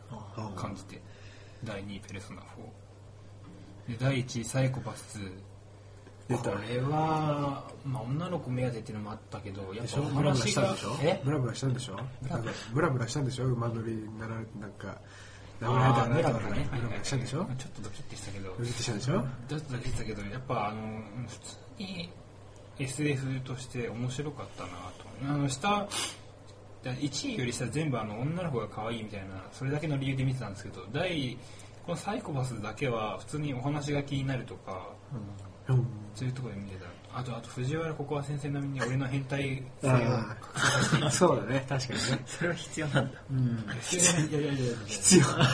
Speaker 2: 感じて、第2位ペルソナ4。で、第1位サイコパス2。これは、まあ、女の子目当てっていうのもあったけど、やっぱ
Speaker 3: ブラブラ
Speaker 2: 話
Speaker 3: した
Speaker 2: が
Speaker 3: んでしょ、
Speaker 2: え
Speaker 3: ブラブラしたんでしょなんかブラブラしたんでしょ馬乗りになられて、なんか、名前
Speaker 2: あ
Speaker 3: だ
Speaker 2: ー
Speaker 3: な
Speaker 2: ブラ
Speaker 3: と
Speaker 2: ブ
Speaker 3: か
Speaker 2: ラ
Speaker 3: ね
Speaker 2: ね、。
Speaker 3: ブラブラしたんでしょ
Speaker 2: ちょっとドキッてしたけど、
Speaker 3: ブリッとしたんでしょ
Speaker 2: だっただけだけど、やっぱあの、普通に SF として面白かったなと。あの、下、1位より下全部あの、女の子が可愛いみたいな、それだけの理由で見てたんですけど、第、このサイコパスだけは普通にお話が気になるとか、
Speaker 3: うん。
Speaker 2: そういうところで見てた。あと、あと藤原ここは先生並みに俺の変態性を隠
Speaker 3: あ あ、そうだね、確かにね。
Speaker 4: それは必要なんだ。
Speaker 2: して、いやいやいやいや、
Speaker 3: 必要。
Speaker 2: あの、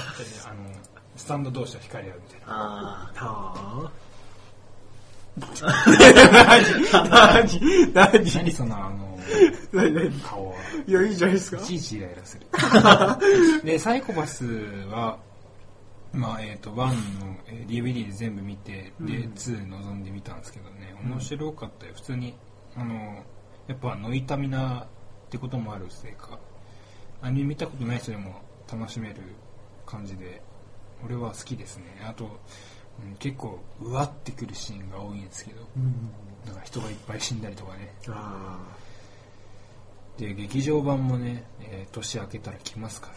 Speaker 2: スタンド同士は光り合うみたいな。
Speaker 4: あ
Speaker 3: はぁ。何 何
Speaker 2: 何そのあの、
Speaker 3: 何何
Speaker 2: 顔は。
Speaker 3: いや、いいじゃないですか
Speaker 2: い。ちいちイライラ する。で、サイコパスは、まあ、えっ、と、1のえー DVD で全部見て、で、2望んでみたんですけどね、面白かったよ。普通に、あの、やっぱ、ノイタミナってこともあるせいか、アニメ見たことない人でも楽しめる感じで、俺は好きですね。あと、うん結構、うわってくるシーンが多いんですけど、
Speaker 3: うん。
Speaker 2: なんか人がいっぱい死んだりとかね、
Speaker 3: あ
Speaker 2: で劇場版もね、えー年明けたら来ますから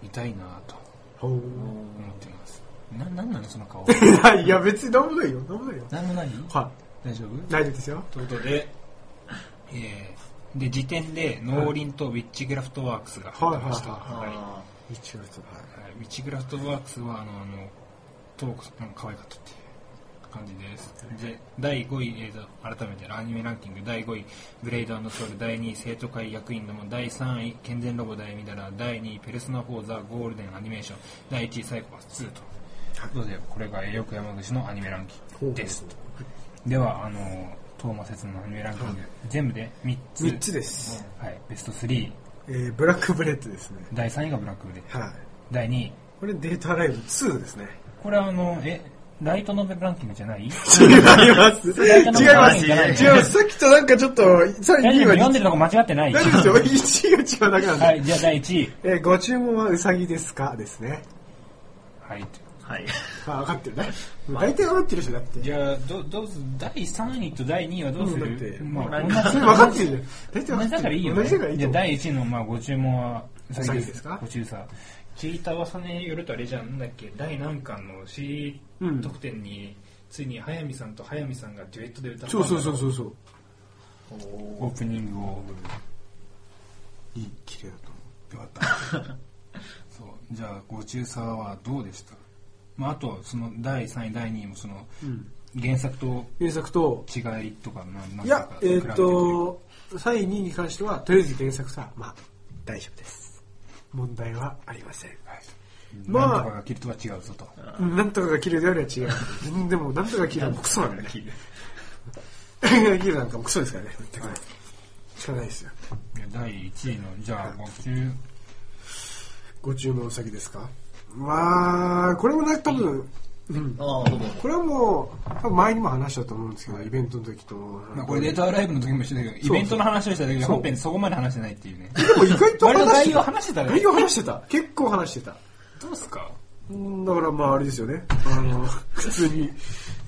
Speaker 2: 見たいなぁと
Speaker 3: あ。ほう
Speaker 2: 思ってますななんなのその 顔
Speaker 3: いや、別に飲むないよ、飲むないよ。
Speaker 2: なんもない
Speaker 3: は
Speaker 2: 大丈夫
Speaker 3: い。大丈夫ですよ。
Speaker 2: ということで、えー、で、時点で、農林とウィッチグラフトワークスが入ってました。
Speaker 3: はい
Speaker 2: はい
Speaker 4: あ
Speaker 3: 1月
Speaker 2: はいウィッチグラフトワークスは、あの、あの、トークさん、可愛かったっていう感じです。で、第5位、えーと、改めてアニメランキング、第5位、ブレイドソウル、第2位、生徒会役員ども、第3位、健全ロボ大ミダラ、第2位、ペルソナ4ザ・ゴールデンアニメーション、第1位、サイコパス2と。ということで、これが、えーよく山口のアニメランキングです。では、あの、トーマ説のアニメランキング、全部で3つ。
Speaker 3: 3つです。
Speaker 2: はい、ベスト3。
Speaker 3: えー、ブラックブレッドですね。
Speaker 2: 第3位がブラックブレイド。
Speaker 3: はい。
Speaker 2: 第2位。
Speaker 3: これデータライブ2ですね。
Speaker 2: これはあの、え、ライトノベルランキングじゃない
Speaker 3: 違 います。違い
Speaker 2: そ
Speaker 3: ま
Speaker 2: んなこと
Speaker 3: す。
Speaker 2: ないんじゃない
Speaker 3: 違います。さっきとなんかちょっと、さら
Speaker 2: 大
Speaker 3: に
Speaker 2: 丈
Speaker 3: 今
Speaker 2: 夫読んでるとこ間違ってない
Speaker 3: 大丈夫ですよ。1位が違うだけな
Speaker 2: は
Speaker 3: んで。
Speaker 2: い、じゃあ第1位。
Speaker 3: えー、ご注文はウサギですかですね。
Speaker 2: はい。
Speaker 4: ーはい。
Speaker 3: あ、分かってるね。大体分かってるでしょ、だって。
Speaker 2: じゃあ、ど、どうす第3位と第2位はどうす
Speaker 3: うんだって
Speaker 2: るまあ、同
Speaker 3: そ
Speaker 2: じ
Speaker 3: れ分かってるじゃん。
Speaker 2: 同
Speaker 3: 大体分
Speaker 2: じ
Speaker 3: か
Speaker 2: だ
Speaker 3: っ
Speaker 2: か
Speaker 3: て
Speaker 2: らい
Speaker 3: る。
Speaker 2: いよ
Speaker 3: 同
Speaker 2: ね。
Speaker 3: じだからいい
Speaker 2: じゃあ
Speaker 3: と思う。
Speaker 2: 第1位の、まあ、ご注文は、
Speaker 3: 詐欺ですか
Speaker 2: ご注さ。聞いた噂によるとあれじゃん、なんだっけ、第何巻の C
Speaker 3: うん
Speaker 2: 特典に、ついに速水さんと速水さんがデュエットで歌った
Speaker 3: そうそうそうそうそう。
Speaker 2: オープニングを。
Speaker 3: いい、綺麗だと思
Speaker 2: よかった。 そう。じゃあ、ご中佐はどうでしたまあ、あと、その、第3位、第2位も、その、
Speaker 3: う。うん。
Speaker 2: 原作と
Speaker 3: 原作と、
Speaker 2: 違いとか、ななんとか
Speaker 3: いや、えーっ、
Speaker 2: 比
Speaker 3: と、3位、2位に関しては、とりあえず原作さ、まあ、大丈夫です。問題はありません。
Speaker 2: べてみる、
Speaker 3: まあ
Speaker 2: なんとかが切るとは違うぞと。
Speaker 3: うんなんとかが切るであれば違う。でも、なんとか切るのもクソなんだね。切るなんかもクソですからね。全くねしかないですよ。
Speaker 2: いや第1位の、じゃあ、ご中、
Speaker 3: ご注文先ですかまあ、これもね、多分、うん。
Speaker 4: ああ、どうも。
Speaker 3: これはもう、多分前にも話したと思うんですけど、イベントの時と。
Speaker 2: まあ、これデータライブの時も一緒だけど、イ
Speaker 3: う
Speaker 2: ベントの話をした時は
Speaker 3: そう
Speaker 2: 本編そこまで話してないっていうね。
Speaker 3: でも意外と
Speaker 2: 割と
Speaker 3: 話し
Speaker 2: 内
Speaker 3: て
Speaker 2: 容
Speaker 3: た。
Speaker 2: 話してたね
Speaker 3: 内。容話してた。結構話してた。
Speaker 2: どうすか
Speaker 3: うんだからまああれですよね。あ の、普通に、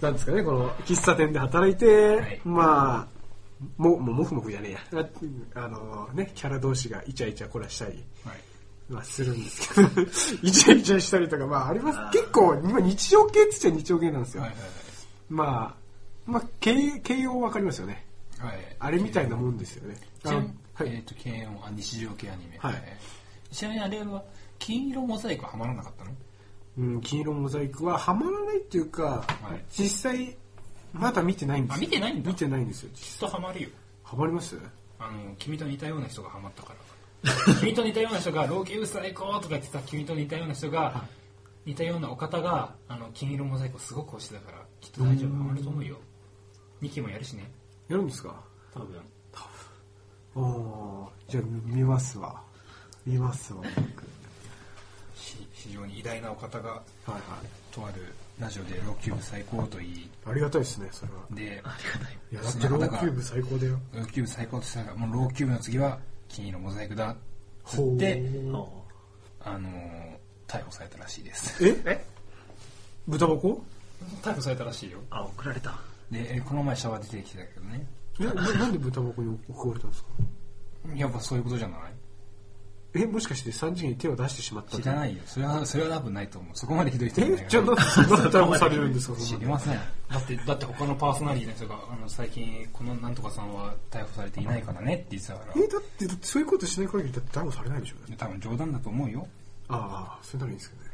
Speaker 3: なんですかね、この、喫茶店で働いて、
Speaker 2: はい
Speaker 3: まあ、も、も、もふもふじゃねえや。ああのね、キャラ同士がイチャイチャこらしたり、
Speaker 2: はい。
Speaker 3: まあするんですけど、 イチャイチャしたりとか、まああります。結構、今日常系っつっちゃ日常系なんですよ。
Speaker 2: はいはい
Speaker 3: まあ、まあ、形、形容わかりますよね。
Speaker 2: はい。はい。
Speaker 3: あれみたいなもんですよね。あ
Speaker 2: ちな
Speaker 3: の
Speaker 2: みに
Speaker 3: は
Speaker 2: えっ
Speaker 3: い。
Speaker 2: と、軽音、あ日常系アニメ。
Speaker 3: はい
Speaker 2: ちなみにあれは、金色モザイクはまらなかったの
Speaker 3: うん、金色モザイクははまらないっていうか、
Speaker 2: い
Speaker 3: 実際、まだ見てないんですよ。
Speaker 2: あ見てないんだ
Speaker 3: 見てないんですよ。
Speaker 2: きっとハマるよ。
Speaker 3: ハマります
Speaker 2: あの、君と似たような人がハマったから。 君と似たような人が、老朽最高とか言ってた君と似たような人が、似たようなお方が、あの、金色モザイクをすごく推してたから、きっと大丈夫、ハマると思うよ。2期もやるしね、
Speaker 3: やるんですか
Speaker 2: 多分。
Speaker 3: おおーじゃあ見ますわ。見ますわ、僕。
Speaker 2: ひ非常に偉大なお方が、
Speaker 3: はいはい。
Speaker 2: とあるラジオで老朽最高と言い、
Speaker 3: ありがたいですね、それは。
Speaker 2: で、
Speaker 3: いや、だってローキューブ最高だよ。
Speaker 2: ローキューブ最高としたら、もうローキューブの次は金色モザイクだ。つ
Speaker 3: ほ
Speaker 2: っ
Speaker 3: う
Speaker 2: て、
Speaker 4: あ
Speaker 2: あのー逮捕されたらしいです。
Speaker 3: え
Speaker 4: え
Speaker 3: 豚箱
Speaker 2: 逮捕されたらしいよ。
Speaker 4: あ、送られた。
Speaker 2: で、えこの前シャワー出てきてたけどね。
Speaker 3: えななんで豚箱に送られたんですか
Speaker 2: やっぱそういうことじゃない
Speaker 3: え、もしかして3次元に手を出してしまった。
Speaker 2: 知らないいよ。それは、それは多分ないと思う。そこまでひどい人
Speaker 3: え
Speaker 2: い
Speaker 3: じゃあなんでそんな逮捕されるんですか、
Speaker 2: 知
Speaker 3: そん
Speaker 2: り
Speaker 3: な
Speaker 2: ません。だって、だって他のパーソナリティの人が、あの、最近、このなんとかさんは逮捕されていないからねって言ってたから
Speaker 3: え、、だって、だってそういうことしない限りだって逮捕されないでしょ
Speaker 2: 多分冗談だと思うよ。
Speaker 3: ああ、それならいいんですけどね。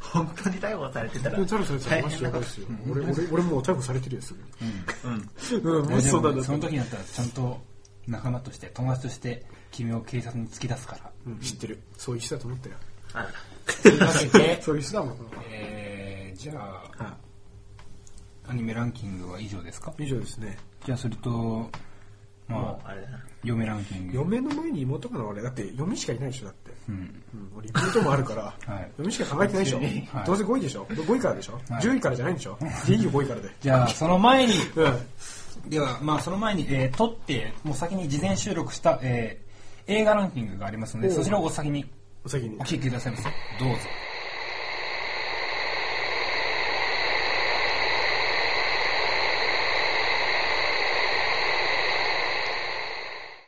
Speaker 4: 本当に逮捕されてた
Speaker 3: で
Speaker 4: ら。
Speaker 3: も逮捕されてたらマジやばいですよ。俺、俺、俺もう逮捕されてるやつ。うん。うん、もしそうだな
Speaker 2: その時になったら、ちゃんと仲間として、友達として、君を警察に突き出す から。
Speaker 3: うん知ってる。そういう人だと思ったよ。
Speaker 4: あらら。
Speaker 2: というわけで、
Speaker 3: そういう人だもん。
Speaker 2: えー、じゃあ、
Speaker 3: は
Speaker 2: アニメランキングは以上ですか
Speaker 3: い以上ですね。
Speaker 2: じゃあ、それと、ま
Speaker 4: もう、
Speaker 2: あ、
Speaker 4: あれだな。
Speaker 2: 嫁ランキング。
Speaker 3: 嫁の前に妹かな俺だって嫁しかいないでしょだって、
Speaker 2: うん。
Speaker 3: うん、俺妹もあるから、
Speaker 2: はい
Speaker 3: 嫁しか考えてないでしょ、
Speaker 2: はい
Speaker 3: どうせ5位でしょ5位からでしょ、
Speaker 2: はい
Speaker 3: 10位からじゃないんでしょいいよ5位からで
Speaker 2: じゃあ、その前に、
Speaker 3: うん
Speaker 2: では、まあ、その前に、えー撮って、もう先に事前収録した、えー映画ランキングがありますので、
Speaker 3: おう
Speaker 2: そちらをお先に
Speaker 3: お先に
Speaker 2: お聞きくださいませ。どうぞ。